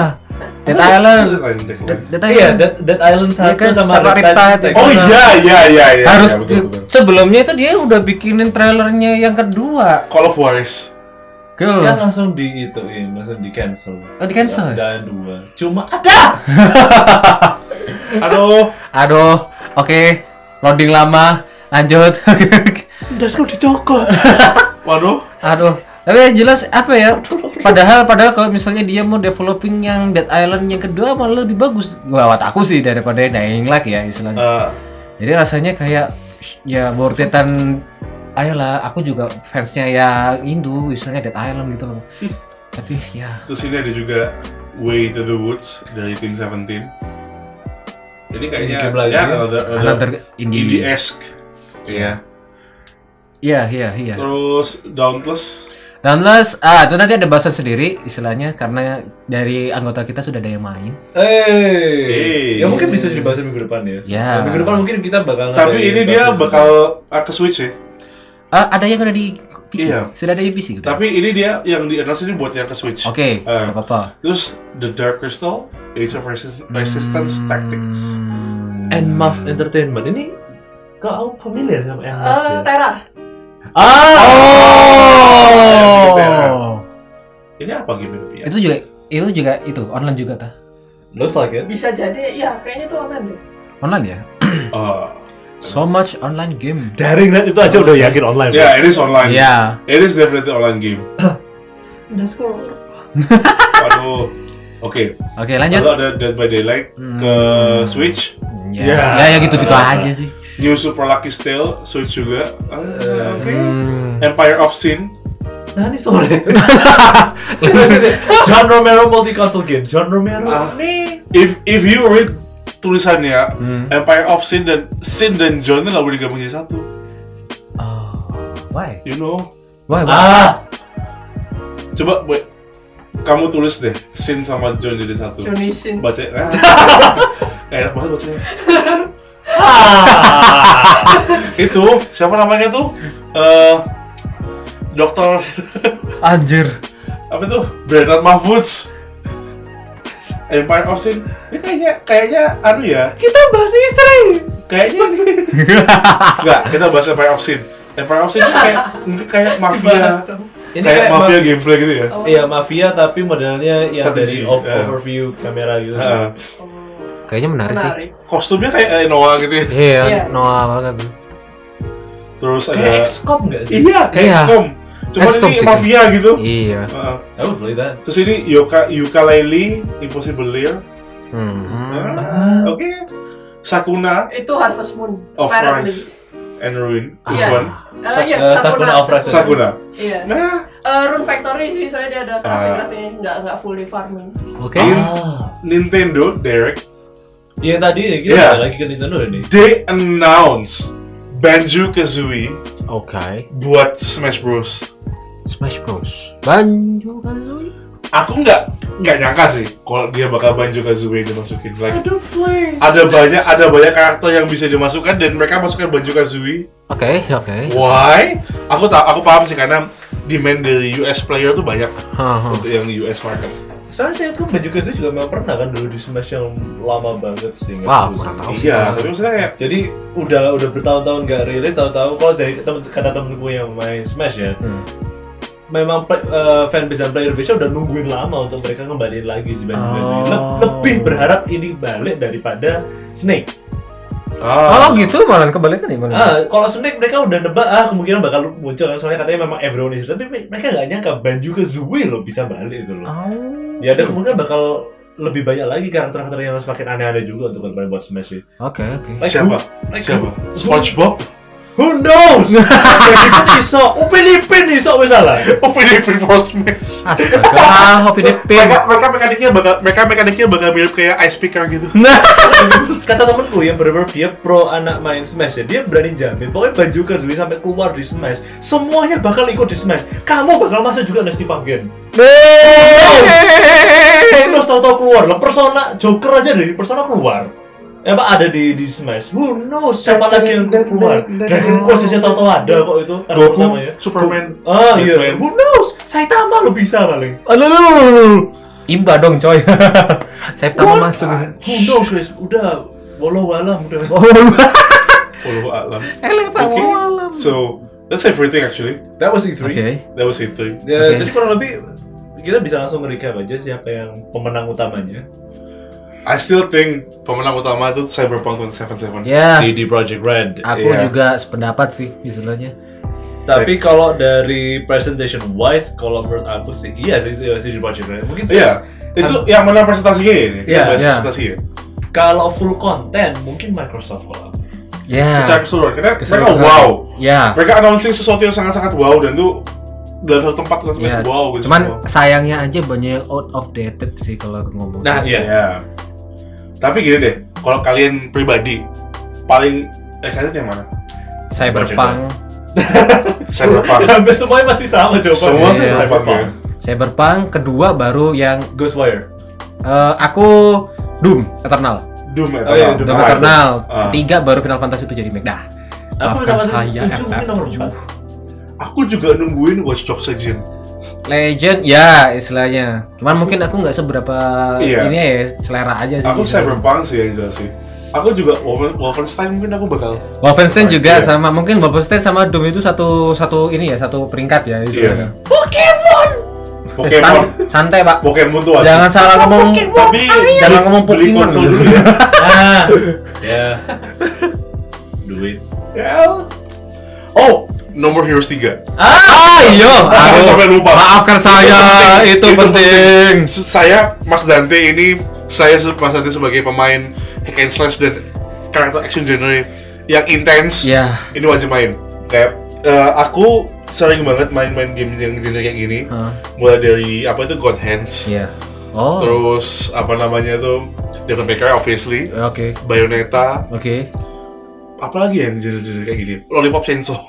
Speaker 3: Dead Island. Dead
Speaker 1: iya,
Speaker 3: Island.
Speaker 1: Dead, Dead Island
Speaker 3: Iya
Speaker 1: 1
Speaker 3: kan,
Speaker 1: sama,
Speaker 3: sama Riptide.
Speaker 1: Oh,
Speaker 2: Oh iya iya iya iya.
Speaker 3: Harus
Speaker 2: iya, betul, betul.
Speaker 3: sebelumnya itu dia udah bikinin trailernya yang kedua.
Speaker 2: Call of Juarez.
Speaker 3: Girl.
Speaker 1: kan langsung di ituin, langsung di cancel.
Speaker 3: Oh, di Oh. cancel.
Speaker 1: Dan dua. Cuma ada.
Speaker 2: Aduh,
Speaker 3: Aduh, oke. Loading lama. Lanjut. *laughs*
Speaker 1: Dasku dicokot.
Speaker 2: waduh.
Speaker 3: Aduh, tapi yang jelas apa ya? Padahal padahal kalau misalnya dia mau developing yang Dead Island yang kedua malah lebih bagus. Gua awat aku sih daripada Dying Light ya istilahnya.
Speaker 2: Eh,
Speaker 3: Jadi rasanya kayak sh- ya bordetan ayolah aku juga fansnya yang Indo istilahnya Dead Island gitu loh. Tapi ya
Speaker 2: Terus ini ada juga Way to the Woods dari tim Seventeen. Ini kayaknya
Speaker 1: Game lagi.
Speaker 2: ya, ada, ada
Speaker 3: another indie.
Speaker 2: indie-esque. Iya.
Speaker 3: Iya, iya, iya.
Speaker 2: Terus Dauntless.
Speaker 3: Downless, ah itu nanti ada bahasan sendiri istilahnya karena dari anggota kita sudah ada yang main.
Speaker 1: Hey.
Speaker 2: Hey.
Speaker 1: Ya mungkin bisa dibahas minggu depan ya.
Speaker 3: Ya.
Speaker 1: Nah, Minggu depan mungkin kita bakal
Speaker 2: Tapi
Speaker 1: ngadain
Speaker 2: ini dia
Speaker 1: bahas-
Speaker 2: bakal ah, ke Switch ya.
Speaker 3: Ah, ada yang ada di PC.
Speaker 2: Iya.
Speaker 3: Sudah ada di PC gitu.
Speaker 2: Tapi ini dia yang di announce ini buat yang ke Switch. Eh.
Speaker 3: Oke, nggak apa-apa.
Speaker 2: Terus The Dark Crystal, Age of Resist-
Speaker 3: Hmm.
Speaker 2: Resistance Tactics.
Speaker 1: and Mass Entertainment ini kau familiar sama yang Mass
Speaker 5: Eh,
Speaker 1: ya?
Speaker 5: Tera.
Speaker 1: Ah.
Speaker 2: Iya,
Speaker 3: Oh.
Speaker 2: Ini apa game ini?
Speaker 3: Itu juga itu juga itu online juga tah.
Speaker 1: Looks like it.
Speaker 5: Bisa jadi, ya kayaknya itu online deh.
Speaker 3: Online ya.
Speaker 2: Oh.
Speaker 3: So much online game.
Speaker 1: Daring net itu aja udah yakin online.
Speaker 2: Ya, it is online.
Speaker 3: Ya.
Speaker 2: It is definitely online game. Waduh. Oke,
Speaker 3: Oke, lanjut.
Speaker 2: lalu ada Dead by Daylight ke Switch,
Speaker 1: Ya.
Speaker 3: Ya, ya, ya gitu-gitu aja sih.
Speaker 2: New Super Lucky's Tale Switch juga, Ah, oke.
Speaker 3: Hmm.
Speaker 2: Empire of Sin,
Speaker 1: Nah ini *laughs* sore. John Romero multi console game. John Romero.
Speaker 2: Ah.
Speaker 1: Nih.
Speaker 2: if if you read tulisannya Empire of Sin dan Sin dan John itu nggak boleh digabung jadi satu,
Speaker 3: Oh, why?
Speaker 2: you know?
Speaker 3: Why? why?
Speaker 1: Ah.
Speaker 2: Coba wait. kamu tulis deh Sin sama John jadi satu.
Speaker 5: Johnny Sin.
Speaker 2: Baca, ah. Eh, enak banget bacanya.
Speaker 1: Ah.
Speaker 2: Itu siapa namanya tuh? Eh, Dokter *laughs*
Speaker 3: Anjir.
Speaker 2: apa tuh Bernard Mahfudz Empire of Sin ini kayaknya kayaknya anu ya
Speaker 1: Kita bahas istri.
Speaker 2: kayaknya nggak kita bahas Empire of Sin Empire of Sin itu kayak kayak mafia
Speaker 1: Bahas dong. ini
Speaker 2: kayak
Speaker 1: ma-
Speaker 2: mafia gameplay gitu ya.
Speaker 1: Iya mafia tapi modelnya yang dari
Speaker 2: Strategi,
Speaker 1: off-
Speaker 2: ya.
Speaker 1: overview kamera gitu.
Speaker 2: Heeh.
Speaker 3: Kayaknya menarik, sih.
Speaker 5: menarik.
Speaker 2: kostumnya kayak eh, Noah gitu ya.
Speaker 3: Iya,
Speaker 5: Iya.
Speaker 3: Noah banget.
Speaker 2: Terus
Speaker 1: Kayak
Speaker 2: ada
Speaker 1: XCOM nggak sih?
Speaker 2: Iya, kayak
Speaker 3: Iya.
Speaker 2: XCOM. Cuman
Speaker 3: XCOM
Speaker 2: ini
Speaker 3: sih.
Speaker 2: mafia gitu.
Speaker 3: Iya.
Speaker 2: Heeh.
Speaker 1: I would play that.
Speaker 2: Terus ini Yoka Yooka-Laylee, Impossible Lair.
Speaker 3: Hmm.
Speaker 2: Ah, Oke. Sakuna
Speaker 5: Itu Harvest Moon.
Speaker 2: of
Speaker 5: apparently.
Speaker 2: Rise and Ruin.
Speaker 5: Iya.
Speaker 2: Which one?
Speaker 5: Eh,
Speaker 1: Sa-
Speaker 5: iya,
Speaker 1: eh, Sakuna of Rise.
Speaker 2: Sakuna.
Speaker 5: Iya.
Speaker 2: Nah,
Speaker 5: Eh, Rune Factory sih, soalnya dia
Speaker 1: iya.
Speaker 5: ada
Speaker 2: Ah.
Speaker 5: crafting-craftingnya. Nggak, nggak fully farming.
Speaker 3: Oke.
Speaker 1: Ah.
Speaker 2: Nintendo Direct
Speaker 1: Iya tadi ya, kita
Speaker 2: Iya.
Speaker 1: balik lagi ke Nintendo ya, ini.
Speaker 2: they announce Banjo Kazooie
Speaker 3: Oke.
Speaker 2: buat Smash Bros.
Speaker 3: Smash Bros. Banjo Kazooie.
Speaker 2: Aku nggak nggak nyangka sih kalau dia bakal Banjo Kazooie dimasukin lagi. Ada banyak ada banyak karakter yang bisa dimasukkan dan mereka masukkan Banjo Kazooie.
Speaker 3: Oke, oke.
Speaker 2: Why? Aku tahu aku paham sih karena demand dari US player tuh banyak
Speaker 3: Haha.
Speaker 2: untuk yang US market.
Speaker 1: Soalnya saya tuh baju kazoo juga memang pernah kan dulu di Smash yang lama banget sih. nggak
Speaker 3: Wah,
Speaker 1: tahu
Speaker 3: kurang
Speaker 1: sih.
Speaker 3: tahu sih.
Speaker 2: Iya, tapi maksudnya kayak
Speaker 1: Jadi udah udah bertahun-tahun nggak rilis, tahu-tahu kalau dari tem- kata temenku yang main Smash ya,
Speaker 3: Hmm.
Speaker 1: memang play, eh, fanbase dan player base udah nungguin lama untuk mereka kembaliin lagi sih Banjo Kazooie.
Speaker 3: Oh.
Speaker 1: Le- lebih berharap ini balik daripada Snake.
Speaker 2: ah,
Speaker 3: Oh gitu malah kebalikan ya malah.
Speaker 1: Ah, kalau Snake mereka udah nebak ah kemungkinan bakal muncul kan soalnya katanya memang everyone is tapi mereka nggak nyangka Banjo Kazooie loh bisa balik itu loh.
Speaker 3: Oh.
Speaker 1: Ya ada kemungkinan bakal lebih banyak lagi karakter-karakter yang semakin aneh-aneh juga untuk kembali buat Smash sih.
Speaker 3: Oke, oke.
Speaker 1: Like
Speaker 2: siapa?
Speaker 1: who- like
Speaker 2: Siapa?
Speaker 1: who-
Speaker 2: SpongeBob? *laughs*
Speaker 1: Who knows? *laughs* Filipin iso, Upin Ipin iso misalnya.
Speaker 2: Open Open for Smash.
Speaker 3: *laughs* Astaga, hobi dipin.
Speaker 2: Mereka, mereka mekaniknya bakal mereka mekaniknya bakal mirip kayak ice picker gitu.
Speaker 1: Kata temenku yang bener-bener dia pro anak main Smash ya, dia berani jamin. Pokoknya baju Kazooie sampai keluar di Smash, semuanya bakal ikut di Smash. Kamu bakal masuk juga Nasty Pumpkin.
Speaker 2: Eh.
Speaker 1: Terus tahu-tahu keluar lah persona Joker aja dari persona keluar. Ya Pak ada di di Smash. Who knows siapa lagi yang keluar? Dragon Quest aja tahu-tahu ada kok itu. Karena
Speaker 2: Goku,
Speaker 1: pertama ya.
Speaker 2: Superman.
Speaker 1: Ah iya.
Speaker 2: Batman.
Speaker 1: Who knows? Saitama lo bisa paling.
Speaker 3: Aduh, Imba dong coy. *laughs* Saya pertama masuk.
Speaker 1: Who knows guys? Udah walau walam udah.
Speaker 2: Walau alam. Okay. So that's everything actually. That was E3.
Speaker 3: Oke.
Speaker 2: That was E3.
Speaker 1: Ya,
Speaker 3: Oke.
Speaker 1: Jadi kurang lebih kita bisa langsung recap aja siapa yang pemenang utamanya.
Speaker 2: I still think pemenang utama itu Cyberpunk 2077.
Speaker 3: Ya,
Speaker 7: CD Project Red.
Speaker 3: aku
Speaker 2: Iya.
Speaker 3: juga sependapat sih istilahnya.
Speaker 1: Tapi kalau dari presentation wise, kalau menurut aku sih iya sih sih sih di Project Red. Mungkin sih
Speaker 2: Iya, itu yang mana presentasinya ya ini?
Speaker 1: Iya,
Speaker 2: Yang bahas
Speaker 3: iya.
Speaker 2: presentasinya.
Speaker 1: kalau full konten mungkin Microsoft kalau aku.
Speaker 2: Secara
Speaker 3: Ya.
Speaker 2: keseluruhan, karena mereka
Speaker 3: Keseluruhan.
Speaker 2: Oh, wow.
Speaker 3: Ya.
Speaker 2: Mereka announcing sesuatu yang sangat-sangat wow dan tuh dalam satu tempat langsung
Speaker 3: Ya.
Speaker 2: wow gitu.
Speaker 3: Cuman
Speaker 2: Wow.
Speaker 3: sayangnya aja banyak yang out of dated sih kalau aku ngomong.
Speaker 1: Nah, iya.
Speaker 2: Iya. Tapi gini deh, kalau kalian pribadi paling excited yang mana?
Speaker 3: Cyberpunk.
Speaker 1: *laughs*
Speaker 2: Cyberpunk.
Speaker 1: *laughs* Hampir semuanya masih sama coba.
Speaker 2: Semua
Speaker 3: Iya.
Speaker 2: Cyberpunk. ya.
Speaker 3: Cyberpunk kedua baru yang
Speaker 1: Ghostwire.
Speaker 3: eh, aku Doom Eternal.
Speaker 2: Doom
Speaker 1: Oh, iya,
Speaker 2: Eternal.
Speaker 1: Doom
Speaker 3: Doom
Speaker 2: Ah,
Speaker 3: Eternal.
Speaker 2: Ah.
Speaker 3: Ketiga baru Final Fantasy itu jadi Mac. Dah.
Speaker 1: Aku
Speaker 3: Maafkan
Speaker 1: minta kasih
Speaker 3: saya,
Speaker 1: tujuh,
Speaker 3: FF.
Speaker 1: mungkin nomor empat.
Speaker 2: Aku juga nungguin Watch Dogs Legion.
Speaker 3: Legend ya istilahnya. Cuman mungkin aku nggak seberapa
Speaker 2: Iya.
Speaker 3: ini ya selera aja sih.
Speaker 2: Aku
Speaker 3: gitu.
Speaker 2: Cyberpunk sih yang jelas sih. Aku juga Wolfen- Wolfenstein mungkin aku bakal
Speaker 3: Wolfenstein juga
Speaker 2: Iya.
Speaker 3: sama mungkin Wolfenstein sama Doom itu satu satu ini ya satu peringkat
Speaker 2: Iya.
Speaker 3: ya istilahnya.
Speaker 2: Pokemon.
Speaker 3: San- santai pak.
Speaker 2: Pokemon tuh ada.
Speaker 3: Jangan salah ngomong.
Speaker 2: tapi
Speaker 3: Jangan ngomong
Speaker 2: beli
Speaker 3: Pokemon.
Speaker 2: konsol
Speaker 3: *laughs*
Speaker 2: dulu ya.
Speaker 1: Ah. ya. Duit.
Speaker 2: Ya. Oh, nomor Heroes 3.
Speaker 3: Ah iya.
Speaker 2: Aku sampai lupa.
Speaker 3: Maafkan saya itu, penting.
Speaker 2: S- Saya Mas Dante ini saya se- Mas Dante sebagai pemain hack and slash dan karakter action genre yang intens.
Speaker 3: Iya.
Speaker 2: Ini wajib main. Kayak eh, aku sering banget main-main game yang genre kayak gini.
Speaker 3: Hah,
Speaker 2: Mulai dari apa itu God Hands.
Speaker 3: Ah, Iya. Oh.
Speaker 2: Terus apa namanya itu Devil May Cry obviously.
Speaker 3: Oke.
Speaker 2: Bayonetta,
Speaker 3: Oke.
Speaker 2: apalagi yang genre-genre kayak gini? Lollipop
Speaker 3: *laughs*
Speaker 2: Chainsaw.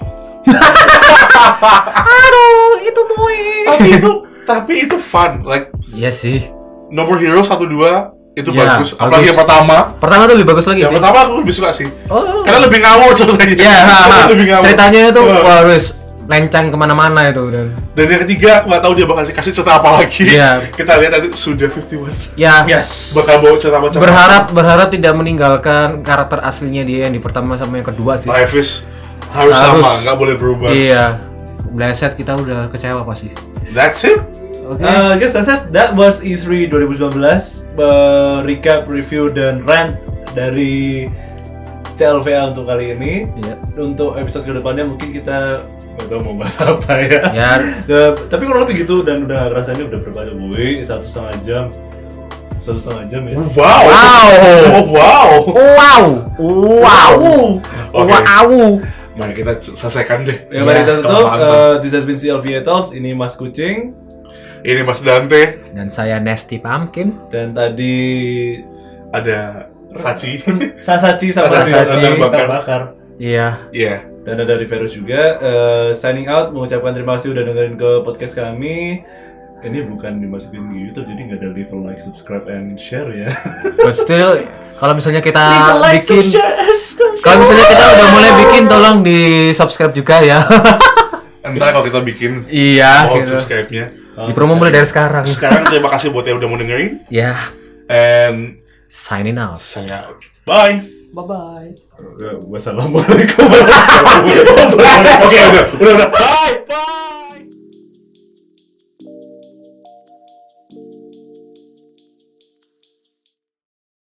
Speaker 3: Aduh, Oh, itu boy.
Speaker 2: tapi itu tapi itu fun. Like
Speaker 3: Iya sih.
Speaker 2: nomor hero 1 2 itu
Speaker 3: Iya,
Speaker 2: bagus. Apalagi
Speaker 3: bagus.
Speaker 2: yang pertama.
Speaker 3: Pertama tuh lebih bagus lagi
Speaker 2: Yang
Speaker 3: sih.
Speaker 2: pertama aku lebih suka sih.
Speaker 3: Oh.
Speaker 2: Karena lebih ngawur ceritanya.
Speaker 3: Iya.
Speaker 2: Ceritanya lebih ngawur.
Speaker 3: Ceritanya itu
Speaker 2: Iya.
Speaker 3: harus lencang kemana-mana itu dan
Speaker 2: Dan yang ketiga aku nggak tahu dia bakal kasih cerita apa lagi.
Speaker 3: Iya.
Speaker 2: *laughs* Kita lihat nanti sudah 51
Speaker 3: ya
Speaker 1: Yes.
Speaker 2: bakal bawa cerita macam apa.
Speaker 3: berharap berharap tidak meninggalkan karakter aslinya dia yang di pertama sama yang kedua sih.
Speaker 2: Travis harus,
Speaker 3: Harus.
Speaker 2: sama, nggak boleh berubah.
Speaker 3: Iya. Bleset kita udah kecewa pasti.
Speaker 2: That's it.
Speaker 3: Oke.
Speaker 1: Uh, I guess that's it. That was E E3 2019. Uh, recap, review, dan rant dari CLVA untuk kali ini.
Speaker 3: Iya.
Speaker 1: Untuk episode kedepannya mungkin kita nggak tahu mau bahas *laughs* apa ya.
Speaker 3: Ya,
Speaker 1: Ya, tapi kurang lebih gitu dan udah rasanya udah berapa jam, Boy? Satu setengah jam, satu setengah jam ya.
Speaker 2: Wow.
Speaker 3: Wow.
Speaker 2: Oh, wow.
Speaker 3: wow, wow, Iya.
Speaker 2: Oke.
Speaker 3: wow.
Speaker 2: Mari kita selesaikan deh.
Speaker 1: Ya, mari kita tutup.
Speaker 2: Kelamaan, Bang.
Speaker 1: Uh, this has been CLVA Talks. Ini Mas Kucing
Speaker 2: Ini Mas Dante
Speaker 3: Dan saya Nasty Pumpkin.
Speaker 1: dan tadi
Speaker 2: ada Sachi. *laughs*
Speaker 1: Sasaci sama
Speaker 2: Sasaci,
Speaker 1: Sasaci
Speaker 2: Tandang Bakar.
Speaker 1: terbakar.
Speaker 3: Iya.
Speaker 2: Iya.
Speaker 1: Dan ada dari Verus juga. Uh, signing out, mengucapkan terima kasih udah dengerin ke podcast kami. Ini bukan dimasukin ke YouTube, jadi nggak ada level like, subscribe, and share ya. *laughs*
Speaker 3: But still, kalau misalnya kita
Speaker 1: Ah,
Speaker 5: like,
Speaker 3: bikin,
Speaker 5: subscribe, *laughs*
Speaker 3: kalau misalnya kita udah mulai bikin, tolong di subscribe juga ya. *laughs*
Speaker 2: Entar kalau kita bikin
Speaker 3: iya.
Speaker 2: all
Speaker 3: gitu.
Speaker 2: subscribe-nya.
Speaker 3: Di promo mulai dari sekarang.
Speaker 2: Sekarang terima kasih buat yang udah mau dengerin
Speaker 3: Ya,
Speaker 2: and
Speaker 3: signing out.
Speaker 2: saya out.
Speaker 3: *laughs*
Speaker 2: Bye.
Speaker 5: Bye bye.
Speaker 1: Wassalamualaikum warahmatullahi wabarakatuh.
Speaker 2: Oke, udah, udah, udah. Bye. Bye.